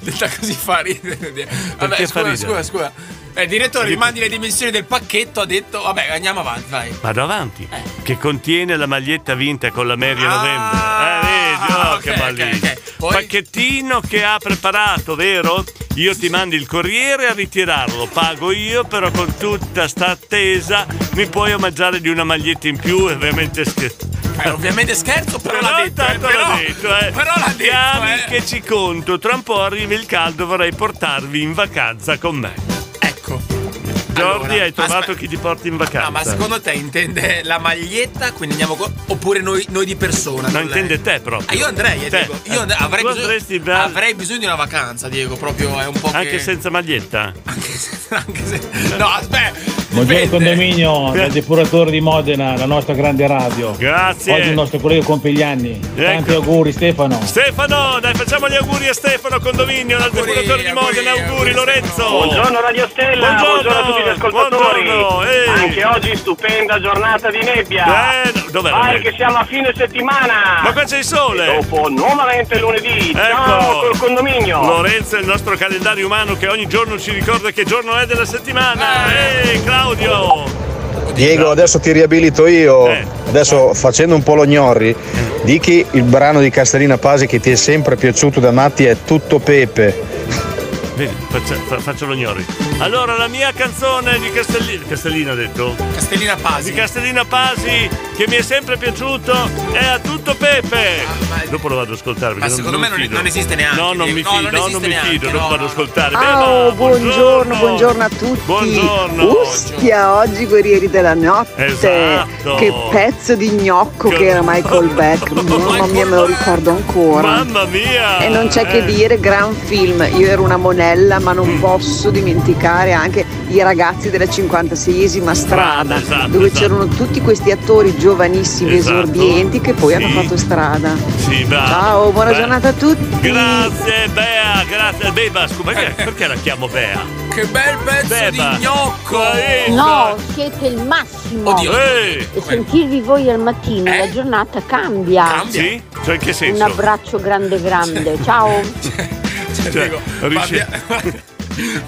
Speaker 3: Detta così fa ridere. (laughs) Vabbè,
Speaker 2: Perché fa
Speaker 3: scusa,
Speaker 2: ridere?
Speaker 3: scusa, scusa. Eh, direttore, rimandi le dimensioni del pacchetto, ha detto. Vabbè, andiamo avanti, vai.
Speaker 2: Vado avanti.
Speaker 32: Eh.
Speaker 2: Che contiene la maglietta vinta con la Mary a
Speaker 32: Ah,
Speaker 3: Ah,
Speaker 2: novembre. Eh, vedi, oh, che ballino. Pacchettino che ha preparato, vero? Io ti mando il corriere a ritirarlo, pago io, però con tutta sta attesa mi puoi omaggiare di una maglietta in più, è veramente scherzo.
Speaker 3: Eh, ovviamente scherzo, però, l'ha detto. eh,
Speaker 2: Tanto
Speaker 3: però,
Speaker 2: l'ha detto, eh.
Speaker 3: però l'ha detto,
Speaker 2: Chiami
Speaker 3: eh.
Speaker 2: che ci conto, tra un po' arriva il caldo, vorrei portarvi in vacanza con me. Ecco. Jordi,
Speaker 3: Allora,
Speaker 2: hai trovato chi ti porta in vacanza?
Speaker 3: Ah, ma secondo te intende la maglietta, quindi andiamo co- oppure noi, noi di persona?
Speaker 2: No, intende te proprio.
Speaker 3: Ah, io andrei, eh,
Speaker 2: Te.
Speaker 3: Diego. Io andrei- avrei,
Speaker 2: Tu
Speaker 3: bisogno, avrei bisogno di una vacanza, Diego, proprio è un po'
Speaker 2: Anche
Speaker 3: che...
Speaker 2: senza maglietta?
Speaker 3: No, aspetta.
Speaker 1: Buongiorno condominio del depuratore di Modena, la nostra grande radio.
Speaker 2: Grazie.
Speaker 1: Oggi il nostro collega compie gli anni. Tanti
Speaker 2: Ecco.
Speaker 1: auguri Stefano.
Speaker 2: Stefano, dai, facciamo gli auguri a Stefano Condominio, dal depuratore di Modena. Auguri, Lorenzo.
Speaker 28: Buongiorno Radio Stella, buongiorno, a tutti gli ascoltatori.
Speaker 2: buongiorno, ehi.
Speaker 28: Anche oggi stupenda giornata di nebbia.
Speaker 2: Eh, no, dov'è la
Speaker 28: Vai
Speaker 2: nebbia?
Speaker 28: che siamo a fine settimana.
Speaker 2: Ma qua c'è il sole.
Speaker 28: E dopo nuovamente lunedì. Ciao
Speaker 2: Ecco.
Speaker 28: col condominio.
Speaker 2: Lorenzo è il nostro calendario umano che ogni giorno ci ricorda che giorno è della settimana.
Speaker 28: Eh.
Speaker 2: Ehi, Claudio.
Speaker 18: Diego, adesso ti riabilito io.
Speaker 32: Eh.
Speaker 18: Adesso facendo un po' lo gnorri, di che il brano di Castellina Pasi che ti è sempre piaciuto da Matti è Tutto Pepe.
Speaker 2: Vedi, faccia- fa- faccio lo gnori. Allora, la mia canzone di Castellina. Castellina ha detto?
Speaker 3: Castellina Pasi.
Speaker 2: Di Castellina Pasi, che mi è sempre piaciuto, è a tutto Pepe. Dopo lo vado ad ascoltare.
Speaker 3: Ma
Speaker 2: perché
Speaker 3: secondo me non-
Speaker 2: fido.
Speaker 3: non esiste neanche,
Speaker 2: No, non
Speaker 3: Diego.
Speaker 2: mi
Speaker 3: No,
Speaker 2: fido,
Speaker 3: non
Speaker 2: no, non
Speaker 3: esiste
Speaker 2: mi
Speaker 3: neanche,
Speaker 2: fido. Dopo
Speaker 3: no,
Speaker 2: vado ad ascoltare. Beh,
Speaker 9: Ah.
Speaker 11: Oh,
Speaker 2: no,
Speaker 11: buongiorno, buongiorno a tutti.
Speaker 2: Buongiorno.
Speaker 11: Ustia, oggi guerrieri della notte.
Speaker 2: Esatto.
Speaker 11: Che pezzo di gnocco che era Michael Beck. Mamma mia, me lo ricordo ancora.
Speaker 2: Mamma mia.
Speaker 11: E non c'è
Speaker 2: Eh.
Speaker 11: che dire, gran film. Io ero una monella, ma
Speaker 2: Mm.
Speaker 11: non posso dimenticare anche i ragazzi della 56esima strada,
Speaker 2: esatto,
Speaker 11: dove
Speaker 2: esatto.
Speaker 11: c'erano tutti questi attori giovanissimi,
Speaker 2: Esatto.
Speaker 11: esordienti, che poi hanno
Speaker 2: Sì.
Speaker 11: fatto strada.
Speaker 2: Sì, bravo.
Speaker 11: Ciao, buona
Speaker 2: Beh.
Speaker 11: giornata a tutti.
Speaker 2: Grazie Bea, grazie Beba, scusa, perché, perché la chiamo Bea?
Speaker 3: Eh. Che bel pezzo
Speaker 2: Beba.
Speaker 3: di gnocco!
Speaker 11: No,
Speaker 7: siete il massimo.
Speaker 2: Oddio. Ehi.
Speaker 7: E sentirvi voi al mattino, la giornata cambia.
Speaker 2: Sì? Cioè in che
Speaker 7: Un
Speaker 2: senso?
Speaker 7: abbraccio grande grande. Ciao.
Speaker 2: Cioè, riesce-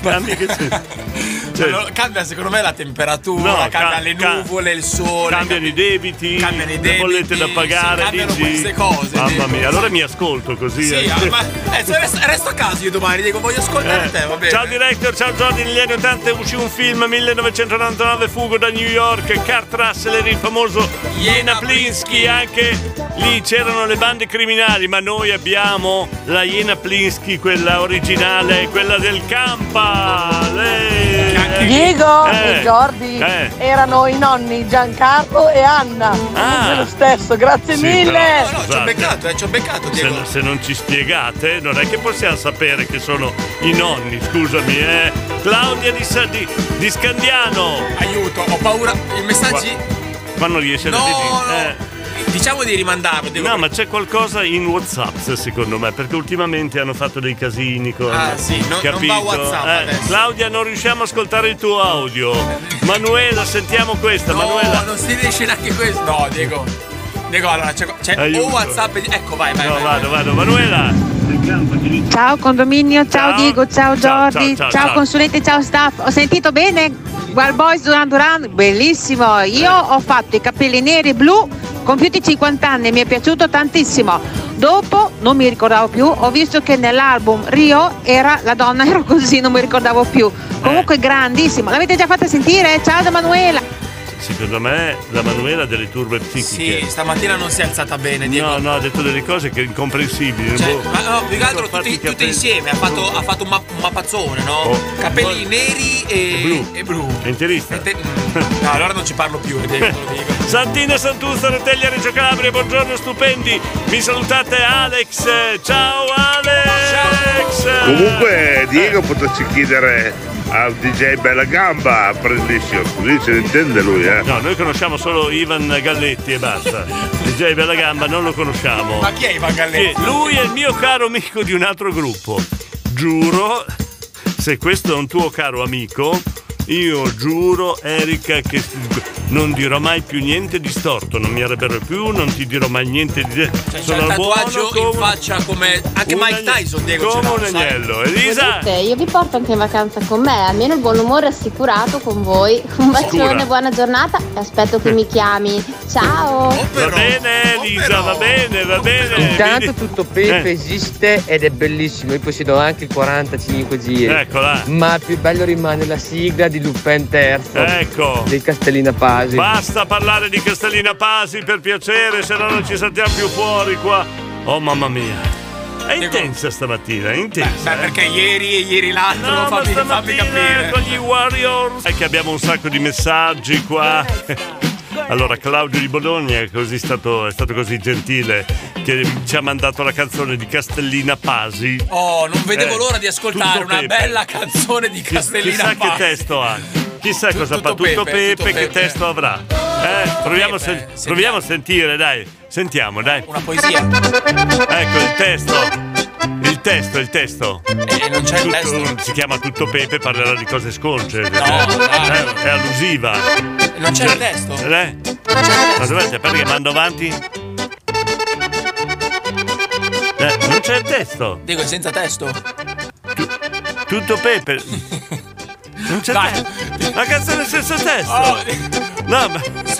Speaker 2: Cambia che senso? Cioè-
Speaker 3: Allora, cambia secondo me la temperatura,
Speaker 2: No,
Speaker 3: cambia
Speaker 2: ca-
Speaker 3: le
Speaker 2: ca-
Speaker 3: nuvole, il sole.
Speaker 2: Cambiano i debiti,
Speaker 3: cambiano i
Speaker 2: le bollette da
Speaker 3: debiti, sì,
Speaker 2: pagare,
Speaker 3: cambiano
Speaker 2: dici?
Speaker 3: queste cose,
Speaker 2: Mamma
Speaker 3: dico.
Speaker 2: mia, allora mi ascolto così.
Speaker 3: Sì,
Speaker 2: eh.
Speaker 3: ah, ma eh, se resto, resto a casa io domani, dico voglio ascoltare
Speaker 2: Eh,
Speaker 3: te, va bene.
Speaker 2: Ciao director, ciao Jordi, negli anni 80 uscì un film 1999 Fugo da New York, Kurt Russell era il famoso Jena Plinsky, anche lì c'erano le bande criminali, ma noi abbiamo la Jena Plinsky, quella originale, quella del Campa. Lei,
Speaker 17: Diego
Speaker 2: Eh,
Speaker 17: e Jordi
Speaker 2: eh.
Speaker 17: erano i nonni Giancarlo e Anna.
Speaker 2: Ah.
Speaker 17: Lo stesso, grazie
Speaker 2: Sì,
Speaker 17: mille.
Speaker 2: però,
Speaker 3: No, no, ci ho
Speaker 2: scusate.
Speaker 3: beccato, eh, ci ho beccato,
Speaker 2: Se,
Speaker 3: Diego.
Speaker 2: se non ci spiegate, non è che possiamo sapere che sono i nonni, scusami, eh. Claudia di, Sa- di- di Scandiano.
Speaker 3: Aiuto, ho paura. I messaggi?
Speaker 2: Ma, ma non riesce
Speaker 3: No,
Speaker 2: a
Speaker 3: no.
Speaker 2: vedere.
Speaker 3: Diciamo di rimandarlo, Diego.
Speaker 2: eh. No, Ah, ma c'è qualcosa in WhatsApp, se- secondo me, perché ultimamente hanno fatto dei casini con
Speaker 3: Ah, sì, no- non va
Speaker 2: capito? Eh,
Speaker 3: WhatsApp adesso.
Speaker 2: Claudia, non riusciamo a ascoltare il tuo audio. Manuela, sentiamo questa,
Speaker 3: No,
Speaker 2: Manuela.
Speaker 3: non si riesce neanche questo. No, Diego. Diego, allora c'è, c'è o
Speaker 2: Aiuto.
Speaker 3: WhatsApp. e- Ecco, vai, vai.
Speaker 2: No,
Speaker 3: vai,
Speaker 2: vado, vado, Manuela.
Speaker 9: Ciao condominio, ciao,
Speaker 2: Ciao.
Speaker 9: Diego, ciao
Speaker 2: Ciao, ciao,
Speaker 9: Jordi,
Speaker 2: ciao,
Speaker 9: ciao,
Speaker 2: ciao.
Speaker 9: consulente, ciao staff. Ho sentito bene Wild Boys Duran Duran, bellissimo.
Speaker 2: Eh.
Speaker 9: Io ho fatto i capelli neri e blu, compiuti 50 anni, mi è piaciuto tantissimo. Dopo non mi ricordavo più, ho visto che nell'album Rio era la donna, (laughs) ero
Speaker 2: Eh.
Speaker 9: così, non mi ricordavo più. Comunque grandissimo. L'avete già fatta sentire? Ciao da Manuela.
Speaker 2: secondo me la Manuela ha delle turbe psichiche.
Speaker 3: Sì, stamattina non si è alzata bene, Diego.
Speaker 2: No, no, ha detto delle cose che incomprensibili.
Speaker 3: Cioè,
Speaker 2: boh.
Speaker 3: ma no, più che altro tutti, tutti insieme. Ha fatto, ha fatto un, ma- un mappazzone, no?
Speaker 2: Oh.
Speaker 3: Capelli neri e, blu. E blu.
Speaker 2: È interista.
Speaker 3: No, allora non ci parlo più, Diego,
Speaker 2: (laughs)
Speaker 3: te lo dico.
Speaker 2: Santina Santuzza, Roteglia Reggio Calabria, buongiorno stupendi. Mi salutate Alex. Ciao Alex.
Speaker 15: Comunque, Diego potresti chiedere al DJ Bella Gamba, prendissimo, così se ne intende lui, eh.
Speaker 2: No, noi conosciamo solo Ivan Galletti e basta. (laughs) DJ Bella Gamba non lo conosciamo.
Speaker 3: Ma chi è Ivan Galletti?
Speaker 2: Sì, Lui è il mio caro amico di un altro gruppo. Giuro, se questo è un tuo caro amico, io giuro, Erika, che non dirò mai più niente di storto. Non mi arrebbero più, non ti dirò mai niente di.
Speaker 3: Cioè, c'ha il tatuaggio in faccia come. Anche
Speaker 2: un
Speaker 3: Mike
Speaker 2: agne-
Speaker 3: Tyson, Diego.
Speaker 2: come
Speaker 3: ce l'ha,
Speaker 2: un
Speaker 3: sai?
Speaker 2: agnello. Elisa!
Speaker 32: Vedete, io vi porto anche in vacanza con me, almeno il buon umore è assicurato con voi. Un bacione,
Speaker 2: Sicura. Mm.
Speaker 32: buona giornata e aspetto che mi chiami. Ciao!
Speaker 2: Va bene, Elisa, va bene, va bene.
Speaker 27: Intanto
Speaker 2: Vedi-
Speaker 27: tutto Pepe
Speaker 2: Eh.
Speaker 27: esiste ed è bellissimo, io possiedo anche il 45 giri.
Speaker 2: Eccola.
Speaker 27: Ma più bello rimane la sigla di Lupin Terzo.
Speaker 2: Ecco.
Speaker 27: Di Castellina Pasi.
Speaker 2: Basta parlare di Castellina Pasi per piacere, se no non ci saltiamo più fuori qua. Oh mamma mia. È intensa stamattina, è intensa. eh.
Speaker 3: Beh, perché ieri e ieri l'altro,
Speaker 2: No,
Speaker 3: fammi,
Speaker 2: ma
Speaker 3: fammi capire.
Speaker 2: con gli Warriors. È che abbiamo un sacco di messaggi qua. (laughs) Allora, Claudio di Bologna è, così stato, è stato così gentile che ci ha mandato la canzone di Castellina Pasi.
Speaker 3: Oh, non vedevo
Speaker 2: Eh,
Speaker 3: l'ora di ascoltare
Speaker 2: tutto
Speaker 3: una
Speaker 2: Pepe.
Speaker 3: bella canzone di Castellina
Speaker 2: Chissà che
Speaker 3: Pazzi.
Speaker 2: testo ha. Chissà cosa fa. Tutto
Speaker 3: Pepe,
Speaker 2: Pepe,
Speaker 3: tutto
Speaker 2: che
Speaker 3: Pepe.
Speaker 2: testo avrà. Eh, proviamo, a sen- proviamo a sentire, dai. Sentiamo, dai.
Speaker 3: Una poesia.
Speaker 2: Ecco il testo. Il testo, il testo.
Speaker 3: E Eh, non c'è il testo.
Speaker 2: Si chiama Tutto Pepe, parlerà di cose sconce.
Speaker 3: dai.
Speaker 2: Eh, È allusiva.
Speaker 3: Non c'è il testo?
Speaker 2: Eh? Ma dov'è? Aspetta che mando avanti. Eh, non c'è il testo.
Speaker 3: Diego, è senza testo?
Speaker 2: Tutto Pepe. Non c'è testo. La canzone senza testo. No, ma...
Speaker 3: Oh.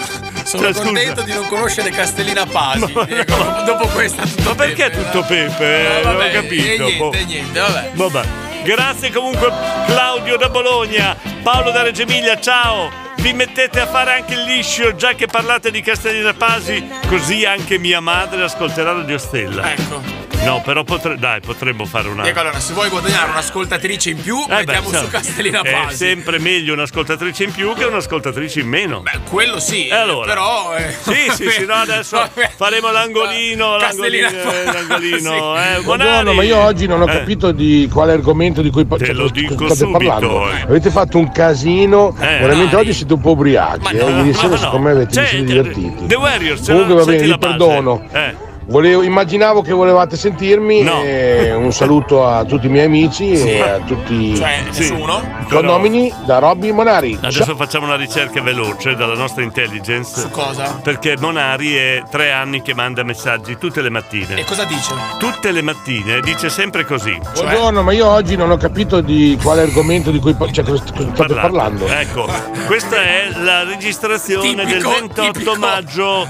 Speaker 3: Sono
Speaker 2: Cioè,
Speaker 3: contento
Speaker 2: scusa.
Speaker 3: di non conoscere Castellina Pasi. Ecco. Diego. dopo questa tutto
Speaker 2: Ma perché tutto Pepe?
Speaker 3: Eh,
Speaker 2: non ho
Speaker 3: vabbè,
Speaker 2: capito.
Speaker 3: e niente,
Speaker 2: boh.
Speaker 3: e niente, vabbè.
Speaker 2: Vabbè. Grazie comunque Claudio da Bologna, Paolo da Reggio Emilia, ciao! Vi mettete a fare anche il liscio, già che parlate di Castellina Pasi, così anche mia madre ascolterà Radio Stella. Ecco. No, però potre- dai, potremmo fare una.
Speaker 3: Diego, allora, se vuoi guadagnare un'ascoltatrice in più,
Speaker 2: Eh beh,
Speaker 3: mettiamo
Speaker 2: insomma,
Speaker 3: su Castellina
Speaker 2: È
Speaker 3: Pasi.
Speaker 2: sempre meglio un'ascoltatrice in più che un'ascoltatrice in meno. Beh,
Speaker 3: quello sì,
Speaker 2: allora.
Speaker 3: però, eh,
Speaker 2: Sì, sì, sì, no,
Speaker 3: (laughs)
Speaker 2: adesso faremo l'angolino,
Speaker 3: Castellina
Speaker 2: l'angolino, eh,
Speaker 3: Pasi.
Speaker 2: l'angolino.
Speaker 3: (laughs)
Speaker 2: Eh,
Speaker 21: Buongiorno,
Speaker 2: Bonari.
Speaker 21: ma io oggi non ho
Speaker 2: Eh.
Speaker 21: capito di quale argomento di cui par-
Speaker 2: Te lo
Speaker 21: cioè,
Speaker 2: dico
Speaker 21: state
Speaker 2: subito,
Speaker 21: parlando.
Speaker 2: eh.
Speaker 21: Avete fatto un casino,
Speaker 2: Eh,
Speaker 21: veramente
Speaker 2: dai.
Speaker 21: oggi siete un po' ubriachi. Eh. Ieri sera, secondo me, avete vi siete divertiti.
Speaker 2: Cioè, The Warriors, se
Speaker 21: Comunque,
Speaker 2: no,
Speaker 21: va bene,
Speaker 2: senti
Speaker 21: vi
Speaker 2: la base.
Speaker 21: perdono.
Speaker 2: Eh.
Speaker 21: Volevo- immaginavo che volevate sentirmi. e un saluto a tutti i miei amici
Speaker 2: Sì.
Speaker 21: e a tutti
Speaker 2: Cioè, nessuno?
Speaker 21: i condomini da Robby Monari.
Speaker 2: Adesso facciamo una ricerca veloce dalla nostra intelligence. Su
Speaker 3: cosa?
Speaker 2: Perché Monari è tre anni che manda messaggi tutte le mattine.
Speaker 3: E cosa dice? Cioè,
Speaker 2: Tutte le mattine dice sempre così.
Speaker 21: Buongiorno, ma io oggi non ho capito di quale argomento di cui par- cioè, cosa- cosa state parlando.
Speaker 2: Ecco, questa è la registrazione
Speaker 21: Tipico,
Speaker 2: del 28 maggio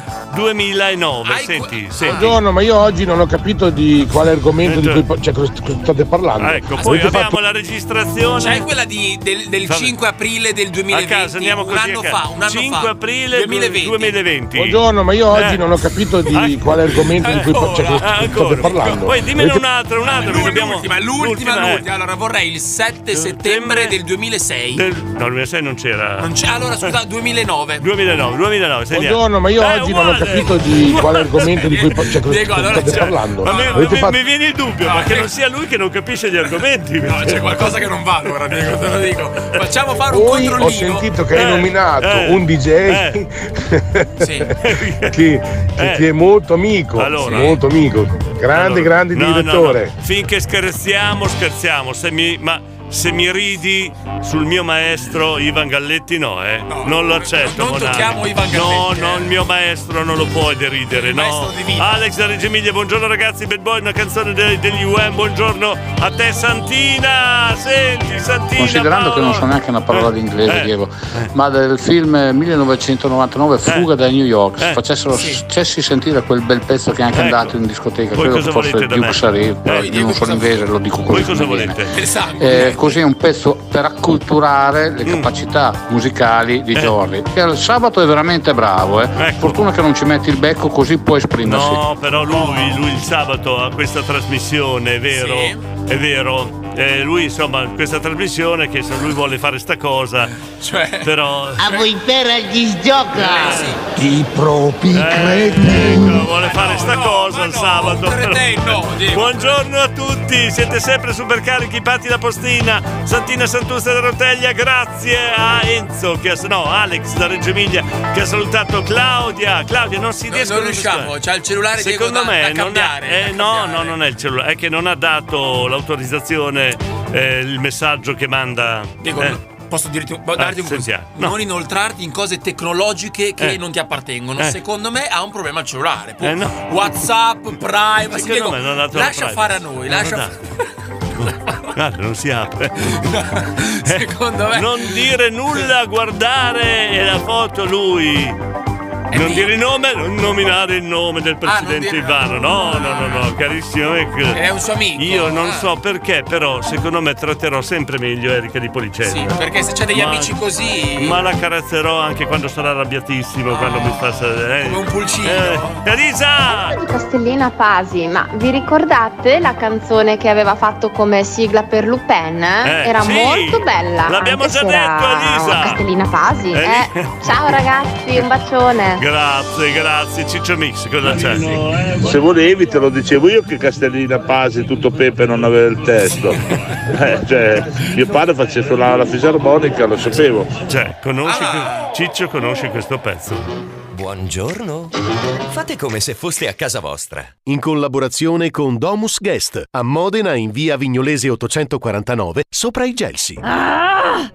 Speaker 2: 2009. senti, senti.
Speaker 21: Buongiorno, ma io oggi non ho capito di quale argomento di cui par- cioè, cosa cosa state parlando.
Speaker 2: Ecco, poi
Speaker 21: Avete
Speaker 2: abbiamo
Speaker 21: fatto-
Speaker 2: la registrazione.
Speaker 3: C'è quella di- del, del 5 aprile del 2020.
Speaker 2: A casa, andiamo
Speaker 3: un
Speaker 2: così
Speaker 3: anno
Speaker 2: a casa.
Speaker 3: fa, un anno
Speaker 2: 5
Speaker 3: fa.
Speaker 2: aprile
Speaker 3: 2020.
Speaker 2: 2020.
Speaker 21: Buongiorno, ma io oggi
Speaker 2: Eh.
Speaker 21: non ho capito di quale argomento di cui par- cioè, cosa
Speaker 2: Ah,
Speaker 21: state
Speaker 2: ancora.
Speaker 21: parlando.
Speaker 2: Poi dimmene
Speaker 21: Avete-
Speaker 2: un'altra, un'altra. che dobbiamo-
Speaker 3: L'ultima, l'ultima,
Speaker 2: l'ultima, eh.
Speaker 3: l'ultima. Allora vorrei il 7 settembre del 2006.
Speaker 2: No, 2006 non c'era.
Speaker 3: Non c'è- allora
Speaker 2: Eh,
Speaker 3: scusa, 2009.
Speaker 2: 2009, 2009, sentiamo.
Speaker 21: Buongiorno, ma io oggi non ho capito di quale argomento di cui par- cioè, cosa
Speaker 2: Eh, Diego,
Speaker 21: state
Speaker 2: allora, cioè,
Speaker 21: parlando.
Speaker 2: ma mi,
Speaker 21: Avete
Speaker 2: mi-
Speaker 21: fatto-
Speaker 2: mi viene il dubbio, ma che non sia lui che non capisce gli argomenti.
Speaker 3: Ah, No, c'è qualcosa che non va allora, Diego, te lo dico. Facciamo fare un
Speaker 21: Poi
Speaker 3: controllino.
Speaker 21: ho sentito che
Speaker 2: Eh,
Speaker 21: hai nominato un DJ (laughs) che, che ti è molto amico,
Speaker 2: Eh. Allora.
Speaker 21: molto amico, grande, grande
Speaker 2: No, no, no.
Speaker 21: direttore.
Speaker 2: Finché scherziamo, scherziamo. Se mi, ma se mi ridi sul mio maestro Ivan Galletti, no, eh. non lo accetto.
Speaker 3: non
Speaker 2: Monari.
Speaker 3: tocchiamo Ivan Galletti, eh.
Speaker 2: No, no, il mio maestro non lo puoi deridere. no. Alex da Reggio Emilia, buongiorno ragazzi. Bad Boy, una canzone de- degli UM. Buongiorno a te, Santina. Senti, Santina.
Speaker 22: Considerando che non so neanche una
Speaker 2: Eh.
Speaker 22: parola di inglese, Diego, ma del film
Speaker 2: Eh.
Speaker 22: 1999 Fuga da New York, se facessero facessi sentire quel bel pezzo che è anche andato in discoteca,
Speaker 2: Ecco. Voi
Speaker 22: credo
Speaker 2: cosa
Speaker 22: che fosse
Speaker 2: volete da me?
Speaker 22: Duke Sarri,
Speaker 2: Eh,
Speaker 22: io non sono inglese, lo dico così.
Speaker 2: Voi cosa
Speaker 3: Esatto.
Speaker 22: come viene.
Speaker 2: volete?
Speaker 22: Eh,
Speaker 10: così è un pezzo per acculturare
Speaker 2: Mm.
Speaker 10: le capacità musicali
Speaker 2: Eh.
Speaker 10: di Giorgi. Che il sabato è veramente bravo, eh. Fortuna che non ci metti il becco così può esprimersi.
Speaker 2: Ecco. No, però lui, lui il sabato ha questa trasmissione, è vero? È vero. Eh, lui insomma questa trasmissione che se lui vuole fare sta cosa però
Speaker 17: Ah.
Speaker 34: A voi pera gli sgioca!
Speaker 2: i propri
Speaker 3: Eh,
Speaker 2: ecco, vuole fare sta cosa il sabato però- buongiorno a tutti siete sempre supercarichi patti da postina Santina Santusta da Roteglia grazie a Enzo che ha, no Alex da Reggio Emilia che ha salutato Claudia Claudia non si
Speaker 3: No,
Speaker 2: riescono
Speaker 3: non
Speaker 2: a
Speaker 3: riusciamo,
Speaker 2: registrare.
Speaker 3: c'ha il cellulare, Diego,
Speaker 2: secondo
Speaker 3: da-
Speaker 2: me
Speaker 3: da
Speaker 2: non
Speaker 3: cambiare,
Speaker 2: ha, eh, no no non è il cellulare è che non ha dato l'autorizzazione eh, il messaggio che manda
Speaker 3: Dico,
Speaker 2: eh.
Speaker 3: posso dirti un,
Speaker 2: Eh,
Speaker 3: darti un
Speaker 2: sentiamo. No.
Speaker 3: Non inoltrarti in cose tecnologiche che
Speaker 2: Eh.
Speaker 3: non ti appartengono.
Speaker 2: Eh.
Speaker 3: Secondo me ha un problema al cellulare.
Speaker 2: Eh, no. Eh,
Speaker 3: WhatsApp, privacy.
Speaker 2: Secondo
Speaker 3: Diego,
Speaker 2: me non ha dato la
Speaker 3: lascia
Speaker 2: privacy.
Speaker 3: fare a noi,
Speaker 2: Non
Speaker 3: lascia
Speaker 2: ha
Speaker 3: fare.
Speaker 2: (laughs) Guarda, non si apre. Secondo me. Non dire nulla, guardare e la foto lui. Non dire il nome, non nominare il nome
Speaker 3: Ah,
Speaker 2: del presidente Ivano. No, no, no, no, carissimo. ecco.
Speaker 3: È un suo amico.
Speaker 2: Io non
Speaker 3: Ah.
Speaker 2: so perché, però secondo me tratterò sempre meglio Erika di Policella.
Speaker 3: Sì, perché se c'è degli
Speaker 2: Ma-
Speaker 3: amici così.
Speaker 2: Ma la carezzerò anche quando sarà arrabbiatissimo, quando mi fa salire. Come un
Speaker 3: Ah. pulcino.
Speaker 2: Elisa!
Speaker 32: Di Castellina Pasi, ma vi ricordate la canzone che aveva fatto come sigla per Lupin?
Speaker 2: Eh,
Speaker 32: era
Speaker 2: sì.
Speaker 32: molto bella.
Speaker 2: L'abbiamo
Speaker 32: anche
Speaker 2: già
Speaker 32: se era
Speaker 2: detto, Elisa.
Speaker 32: Castellina Pasi.
Speaker 2: Eh,
Speaker 32: eh. Ciao ragazzi, un bacione.
Speaker 2: Grazie, grazie. Ciccio Mix, cosa c'è?
Speaker 17: Se volevi te lo dicevo io che Castellina Pasi tutto Pepe non aveva il
Speaker 2: (laughs)
Speaker 17: testo. Eh, cioè, mio padre faceva suonare la fisarmonica, lo sapevo.
Speaker 2: Cioè, conosci Ciccio conosce questo pezzo.
Speaker 6: Buongiorno. Fate come se foste a casa vostra. In collaborazione con Domus Guest a Modena in via Vignolese 849 sopra i gelsi.
Speaker 7: Ah!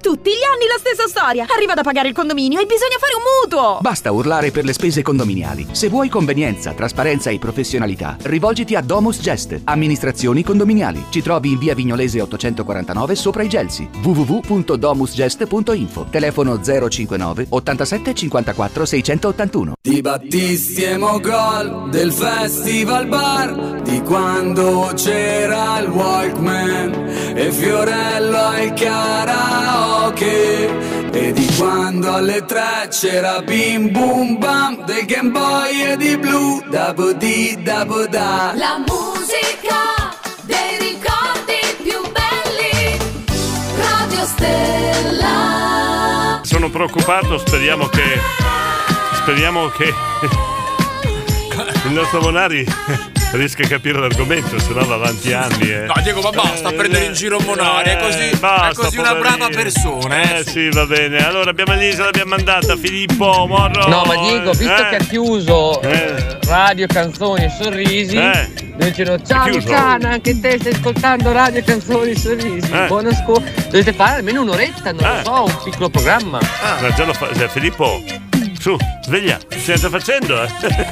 Speaker 7: Tutti gli anni la stessa storia. Arriva da pagare il condominio e bisogna fare un mutuo.
Speaker 8: Basta urlare per le spese condominiali. Se vuoi convenienza, trasparenza e professionalità, rivolgiti a Domus Gest, amministrazioni condominiali. Ci trovi in via Vignolese 849 sopra i Gelsi. www.domusgest.info. Telefono 059 87 54 681.
Speaker 24: Ti battistiamo gol del festival bar di quando c'era il Walkman e Fiorello al karaoke e di quando alle tre c'era bim bum bam del Game Boy e di blu da di da da
Speaker 35: La musica dei ricordi più belli. Radio Stella.
Speaker 2: Sono preoccupato, speriamo che. Speriamo che. Il nostro Monari riesca a capire l'argomento, se no va avanti anni. Eh.
Speaker 3: No, Diego, ma basta prendere in giro Monari. È così, è così una brava persona.
Speaker 2: Eh, sì, va bene. Allora abbiamo Elisa, l'abbiamo mandata, Filippo, Morro.
Speaker 29: No, ma Diego, visto
Speaker 2: eh?
Speaker 29: che ha chiuso eh, radio, canzoni e sorrisi,
Speaker 2: Eh.
Speaker 29: noi dicono ciao
Speaker 2: chiuso."
Speaker 29: Lucana, anche te stai ascoltando radio, canzoni e sorrisi.
Speaker 2: Eh.
Speaker 29: Buon ascolto. Dovete fare almeno un'oretta, non lo so, un piccolo programma.
Speaker 2: Ma Ah. già lo fa- cioè, Filippo, su, sveglia, stiamo già facendo, eh?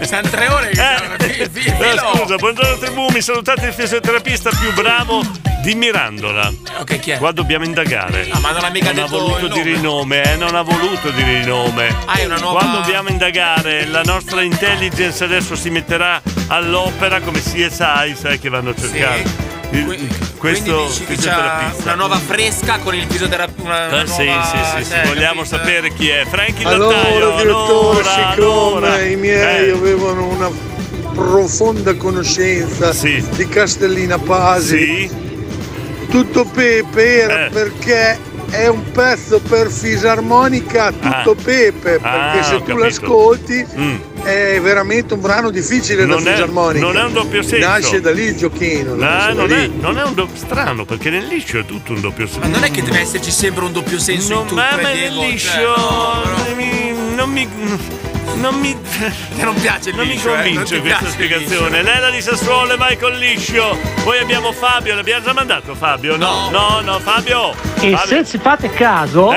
Speaker 3: Siamo tre ore che
Speaker 2: No, scusa, buongiorno tribù, mi salutate il fisioterapista più bravo di Mirandola.
Speaker 3: Ok, chi è?
Speaker 2: Qua dobbiamo indagare.
Speaker 3: No, ma non ha mica
Speaker 2: Non ha
Speaker 3: detto
Speaker 2: voluto
Speaker 3: il
Speaker 2: dire il nome, eh, non ha voluto dire il nome.
Speaker 3: Ah, è una nuova-
Speaker 2: Qua dobbiamo indagare, la nostra intelligence adesso si metterà all'opera come CSI, sai che vanno a cercare. Il- questo
Speaker 3: Dici che c'ha
Speaker 2: fisioterapista.
Speaker 3: una nuova fresca con il fisioterapista. Una, una
Speaker 2: Eh, sì,
Speaker 3: nuova-
Speaker 2: sì, sì, sì,
Speaker 3: eh,
Speaker 2: vogliamo sapere chi è. Frankie Lattaio,
Speaker 4: Allora, direttore,
Speaker 2: allora,
Speaker 4: siccome
Speaker 2: allora.
Speaker 4: i miei
Speaker 2: Eh.
Speaker 4: avevano una profonda conoscenza di Castellina Pasi, tutto Pepe era
Speaker 2: Eh.
Speaker 4: perché è un pezzo per fisarmonica tutto
Speaker 2: Ah.
Speaker 4: Pepe, perché
Speaker 2: Ah,
Speaker 4: se
Speaker 2: ho
Speaker 4: tu
Speaker 2: capito.
Speaker 4: l'ascolti
Speaker 2: Mm.
Speaker 4: è veramente un brano difficile
Speaker 2: Non
Speaker 4: da
Speaker 2: è-
Speaker 4: fisarmonica.
Speaker 2: non è un doppio senso.
Speaker 4: Nasce da lì il giochino.
Speaker 2: No,
Speaker 4: nasce da
Speaker 2: Ah, non
Speaker 4: lì.
Speaker 2: è, non è un doppio strano perché nel liscio è tutto un doppio senso. Ma
Speaker 3: Non è che deve esserci sempre un doppio senso in tutto.
Speaker 2: ma
Speaker 3: eh,
Speaker 2: nel
Speaker 3: Diego,
Speaker 2: liscio
Speaker 3: cioè, no, però-
Speaker 2: non mi. Non mi. Non mi,
Speaker 3: non piace il
Speaker 2: non
Speaker 3: liscio, eh,
Speaker 2: mi convince
Speaker 3: non
Speaker 2: questa
Speaker 3: ti piace il
Speaker 2: spiegazione.
Speaker 3: liscio.
Speaker 2: Lella di Sassuolo e Michael Liscio. Poi abbiamo Fabio, l'abbiamo già mandato Fabio? No, no, no, Fabio.
Speaker 36: E
Speaker 2: Fabio. Eh.
Speaker 36: se ci fate caso,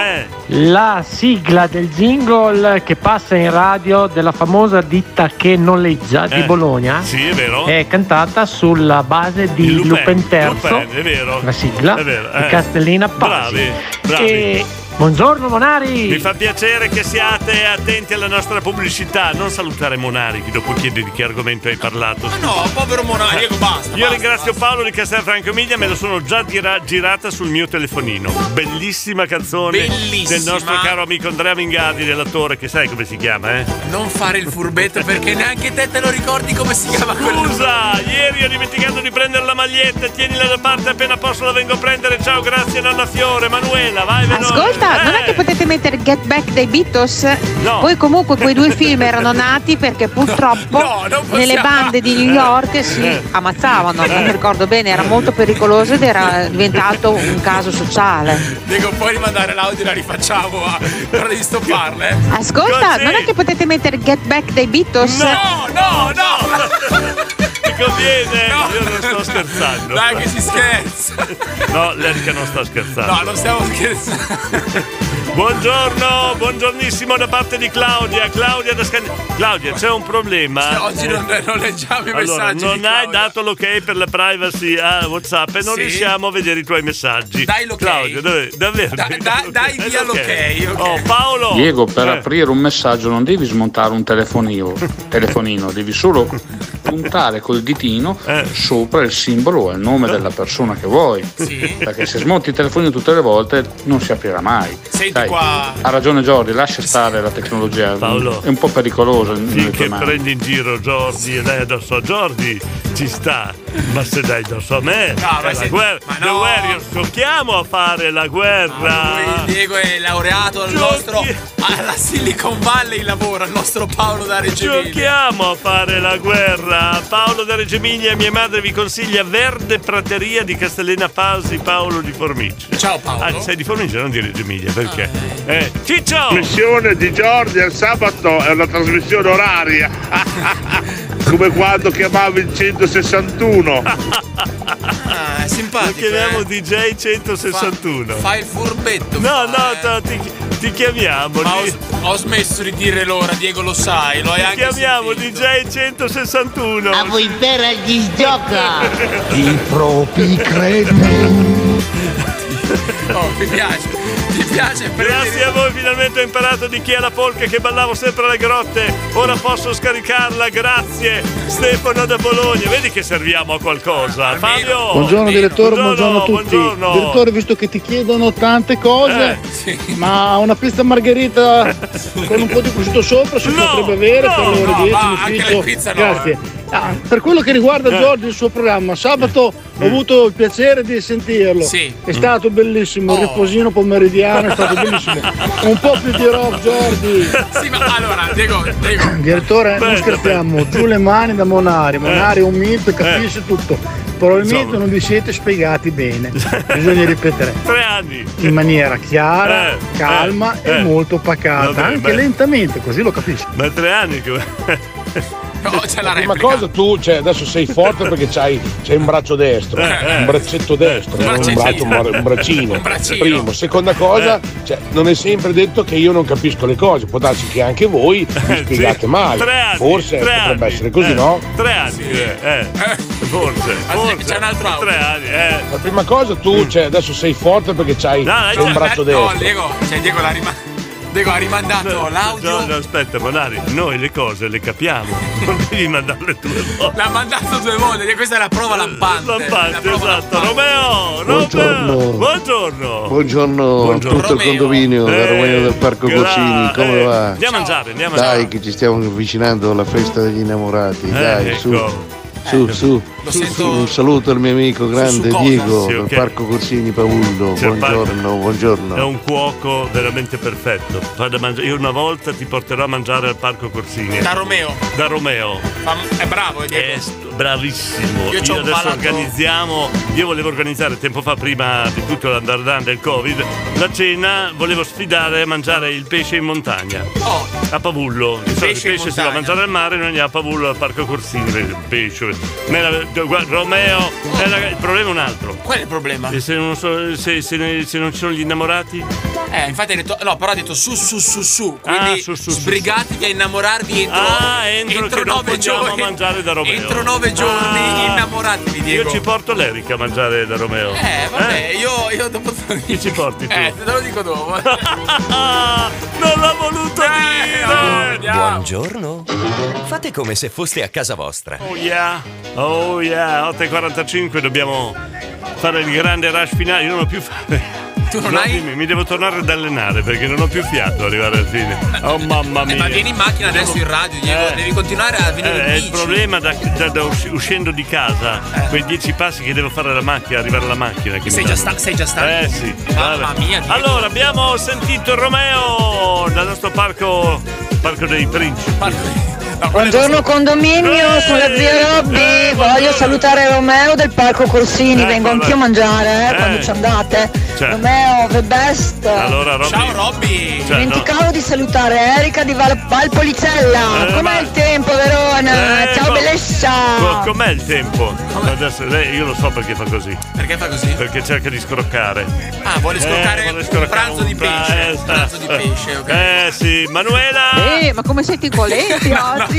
Speaker 36: la sigla del jingle che passa in radio della famosa ditta che noleggia di
Speaker 2: Eh,
Speaker 36: Bologna
Speaker 2: sì, è vero.
Speaker 36: cantata sulla base di
Speaker 2: Il
Speaker 36: Lupin,
Speaker 2: Lupin,
Speaker 36: Terzo,
Speaker 2: Lupin, è vero.
Speaker 36: la sigla
Speaker 2: È vero,
Speaker 36: di
Speaker 2: eh.
Speaker 36: Castellina Pazzi.
Speaker 2: Bravi, bravi.
Speaker 36: E
Speaker 25: Buongiorno Monari!
Speaker 2: Mi fa piacere che siate attenti alla nostra pubblicità. Non salutare Monari, che dopo chiede di che argomento hai parlato. Ma
Speaker 3: Ah, no, povero Monari, ecco, basta.
Speaker 2: Io ringrazio Paolo di Castelfranco Emilia, me lo sono già gira- girata sul mio telefonino. Bellissima canzone
Speaker 3: Bellissima.
Speaker 2: del nostro caro amico Andrea Mingadi, dell'attore che sai come si chiama, eh?
Speaker 3: Non fare il furbetto perché neanche te te lo ricordi come si chiama quello.
Speaker 2: Scusa, Ah, ieri ho dimenticato di prendere la maglietta, tienila da parte appena posso la vengo a prendere. Ciao, grazie Nanna Fiore, Manuela, vai Eh. veloce.
Speaker 9: Ascolta, non è che potete mettere Get Back dei Beatles?
Speaker 2: No.
Speaker 9: Poi comunque quei due film erano nati perché purtroppo
Speaker 2: No, non possiamo. Eh.
Speaker 9: nelle bande di New York si ammazzavano, non mi ricordo bene, era molto pericoloso ed
Speaker 2: Eh.
Speaker 9: era diventato un caso sociale.
Speaker 3: Dico, puoi rimandare l'audio e la rifacciamo, ah. però devi stopparla, eh.
Speaker 9: Ascolta, non è che potete mettere Get Back dei Beatles?
Speaker 3: No, no, no!
Speaker 2: Mi conviene, io non sto scherzando.
Speaker 3: Dai che si scherza!
Speaker 2: No, Lerca non sta scherzando.
Speaker 3: No, non stiamo scherzando.
Speaker 2: Buongiorno, buongiornissimo da parte di Claudia. Claudia da Scan- Claudia, c'è un problema. Eh.
Speaker 3: Sì, oggi non- non leggiamo i
Speaker 2: Allora,
Speaker 3: messaggi
Speaker 2: Non
Speaker 3: di
Speaker 2: hai dato l'ok per la privacy a WhatsApp e non
Speaker 3: Sì.
Speaker 2: riusciamo a vedere i tuoi messaggi. Dai l'ok. Claudia, dove- davvero. (laughs)
Speaker 3: dai via l'ok, ok.
Speaker 2: Oh, Paolo.
Speaker 22: Diego, per
Speaker 2: Eh,
Speaker 22: aprire un messaggio non devi smontare un telefonino, telefonino, devi solo puntare col ditino
Speaker 2: Eh.
Speaker 22: sopra il simbolo e il nome della persona che vuoi. Perché se smonti il telefonino tutte le volte non si aprirà mai.
Speaker 3: Senti
Speaker 22: Dai,
Speaker 3: qua.
Speaker 22: Ha ragione Giorgi, lascia stare la tecnologia.
Speaker 2: Paolo.
Speaker 22: È un po' pericolosa. nelle tue
Speaker 2: Finché
Speaker 22: mani.
Speaker 2: prendi in giro Jordi e lei addosso a Jordi ci sta, ma se dai addosso a me,
Speaker 3: No, ma
Speaker 2: è la
Speaker 3: se-
Speaker 2: guerra.
Speaker 3: ma
Speaker 2: The
Speaker 3: no.
Speaker 2: Warriors, giochiamo a fare la guerra.
Speaker 3: Diego è laureato al nostro, alla Silicon Valley lavora, il nostro Paolo da Reggio Emilia.
Speaker 2: Giochiamo a fare la guerra. Paolo da Reggio Emilia, mia madre vi consiglia Verde Prateria di Castellina Pasi, Paolo di Formice.
Speaker 3: Ciao Paolo. Ah,
Speaker 2: Ah, sei di Formice, non di Reggio Emilia, perché? Eh, Ciccio!
Speaker 15: Missione di Giorgi al sabato è una trasmissione
Speaker 2: (laughs)
Speaker 15: oraria. Come quando chiamavi
Speaker 29: (laughs)
Speaker 15: il 161.
Speaker 3: Ah, è
Speaker 2: Lo
Speaker 3: simpatico.
Speaker 2: chiamiamo
Speaker 3: eh.
Speaker 2: DJ 161.
Speaker 3: Fai il furbetto. eh.
Speaker 2: No, no, to- ti, ti chiamiamo.
Speaker 3: Ma ho,
Speaker 2: ti-
Speaker 3: ho smesso di dire l'ora, Diego lo sai, lo hai
Speaker 2: Ti
Speaker 3: anche
Speaker 2: chiamiamo DJ 161. A voi vera gli gioca.
Speaker 30: I propri
Speaker 2: (laughs)
Speaker 3: sentito. (laughs) Oh, mi piace. Mi piace
Speaker 2: Grazie a voi finalmente ho imparato di chi è la polca che ballavo sempre alle grotte. Ora posso scaricarla, grazie. Stefano da Bologna, vedi che serviamo a qualcosa. Fabio.
Speaker 30: Buongiorno direttore, buongiorno, a tutti.
Speaker 2: buongiorno.
Speaker 30: Direttore, visto che ti chiedono tante cose, ma una pizza margherita con un po' di prosciutto sopra si potrebbe avere
Speaker 3: no,
Speaker 30: per le ore
Speaker 3: no,
Speaker 30: 10
Speaker 3: ma
Speaker 30: in
Speaker 3: anche
Speaker 30: ufficio.
Speaker 3: le pizze no,
Speaker 30: Grazie. Ah, per quello che riguarda
Speaker 3: Eh.
Speaker 30: Giorgio e il suo programma, sabato ho avuto il piacere di sentirlo.
Speaker 3: Sì.
Speaker 30: È stato bellissimo, il riposino pomeridiano è stato bellissimo. Un po' più di rock Giorgi.
Speaker 3: Sì, ma allora, Diego, Diego.
Speaker 30: (coughs) Direttore, non scherziamo, giù le mani da Monari. Monari è un mito, capisce tutto. Probabilmente non vi siete spiegati bene. (laughs) Bisogna ripetere
Speaker 2: Tre anni.
Speaker 30: in maniera chiara,
Speaker 2: Eh,
Speaker 30: calma
Speaker 2: eh,
Speaker 30: e
Speaker 2: eh.
Speaker 30: molto pacata,
Speaker 2: Vabbè,
Speaker 30: anche
Speaker 2: beh.
Speaker 30: lentamente, così lo capisci.
Speaker 2: Ma è tre anni che.
Speaker 3: No, c'è la
Speaker 21: prima cosa tu, cioè, adesso sei forte perché c'hai, c'hai un braccio destro,
Speaker 2: Eh, eh.
Speaker 21: un braccetto destro,
Speaker 2: Eh,
Speaker 21: non un,
Speaker 2: braccino.
Speaker 21: braccio, ma un braccino.
Speaker 2: Un braccino.
Speaker 21: Primo. Seconda
Speaker 2: Eh.
Speaker 21: cosa, cioè, non è sempre detto che io non capisco le cose, può darsi che
Speaker 2: (laughs)
Speaker 21: anche voi mi spiegate male.
Speaker 2: Tre anni,
Speaker 21: Forse
Speaker 2: tre
Speaker 21: potrebbe
Speaker 2: anni.
Speaker 21: essere così,
Speaker 2: Eh,
Speaker 21: no?
Speaker 2: Tre anni. Eh, eh. Forse. forse. C'è un altro auto. Tre anni. Eh.
Speaker 21: La prima cosa
Speaker 2: Mm.
Speaker 21: tu, cioè, adesso sei forte perché c'hai, c'hai
Speaker 2: cioè,
Speaker 21: un braccio
Speaker 2: eh,
Speaker 3: No,
Speaker 21: destro.
Speaker 3: Diego, cioè Diego l'ha
Speaker 2: (laughs)
Speaker 3: rima- Diego ha rimandato l'audio.
Speaker 2: No, no, aspetta, Monari, noi le cose le capiamo. (laughs) Non devi mandarle tu.
Speaker 3: L'ha mandato due volte, Diego, questa è la prova lampante. La
Speaker 2: Eh, Lampante,
Speaker 3: prova
Speaker 2: esatto. Romeo,
Speaker 30: Buongiorno.
Speaker 2: Buongiorno.
Speaker 30: Buongiorno,
Speaker 2: Buongiorno. Eh,
Speaker 30: tutto il condominio da Romeo del Parco Goccini, come va?
Speaker 2: Andiamo a mangiare, andiamo a mangiare.
Speaker 30: Dai che ci stiamo avvicinando alla festa degli innamorati,
Speaker 2: Eh,
Speaker 30: dai
Speaker 2: ecco.
Speaker 30: su. Su, su, un saluto al mio amico grande
Speaker 2: Eh, su cosa?
Speaker 30: Diego
Speaker 2: Sì, ok.
Speaker 30: del Parco Corsini Pavullo.
Speaker 2: C'è il parco.
Speaker 30: Buongiorno,
Speaker 2: È
Speaker 30: buongiorno.
Speaker 2: un cuoco veramente perfetto. Fa da mangiare- Io una volta ti porterò a mangiare al Parco Corsini.
Speaker 3: Da Romeo.
Speaker 2: Da Romeo.
Speaker 3: Fa- È bravo, eh, Diego.
Speaker 2: Bravissimo.
Speaker 3: Io c'ho un
Speaker 2: adesso
Speaker 3: palato-
Speaker 2: organizziamo. Io volevo organizzare tempo fa, prima di tutto l'andardan del Covid, la cena. Volevo sfidare a mangiare il pesce in montagna.
Speaker 3: Oh.
Speaker 2: A Pavullo. Il pesce, il pesce si va a mangiare al mare, noi andiamo a Pavullo al Parco Corsini. Il pesce. Me la- guarda, Romeo. eh, la- il problema è un altro.
Speaker 3: Qual è il problema?
Speaker 2: E se non, so- se- se ne- se non ci sono gli innamorati?
Speaker 3: Eh, infatti ha detto, no, però ha detto su, su, su, su. Quindi sbrigatevi a innamorarvi entro,
Speaker 2: Ah, entro, che non
Speaker 3: nove
Speaker 2: andiamo
Speaker 3: giorni.
Speaker 2: a mangiare da Romeo. Ah.
Speaker 3: Entro nove giorni innamoratevi, Diego.
Speaker 2: Io ci porto l'Erica a mangiare da Romeo.
Speaker 3: Eh, vabbè, io, io dopo.
Speaker 2: Chi ci porti tu?
Speaker 3: Eh, te lo
Speaker 2: (laughs)
Speaker 3: dico dopo.
Speaker 2: non l'ho voluto dire!
Speaker 13: Buongiorno. Fate come se foste a casa vostra.
Speaker 2: Oh yeah, oh yeah, 8.45 dobbiamo fare il grande rush finale, io non ho più fame.
Speaker 3: Tu non
Speaker 2: No,
Speaker 3: hai-
Speaker 2: dimmi, mi devo tornare ad allenare perché non ho più fiato arrivare al fine. Oh mamma
Speaker 3: Eh,
Speaker 2: mia.
Speaker 3: ma vieni in macchina adesso in radio, Diego.
Speaker 2: Eh.
Speaker 3: Devi continuare a venire in
Speaker 2: Eh, il
Speaker 3: bici. Eh.
Speaker 2: problema da, da- da usci- uscendo di casa, quei dieci passi che devo fare alla macchina, arrivare alla macchina. Che
Speaker 3: Sei
Speaker 2: mi
Speaker 3: già,
Speaker 2: danno-
Speaker 3: sta- sei già stato?
Speaker 2: Eh sì.
Speaker 3: Mamma
Speaker 2: vabbè.
Speaker 3: mia, Diego.
Speaker 2: Allora, abbiamo sentito Romeo dal nostro parco, parco dei principi.
Speaker 31: Buongiorno condominio,
Speaker 2: Eh.
Speaker 31: sulla zia Robby, voglio salutare Romeo del Parco Corsini, Eh vengo anch'io a mangiare eh,
Speaker 2: Eh.
Speaker 31: quando ci andate.
Speaker 2: Cioè.
Speaker 31: Romeo, the best!
Speaker 2: Eh, Allora, Robby. cioè, Ciao
Speaker 3: Robby.
Speaker 31: Dimenticavo di salutare Erika di Val- Valpolicella,
Speaker 2: Eh,
Speaker 31: com'è
Speaker 2: ma-
Speaker 31: il tempo Verona?
Speaker 2: Eh,
Speaker 31: Ciao
Speaker 2: ma-
Speaker 31: bellezza!
Speaker 9: Ah.
Speaker 2: Co- Com'è il tempo? Adesso, lei- io lo so perché fa così.
Speaker 3: Perché fa così?
Speaker 2: Perché cerca di scroccare. Eh,
Speaker 3: Ah, vuole scroccare
Speaker 2: vuole
Speaker 3: un
Speaker 2: scroccare
Speaker 3: pranzo di pesce,
Speaker 2: pra- eh,
Speaker 3: un pranzo di pesce, ok.
Speaker 2: Eh sì, Manuela!
Speaker 9: Eh, ma come
Speaker 2: (laughs)
Speaker 3: (laughs)
Speaker 9: siete colenti oggi?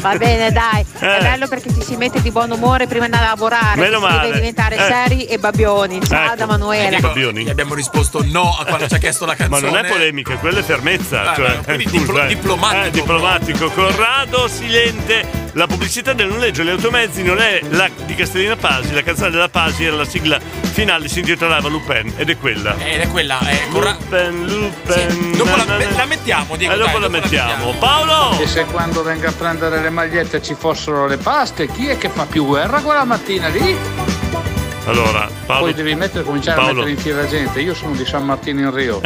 Speaker 9: Va bene, dai. È
Speaker 2: Eh.
Speaker 9: bello perché ci si mette di buon umore prima di andare a lavorare.
Speaker 2: Meno
Speaker 9: ci si
Speaker 2: male.
Speaker 9: deve diventare
Speaker 2: Eh.
Speaker 9: seri e babbioni. Ciao
Speaker 2: Ecco.
Speaker 9: da Manuela.
Speaker 3: Eh, Gli abbiamo risposto no a quando ci ha chiesto la
Speaker 2: Ma
Speaker 3: canzone.
Speaker 2: non è polemica, quella è fermezza.
Speaker 3: Ah,
Speaker 2: cioè,
Speaker 3: no, quindi
Speaker 2: scusa,
Speaker 3: diplo-
Speaker 2: eh.
Speaker 3: diplomatico.
Speaker 2: Eh, diplomatico. Corrado Silente. La pubblicità del noleggio degli automezzi non è la di Castellina Pasi. La canzone della Pasi era la sigla finale, si intitolava Lupin ed è quella.
Speaker 3: Eh, Ed è quella, è corra-
Speaker 2: Lupin, Lupin.
Speaker 3: Dopo la,
Speaker 2: na, na, na.
Speaker 3: la mettiamo, Diego.
Speaker 2: Eh, dopo
Speaker 3: dai,
Speaker 2: la mettiamo. Paolo!
Speaker 10: E se quando venga a prendere le magliette ci fossero le paste, chi è che fa più guerra quella mattina lì?
Speaker 2: Allora, Paolo.
Speaker 10: Poi devi mettere, cominciare
Speaker 2: Paolo.
Speaker 10: a mettere in fila gente. Io sono di San Martino in Rio.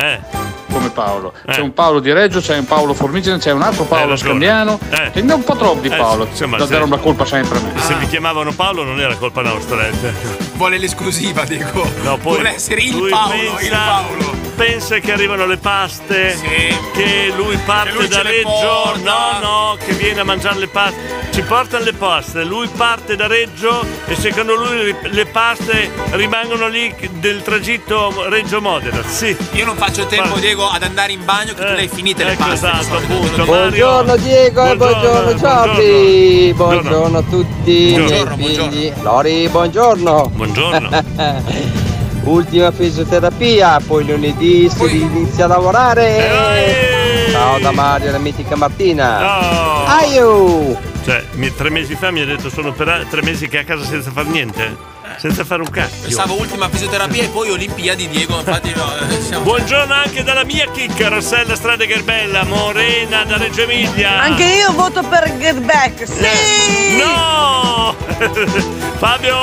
Speaker 10: Come Paolo. C'è
Speaker 2: Eh.
Speaker 10: un Paolo di Reggio, c'è un Paolo Formigine, c'è un altro Paolo
Speaker 2: ragione.
Speaker 10: Scambiano. E non un po' troppi
Speaker 2: Eh,
Speaker 10: Paolo.
Speaker 2: insomma,
Speaker 10: da
Speaker 2: se-
Speaker 10: dare una colpa sempre a me.
Speaker 2: Se mi chiamavano Paolo non era colpa nostra. eh.
Speaker 3: Ah. Vuole l'esclusiva, Diego.
Speaker 2: No, poi
Speaker 3: Vuole essere il
Speaker 2: lui
Speaker 3: Paolo,
Speaker 2: pensa,
Speaker 3: il Paolo.
Speaker 2: Pensa che arrivano le paste, che lui parte
Speaker 3: lui
Speaker 2: da
Speaker 3: ce le
Speaker 2: Reggio,
Speaker 3: porta.
Speaker 2: no, no, che viene a mangiare le paste. Ci portano le paste, lui parte da Reggio e secondo lui le- le paste rimangono lì del tragitto Reggio-Modena. Sì.
Speaker 3: Io non faccio tempo,
Speaker 2: Ma-
Speaker 3: Diego, ad andare in bagno che tu le hai finite le
Speaker 2: ecco,
Speaker 3: paste.
Speaker 2: esatto,
Speaker 3: insomma,
Speaker 2: appunto,
Speaker 3: te lo dico.
Speaker 16: Buongiorno Diego e buongiorno Giobbi! Buongiorno. a tutti! Buongiorno, miei figli. Lori, buongiorno!
Speaker 2: Buongiorno!
Speaker 16: (laughs) Ultima fisioterapia, poi lunedì si inizia a lavorare! Ciao da Mario, la mitica Martina! Aiu!
Speaker 2: Cioè, mi- tre mesi fa mi ha detto sono opera- tre mesi che è a casa senza far niente, senza fare un cazzo.
Speaker 3: Pensavo ultima fisioterapia e poi Olimpiadi, Diego. Infatti, no, eh, siamo-
Speaker 2: Buongiorno anche dalla mia chicca, Rossella Strade Gerbella, Morena da Reggio Emilia.
Speaker 17: Anche io voto per Get Back. Sì!
Speaker 2: No! (laughs) Fabio,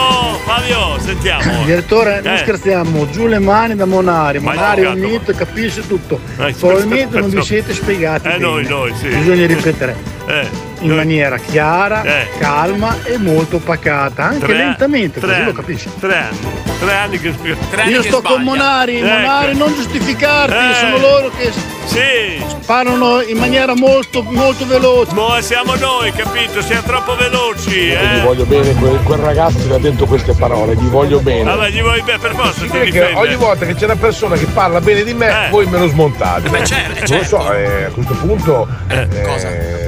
Speaker 2: Fabio, sentiamo.
Speaker 30: Direttore, non
Speaker 2: Eh.
Speaker 30: scherziamo, giù le mani da Monari,
Speaker 2: Ma
Speaker 30: Monari è un
Speaker 2: giocato,
Speaker 30: mito, capisce tutto.
Speaker 2: Eh,
Speaker 30: Probabilmente non
Speaker 2: questo-
Speaker 30: vi siete spiegati.
Speaker 2: Eh, noi,
Speaker 30: bene.
Speaker 2: noi, sì.
Speaker 30: Bisogna ripetere
Speaker 2: Eh,
Speaker 30: in maniera chiara, calma e molto pacata, anche
Speaker 2: tre-
Speaker 30: lentamente,
Speaker 2: tre
Speaker 30: così lo
Speaker 2: anni,
Speaker 30: capisci.
Speaker 2: Tre anni, tre anni che Ecco.
Speaker 30: Io sto con Monari, Monari non giustificarti,
Speaker 2: Eh.
Speaker 30: sono loro che
Speaker 2: Sì.
Speaker 30: parlano in maniera molto, molto veloce.
Speaker 2: Mo siamo noi, capito? Siamo troppo veloci,
Speaker 21: E gli
Speaker 2: eh.
Speaker 21: voglio bene, quel, quel ragazzo che ha detto queste parole, gli voglio bene.
Speaker 2: Vabbè, gli vuoi bene per forza, ti
Speaker 21: Perché
Speaker 2: difende. Eh.
Speaker 21: ogni volta che c'è una persona che parla bene di me, voi me lo smontate.
Speaker 2: Beh, certo,
Speaker 21: non lo so, eh, a questo punto. eh,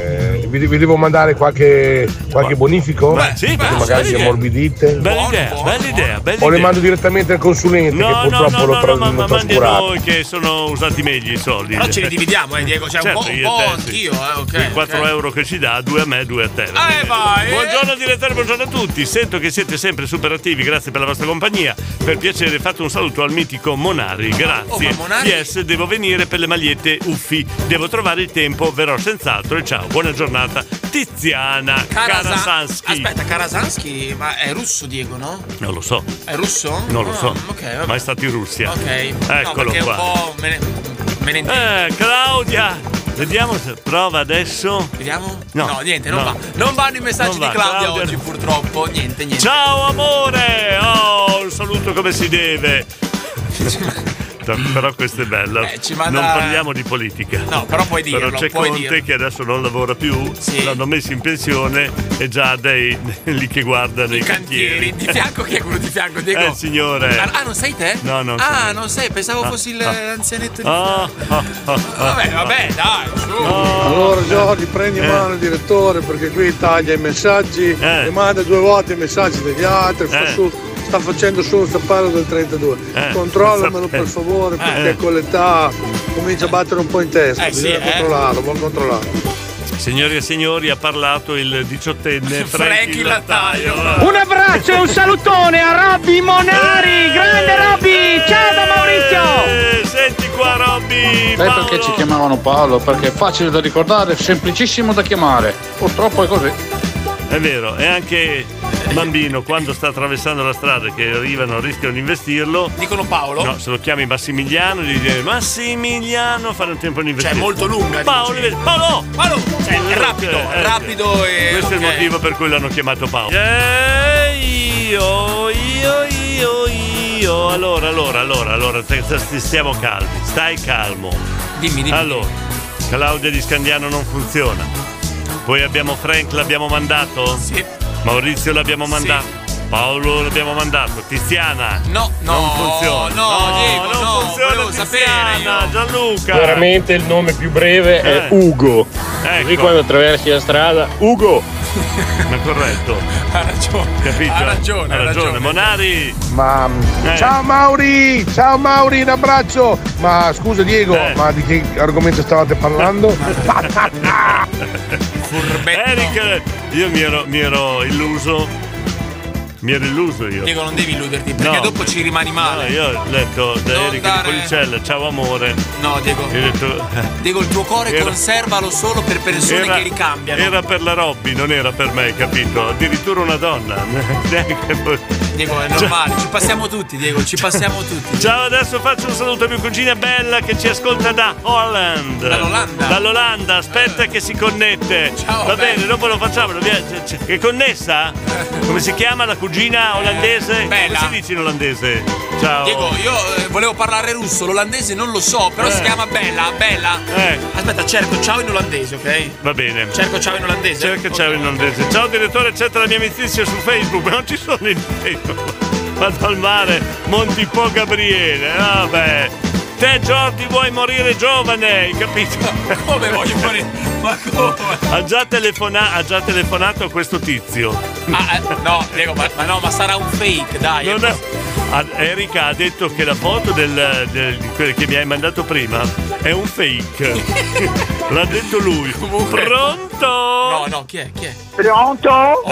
Speaker 21: Vi, vi devo mandare qualche, qualche bonifico?
Speaker 2: Beh, sì,
Speaker 21: Che
Speaker 2: basta,
Speaker 21: magari
Speaker 2: bella
Speaker 21: vi
Speaker 2: idea.
Speaker 21: ammorbidite.
Speaker 2: Bella idea, bella idea, bella
Speaker 21: O le
Speaker 2: idea.
Speaker 21: mando direttamente al consulente
Speaker 2: No,
Speaker 21: che
Speaker 2: no,
Speaker 21: purtroppo
Speaker 2: no,
Speaker 21: lo
Speaker 2: no,
Speaker 21: prende
Speaker 2: no, ma
Speaker 21: tutto
Speaker 2: mandi a
Speaker 21: oscurato.
Speaker 2: noi che sono usati meglio i soldi.
Speaker 3: Però ce li dividiamo, eh, Diego. C'è un
Speaker 2: Certo,
Speaker 3: po', un
Speaker 2: io
Speaker 3: po'
Speaker 2: e te,
Speaker 3: anch'io, eh, ok.
Speaker 2: I 4
Speaker 3: ok.
Speaker 2: euro che ci dà, due a me, due a te.
Speaker 3: Eh, vai, eh.
Speaker 2: Buongiorno direttore, buongiorno a tutti. Sento che siete sempre super attivi, grazie per la vostra compagnia. Per piacere fate un saluto al mitico Monari, grazie.
Speaker 3: Oh, ma Monari-
Speaker 2: PS, devo venire per le magliette Uffi. Devo trovare il tempo, verrò senz'altro e ciao, buona giornata. Tiziana
Speaker 3: Karasan-
Speaker 2: Karasansky.
Speaker 3: Aspetta, Karasansky, ma è russo, Diego, no?
Speaker 2: Non lo so.
Speaker 3: È russo?
Speaker 2: Non lo
Speaker 3: Ah,
Speaker 2: so.
Speaker 3: Ok, vabbè.
Speaker 2: Ma è stato in Russia.
Speaker 3: Ok, no,
Speaker 2: Eccolo
Speaker 3: perché
Speaker 2: qua.
Speaker 3: un po' me ne, me ne intendo.
Speaker 2: Eh, Claudia, vediamo se prova adesso.
Speaker 3: Vediamo?
Speaker 2: No,
Speaker 3: niente, non
Speaker 2: no.
Speaker 3: va. Non vanno i
Speaker 2: Non
Speaker 3: messaggi di
Speaker 2: va,
Speaker 3: Claudia,
Speaker 2: Claudia
Speaker 3: oggi, purtroppo. Niente,
Speaker 2: (laughs)
Speaker 3: niente.
Speaker 2: Ciao amore! Oh, un saluto come si deve. brutta, però questa è bella.
Speaker 3: Eh, manda-
Speaker 2: Non parliamo di politica.
Speaker 3: No, però puoi dirlo,
Speaker 2: Però c'è
Speaker 3: puoi
Speaker 2: Conte
Speaker 3: dirlo.
Speaker 2: che adesso non lavora più, l'hanno messo in pensione e già dei (laughs) lì che guardano i cantieri.
Speaker 3: Di fianco chi è quello di fianco? Diego?
Speaker 2: Eh, signore.
Speaker 3: Ah, ah, non sei te?
Speaker 2: No, non
Speaker 3: Ah,
Speaker 2: sono.
Speaker 3: non sei, pensavo
Speaker 2: Ah,
Speaker 3: fossi il-
Speaker 2: ah.
Speaker 3: l'anzianetto di
Speaker 2: Ah, ah, ah,
Speaker 3: Vabbè,
Speaker 2: ah.
Speaker 3: vabbè, dai.
Speaker 4: Allora
Speaker 15: Eh.
Speaker 4: Giorgi prendi in mano il direttore perché qui taglia i messaggi e manda due volte i messaggi degli altri, fa
Speaker 15: Eh.
Speaker 4: su- sta facendo solo un zappello del 32.
Speaker 15: Eh,
Speaker 4: Controllamelo
Speaker 15: un
Speaker 4: per favore
Speaker 15: Eh.
Speaker 4: perché con l'età comincia a battere un po' in testa,
Speaker 2: Eh, sì,
Speaker 4: bisogna
Speaker 2: eh.
Speaker 4: controllarlo, buon controllato.
Speaker 2: Signori e signori, ha parlato il
Speaker 3: (laughs)
Speaker 2: diciottenne Frankie
Speaker 4: Frankie
Speaker 2: Lattaio.
Speaker 25: Un abbraccio e un salutone a Robby
Speaker 16: Eh,
Speaker 25: Monari! Grande Robby! Ciao da Maurizio!
Speaker 2: Eh, Senti qua, Robby!
Speaker 22: Sai perché ci chiamavano Paolo? Perché è facile da ricordare, semplicissimo da chiamare. Purtroppo è così.
Speaker 2: È vero, e anche Bambino quando sta attraversando la strada che arrivano rischiano di investirlo.
Speaker 3: Dicono Paolo.
Speaker 2: No, se lo chiami Massimiliano, gli dice Massimiliano, fare un tempo di
Speaker 3: Cioè, è
Speaker 2: investirlo.
Speaker 3: molto lunga.
Speaker 2: Paolo,
Speaker 3: dici.
Speaker 2: Paolo!
Speaker 3: Paolo! Cioè, è rapido,
Speaker 2: Eh, eh,
Speaker 3: rapido e.
Speaker 2: Questo è il motivo per cui l'hanno chiamato Paolo. Eh, io, io, io, io. Allora, allora, allora, allora, te- te- te- stiamo calmi, stai calmo.
Speaker 3: Dimmi, dimmi.
Speaker 2: Allora, Claudia di Scandiano non funziona. Poi abbiamo Frank, l'abbiamo mandato?
Speaker 3: Sì.
Speaker 2: Maurizio l'abbiamo
Speaker 3: Sì.
Speaker 2: mandato. Paolo l'abbiamo mandato. Tiziana.
Speaker 3: No, no,
Speaker 2: Non funziona.
Speaker 3: No, Diego,
Speaker 2: non
Speaker 3: no,
Speaker 2: funziona.
Speaker 3: volevo sapere.
Speaker 2: Tiziana, Gianluca.
Speaker 23: Veramente il nome più breve è
Speaker 2: Eh.
Speaker 23: Ugo. Così
Speaker 2: Ecco.
Speaker 23: quando attraversi la strada, Ugo!
Speaker 2: Ma corretto. Ha ragione. Capito?
Speaker 23: Ha ragione,
Speaker 2: Ha
Speaker 23: ha
Speaker 2: ragione.
Speaker 23: ragione.
Speaker 2: Monari.
Speaker 21: Ma
Speaker 2: Eh.
Speaker 21: ciao Mauri, ciao Mauri, un abbraccio. Ma scusa Diego,
Speaker 2: Eh.
Speaker 21: ma di che argomento stavate
Speaker 2: (laughs)
Speaker 21: parlando? (laughs)
Speaker 2: Eric, io mi ero, mi ero illuso. Mi ero illuso io.
Speaker 3: Diego, non devi illuderti perché
Speaker 2: No.
Speaker 3: dopo ci rimani male.
Speaker 2: No, io ho letto da
Speaker 3: Non
Speaker 2: Eric
Speaker 3: dare-
Speaker 2: di Policella, ciao amore.
Speaker 3: No, Diego.
Speaker 2: Io ho detto-
Speaker 3: Diego, il tuo cuore
Speaker 2: Era-
Speaker 3: conservalo solo per persone
Speaker 2: era-
Speaker 3: che ricambiano.
Speaker 2: Era per la Robby, non era per me, capito? Addirittura una donna. (laughs) Neanche-
Speaker 3: Diego, è normale, ci passiamo tutti, Diego, ci passiamo tutti.
Speaker 2: Ciao, adesso faccio un saluto a mia cugina Bella che ci ascolta da Holland.
Speaker 3: Dall'Olanda? Eh.
Speaker 2: Dall'Olanda, aspetta che si connette. Va
Speaker 3: Bella.
Speaker 2: bene, dopo lo facciamo. lo via- c- c- È connessa? Ah, Come si chiama la cugina olandese?
Speaker 3: Eh, Bella.
Speaker 2: Come si dice in olandese? Ciao.
Speaker 3: Diego, io eh, volevo parlare russo, l'olandese non lo so, però
Speaker 2: Eh.
Speaker 3: si chiama Bella, Bella. Aspetta, cerco ciao in olandese, ok?
Speaker 2: Va bene.
Speaker 3: Cerco ciao in olandese.
Speaker 2: Cerca ciao in olandese. Certo. Ciao direttore, accetta la mia amicizia su Facebook, ma non ci sono in Facebook. Vado al mare, Monti Po Gabriele. Vabbè. Te Jordi vuoi morire giovane, hai capito?
Speaker 3: Come voglio morire? Ma come?
Speaker 2: Ha già, telefona- ha già telefonato a questo tizio.
Speaker 3: Ah, eh, no, Diego, ma, ma no, ma sarà un fake, dai.
Speaker 2: Non è- ha- Erika ha detto che la foto del, del- di quella che mi hai mandato prima è un
Speaker 3: (laughs)
Speaker 2: fake. L'ha detto lui. Pronto? No,
Speaker 3: no, chi è? Eh, Chi è?
Speaker 19: Pronto?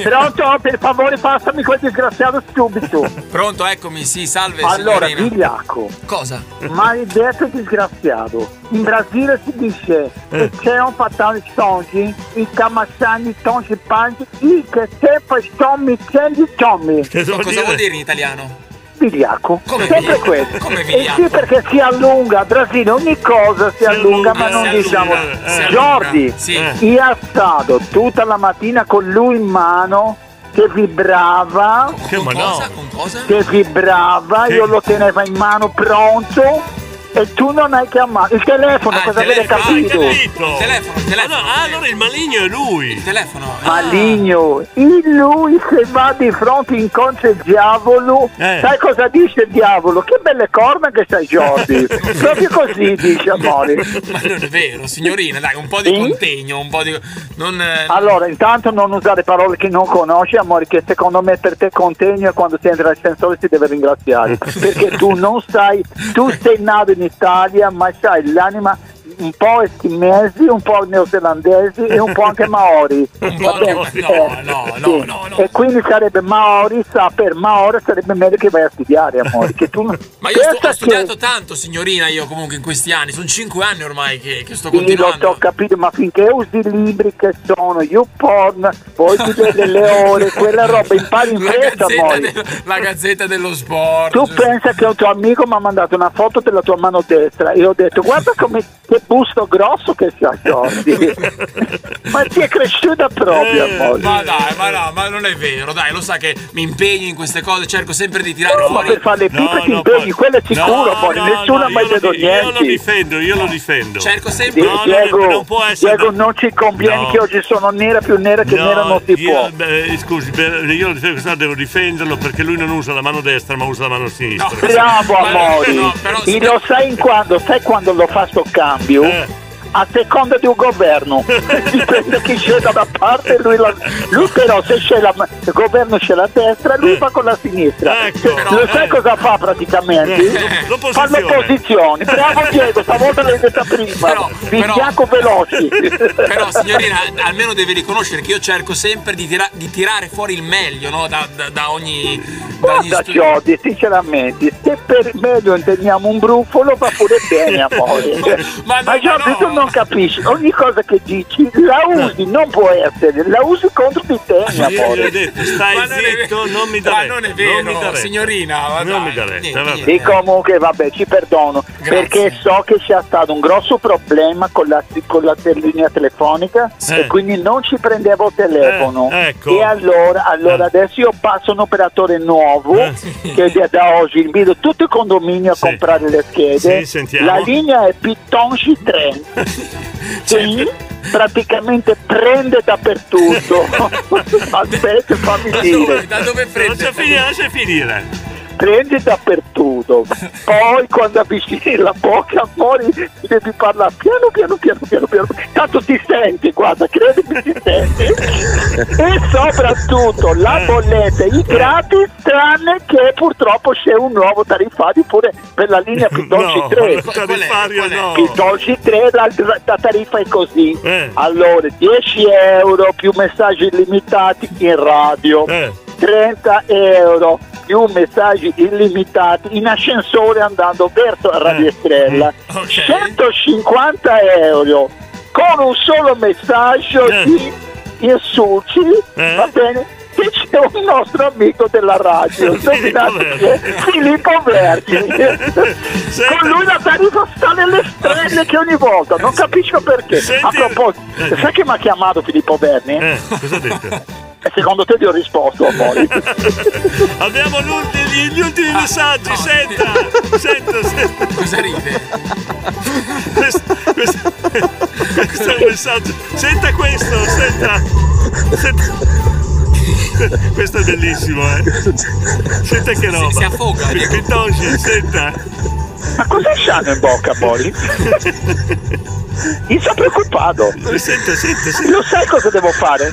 Speaker 19: Pronto? Per favore passami quel disgraziato subito.
Speaker 3: Pronto, eccomi, sì, salve.
Speaker 19: Allora,
Speaker 3: signorina.
Speaker 19: vigliacco.
Speaker 3: Cosa?
Speaker 19: Maledetto disgraziato. In Brasile si dice
Speaker 3: Eh.
Speaker 19: che c'è un fatale songi, i camassani tongi pangi, i che sempre stommi, cendi tommi.
Speaker 2: Eh,
Speaker 3: Co- cosa vuol dire in italiano?
Speaker 19: Vigliacco. sempre questo.
Speaker 3: Come
Speaker 19: e sì perché si allunga, Brasile ogni cosa si, allunga, ma non
Speaker 3: si
Speaker 19: diciamo.
Speaker 3: allunga, eh. si
Speaker 19: Jordi,
Speaker 3: allunga, sì.
Speaker 19: io ha stato tutta la mattina con lui in mano che vibrava.
Speaker 2: Che ma no.
Speaker 19: Che vibrava, io lo teneva in mano pronto e tu non hai chiamato. Il telefono, cosa avete
Speaker 3: ah,
Speaker 19: capito?
Speaker 2: Il telefono,
Speaker 3: il
Speaker 2: telefono. Ah, no, ah, allora il maligno è lui. Il
Speaker 3: telefono.
Speaker 19: Maligno, in lui se va di fronte incontra il diavolo, sai cosa dice il diavolo? Che belle corna che sai Jordi, proprio così dice amore.
Speaker 3: (laughs) Ma non è vero, signorina, dai, un po' di contegno, un po' di. Non.
Speaker 19: (laughs)
Speaker 3: eh,
Speaker 19: Allora, intanto non usare parole che non conosci, amore, che secondo me per te contegno e quando si entra nel sensore si deve ringraziare. perché tu non sai, tu sei nato in Italia, ma sai l'anima un po' eschimesi, un po' neozelandesi e un po' anche maori. Va bene? Eh, sì. E quindi sarebbe maori, sa, per maori sarebbe meglio che vai a studiare, amore. Che tu...
Speaker 3: Ma io sto-
Speaker 19: Pensa
Speaker 3: ho
Speaker 19: che-
Speaker 3: studiato tanto, signorina, io comunque in questi anni. Sono cinque anni ormai che, che sto
Speaker 19: Sì, lo
Speaker 3: continuando.
Speaker 19: so, ho capito, ma finché usi i libri che sono YouPorn,
Speaker 2: (laughs)
Speaker 19: poi ti
Speaker 3: (laughs)
Speaker 19: vede le ore, quella roba, impari in fretta,
Speaker 3: Gazzetta
Speaker 19: poi.
Speaker 3: de- la Gazzetta dello Sport.
Speaker 19: Tu pensa che un tuo amico mi ha mandato una foto della tua mano destra e ho detto guarda come che busto grosso che si ha
Speaker 2: (laughs)
Speaker 19: soldi. ma ti è cresciuta proprio,
Speaker 2: Eh,
Speaker 19: amore.
Speaker 3: Eh, Ma dai, ma no, ma non è vero, dai, lo sa che mi impegno in queste cose, cerco sempre di tirare
Speaker 19: Ma
Speaker 3: fuori.
Speaker 19: per fare le pipe ti impegni, quello è sicuro, poi nessuno ha mai detto niente.
Speaker 2: Io lo difendo, io lo difendo.
Speaker 3: Cerco sempre
Speaker 2: No, non, è-
Speaker 19: Diego,
Speaker 2: non può essere.
Speaker 19: Diego, non ci conviene
Speaker 2: No.
Speaker 19: che oggi sono nera più nera che nera non si
Speaker 2: io-
Speaker 19: può.
Speaker 2: beh, eh, scusi, beh, io lo difendo, questa devo difenderlo perché lui non usa la mano destra, ma usa la mano sinistra. (laughs)
Speaker 19: Bravo amore, E lo sai in quando, sai quando lo fa sto cambio? A seconda di un governo, dipende chi c'è da una parte, lui, la- lui però se c'è la- il governo c'è la destra, lui fa con la sinistra. lo sai cosa fa praticamente?
Speaker 2: Eh,
Speaker 19: fa le posizioni. Bravo Diego, stavolta l'hai detta prima. Di
Speaker 3: però-
Speaker 19: Giacomo Veloci.
Speaker 3: Però signorina, almeno deve riconoscere che io cerco sempre di, tira- di tirare fuori il meglio, no? Da, da- da ogni. da ogni
Speaker 19: Guarda
Speaker 3: studio.
Speaker 19: Giordi, sinceramente, se per meglio intendiamo un brufolo va pure bene, amore.
Speaker 3: Ma
Speaker 19: ma
Speaker 3: no,
Speaker 19: Giordi, tu non capisci, ogni cosa che dici la usi, non può essere, la usi contro di te,
Speaker 3: Ah,
Speaker 2: Io gli ho
Speaker 19: amore.
Speaker 2: detto, stai zitto, non, mi dare.
Speaker 3: Ma non è vero,
Speaker 2: non mi dare.
Speaker 3: signorina, ma
Speaker 2: Non
Speaker 3: dai,
Speaker 2: mi dare.
Speaker 3: niente,
Speaker 2: vabbè.
Speaker 19: E comunque vabbè ci perdono perché so che c'è stato un grosso problema con la, con la te- linea telefonica
Speaker 2: Eh.
Speaker 19: e quindi non ci prendevo il telefono
Speaker 2: Eh, ecco. Eh.
Speaker 19: e allora, allora adesso io passo un operatore nuovo che da- da oggi invito tutto il condominio a comprare le schede
Speaker 2: Sì, sentiamo.
Speaker 19: la linea è Pitonci
Speaker 2: (laughs)
Speaker 19: 3 sì, praticamente prende
Speaker 2: (laughs)
Speaker 19: dappertutto aspetta fammi dire
Speaker 2: Da dove prende? Lascia finire, lascia finire.
Speaker 19: prendi dappertutto poi quando avvicini la bocca amore devi parlare piano piano piano piano piano tanto ti senti guarda credimi ti senti e soprattutto la bolletta i gratis tranne che purtroppo c'è un nuovo tariffario pure per la linea Pidolci 3
Speaker 2: Tariffario no.
Speaker 19: i dolci 3 la, la tariffa è così. Allora, 10 euro più messaggi illimitati in radio. 30 euro più messaggi illimitati in ascensore andando verso Radio Estrella. 150 euro con un solo messaggio di insulti, va bene? Che c'è un nostro amico della radio, indovinate chi è? Filippo Verdi. Con lui la tariffa sta nelle stelle che ogni volta, non capisco perché. A proposito, sai che mi ha chiamato Filippo Verdi?
Speaker 2: Cosa ha detto?
Speaker 19: E secondo te gli ho risposto poi.
Speaker 2: Abbiamo gli ultimi, gli ultimi messaggi, senta, senta, senta. Ah, Cosa ride? Questo, questo- questo è un messaggio. Senta questo, senta. senta. Questo è bellissimo, eh. Senta che roba. Si, affoga. Pitonci, senta.
Speaker 19: Ma cosa c'hanno in bocca, Boli? Mi sono preoccupato. Lo sai cosa devo fare?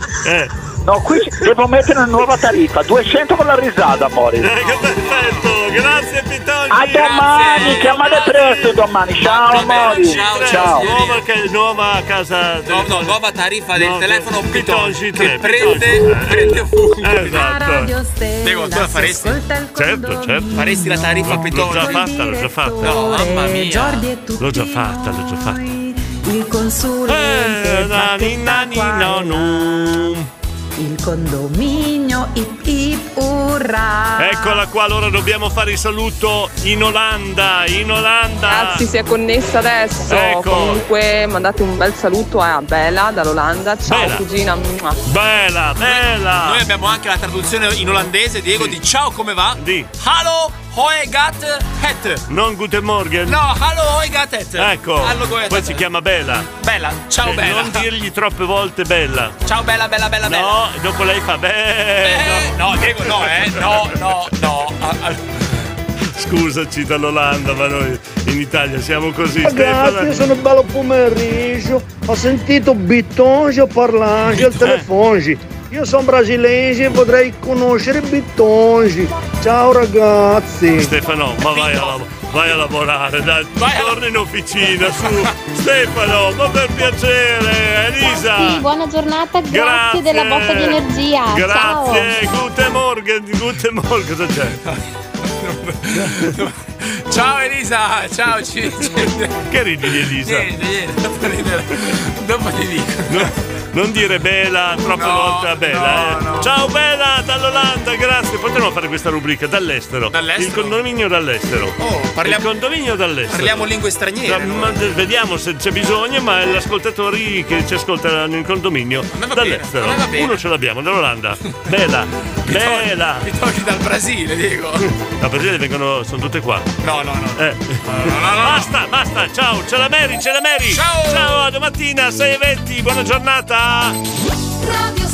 Speaker 19: No, qui ci- devo mettere una nuova tariffa, 200 con la risata, amore.
Speaker 2: Perfetto, grazie Pitonci.
Speaker 19: A domani, chiamate presto domani. Ciao, amore.
Speaker 2: Tre, Nuova, ca- nuova casa. No, no, nuova tariffa del telefono Pitonci 3.
Speaker 3: Prende, prende fuoco.
Speaker 2: Esatto.
Speaker 3: Devo, tu la faresti?
Speaker 2: Certo, certo.
Speaker 3: Faresti la tariffa
Speaker 2: L'ho
Speaker 3: Pitonci?
Speaker 2: già fatta, l'ho già fatta.
Speaker 3: No, mamma mia. Giordi
Speaker 2: L'ho già fatta, l'ho già fatta.
Speaker 24: Il consulente
Speaker 2: Eh,
Speaker 24: Il condominio ip ip urra
Speaker 2: Eccola qua, allora dobbiamo fare il saluto in Olanda, in Olanda.
Speaker 32: Ragazzi, si è connessa adesso.
Speaker 2: Ecco.
Speaker 32: Comunque, mandate un bel saluto a Bella dall'Olanda. Ciao,
Speaker 3: Bella.
Speaker 32: cugina. Mua.
Speaker 2: Bella, bella.
Speaker 3: Noi abbiamo anche la traduzione in olandese, Diego, di ciao come va? Di Hallo, hoegat het.
Speaker 2: Non Guten Morgen.
Speaker 3: No, hallo, hoegat het.
Speaker 2: Ecco,
Speaker 3: Hallo, hoegat
Speaker 2: poi
Speaker 3: het.
Speaker 2: si chiama Bella.
Speaker 3: Bella, ciao
Speaker 2: Eh,
Speaker 3: Bella.
Speaker 2: Non dirgli troppe volte Bella.
Speaker 3: Ciao bella, bella, bella, bella.
Speaker 2: No, dopo lei fa Bella.
Speaker 3: No, Diego, no, eh. No, no, no. Ah, ah.
Speaker 2: Scusaci dall'Olanda, ma noi in Italia siamo così.
Speaker 30: Ragazzi, io
Speaker 2: Stefano.
Speaker 30: sono bello pomeriggio. Ho sentito Bitonge parlange
Speaker 2: Eh.
Speaker 30: al telefongi. Io sono brasileiro e potrei conoscere Bitonge. Ciao ragazzi.
Speaker 2: Stefano, ma vai a, lav- vai a lavorare, dai, torna in officina, su. Stefano, ma per piacere, Elisa.
Speaker 1: Sì, buona giornata, grazie,
Speaker 2: Grazie.
Speaker 1: della botta di energia.
Speaker 2: Grazie,
Speaker 1: Ciao.
Speaker 2: Guten Morgen, Guten Morgen, cosa c'è?
Speaker 3: Ciao Elisa, ciao ci- ci-
Speaker 2: (laughs) Che ridi di Elisa?
Speaker 3: Niente, niente, dopo ridere. Dopo ti dico.
Speaker 2: Non dire Bella troppe volte a Bella. eh. Ciao Bella dall'Olanda, Basta, grazie. Potremmo fare questa rubrica dall'estero.
Speaker 3: Dall'estero?
Speaker 2: Il condominio dall'estero.
Speaker 3: Oh, parliamo-
Speaker 2: Il condominio dall'estero.
Speaker 3: Parliamo lingue
Speaker 2: Ma-
Speaker 3: straniere, allora.
Speaker 2: ma de- vediamo se c'è bisogno, ma gli ascoltatori che ci ascoltano in condominio dall'estero. Uno ce l'abbiamo, dall'Olanda.
Speaker 3: (laughs)
Speaker 2: Bella. Bella. Mi
Speaker 3: togli dal Brasile, Diego.
Speaker 2: Dal Brasile vengono, sono tutte qua.
Speaker 3: No, no, no.
Speaker 2: Eh. Basta, basta, ciao, c'è la Mary, c'è la Mary.
Speaker 3: Ciao.
Speaker 2: Ciao, a domattina, 6.20, buona giornata.
Speaker 24: Radio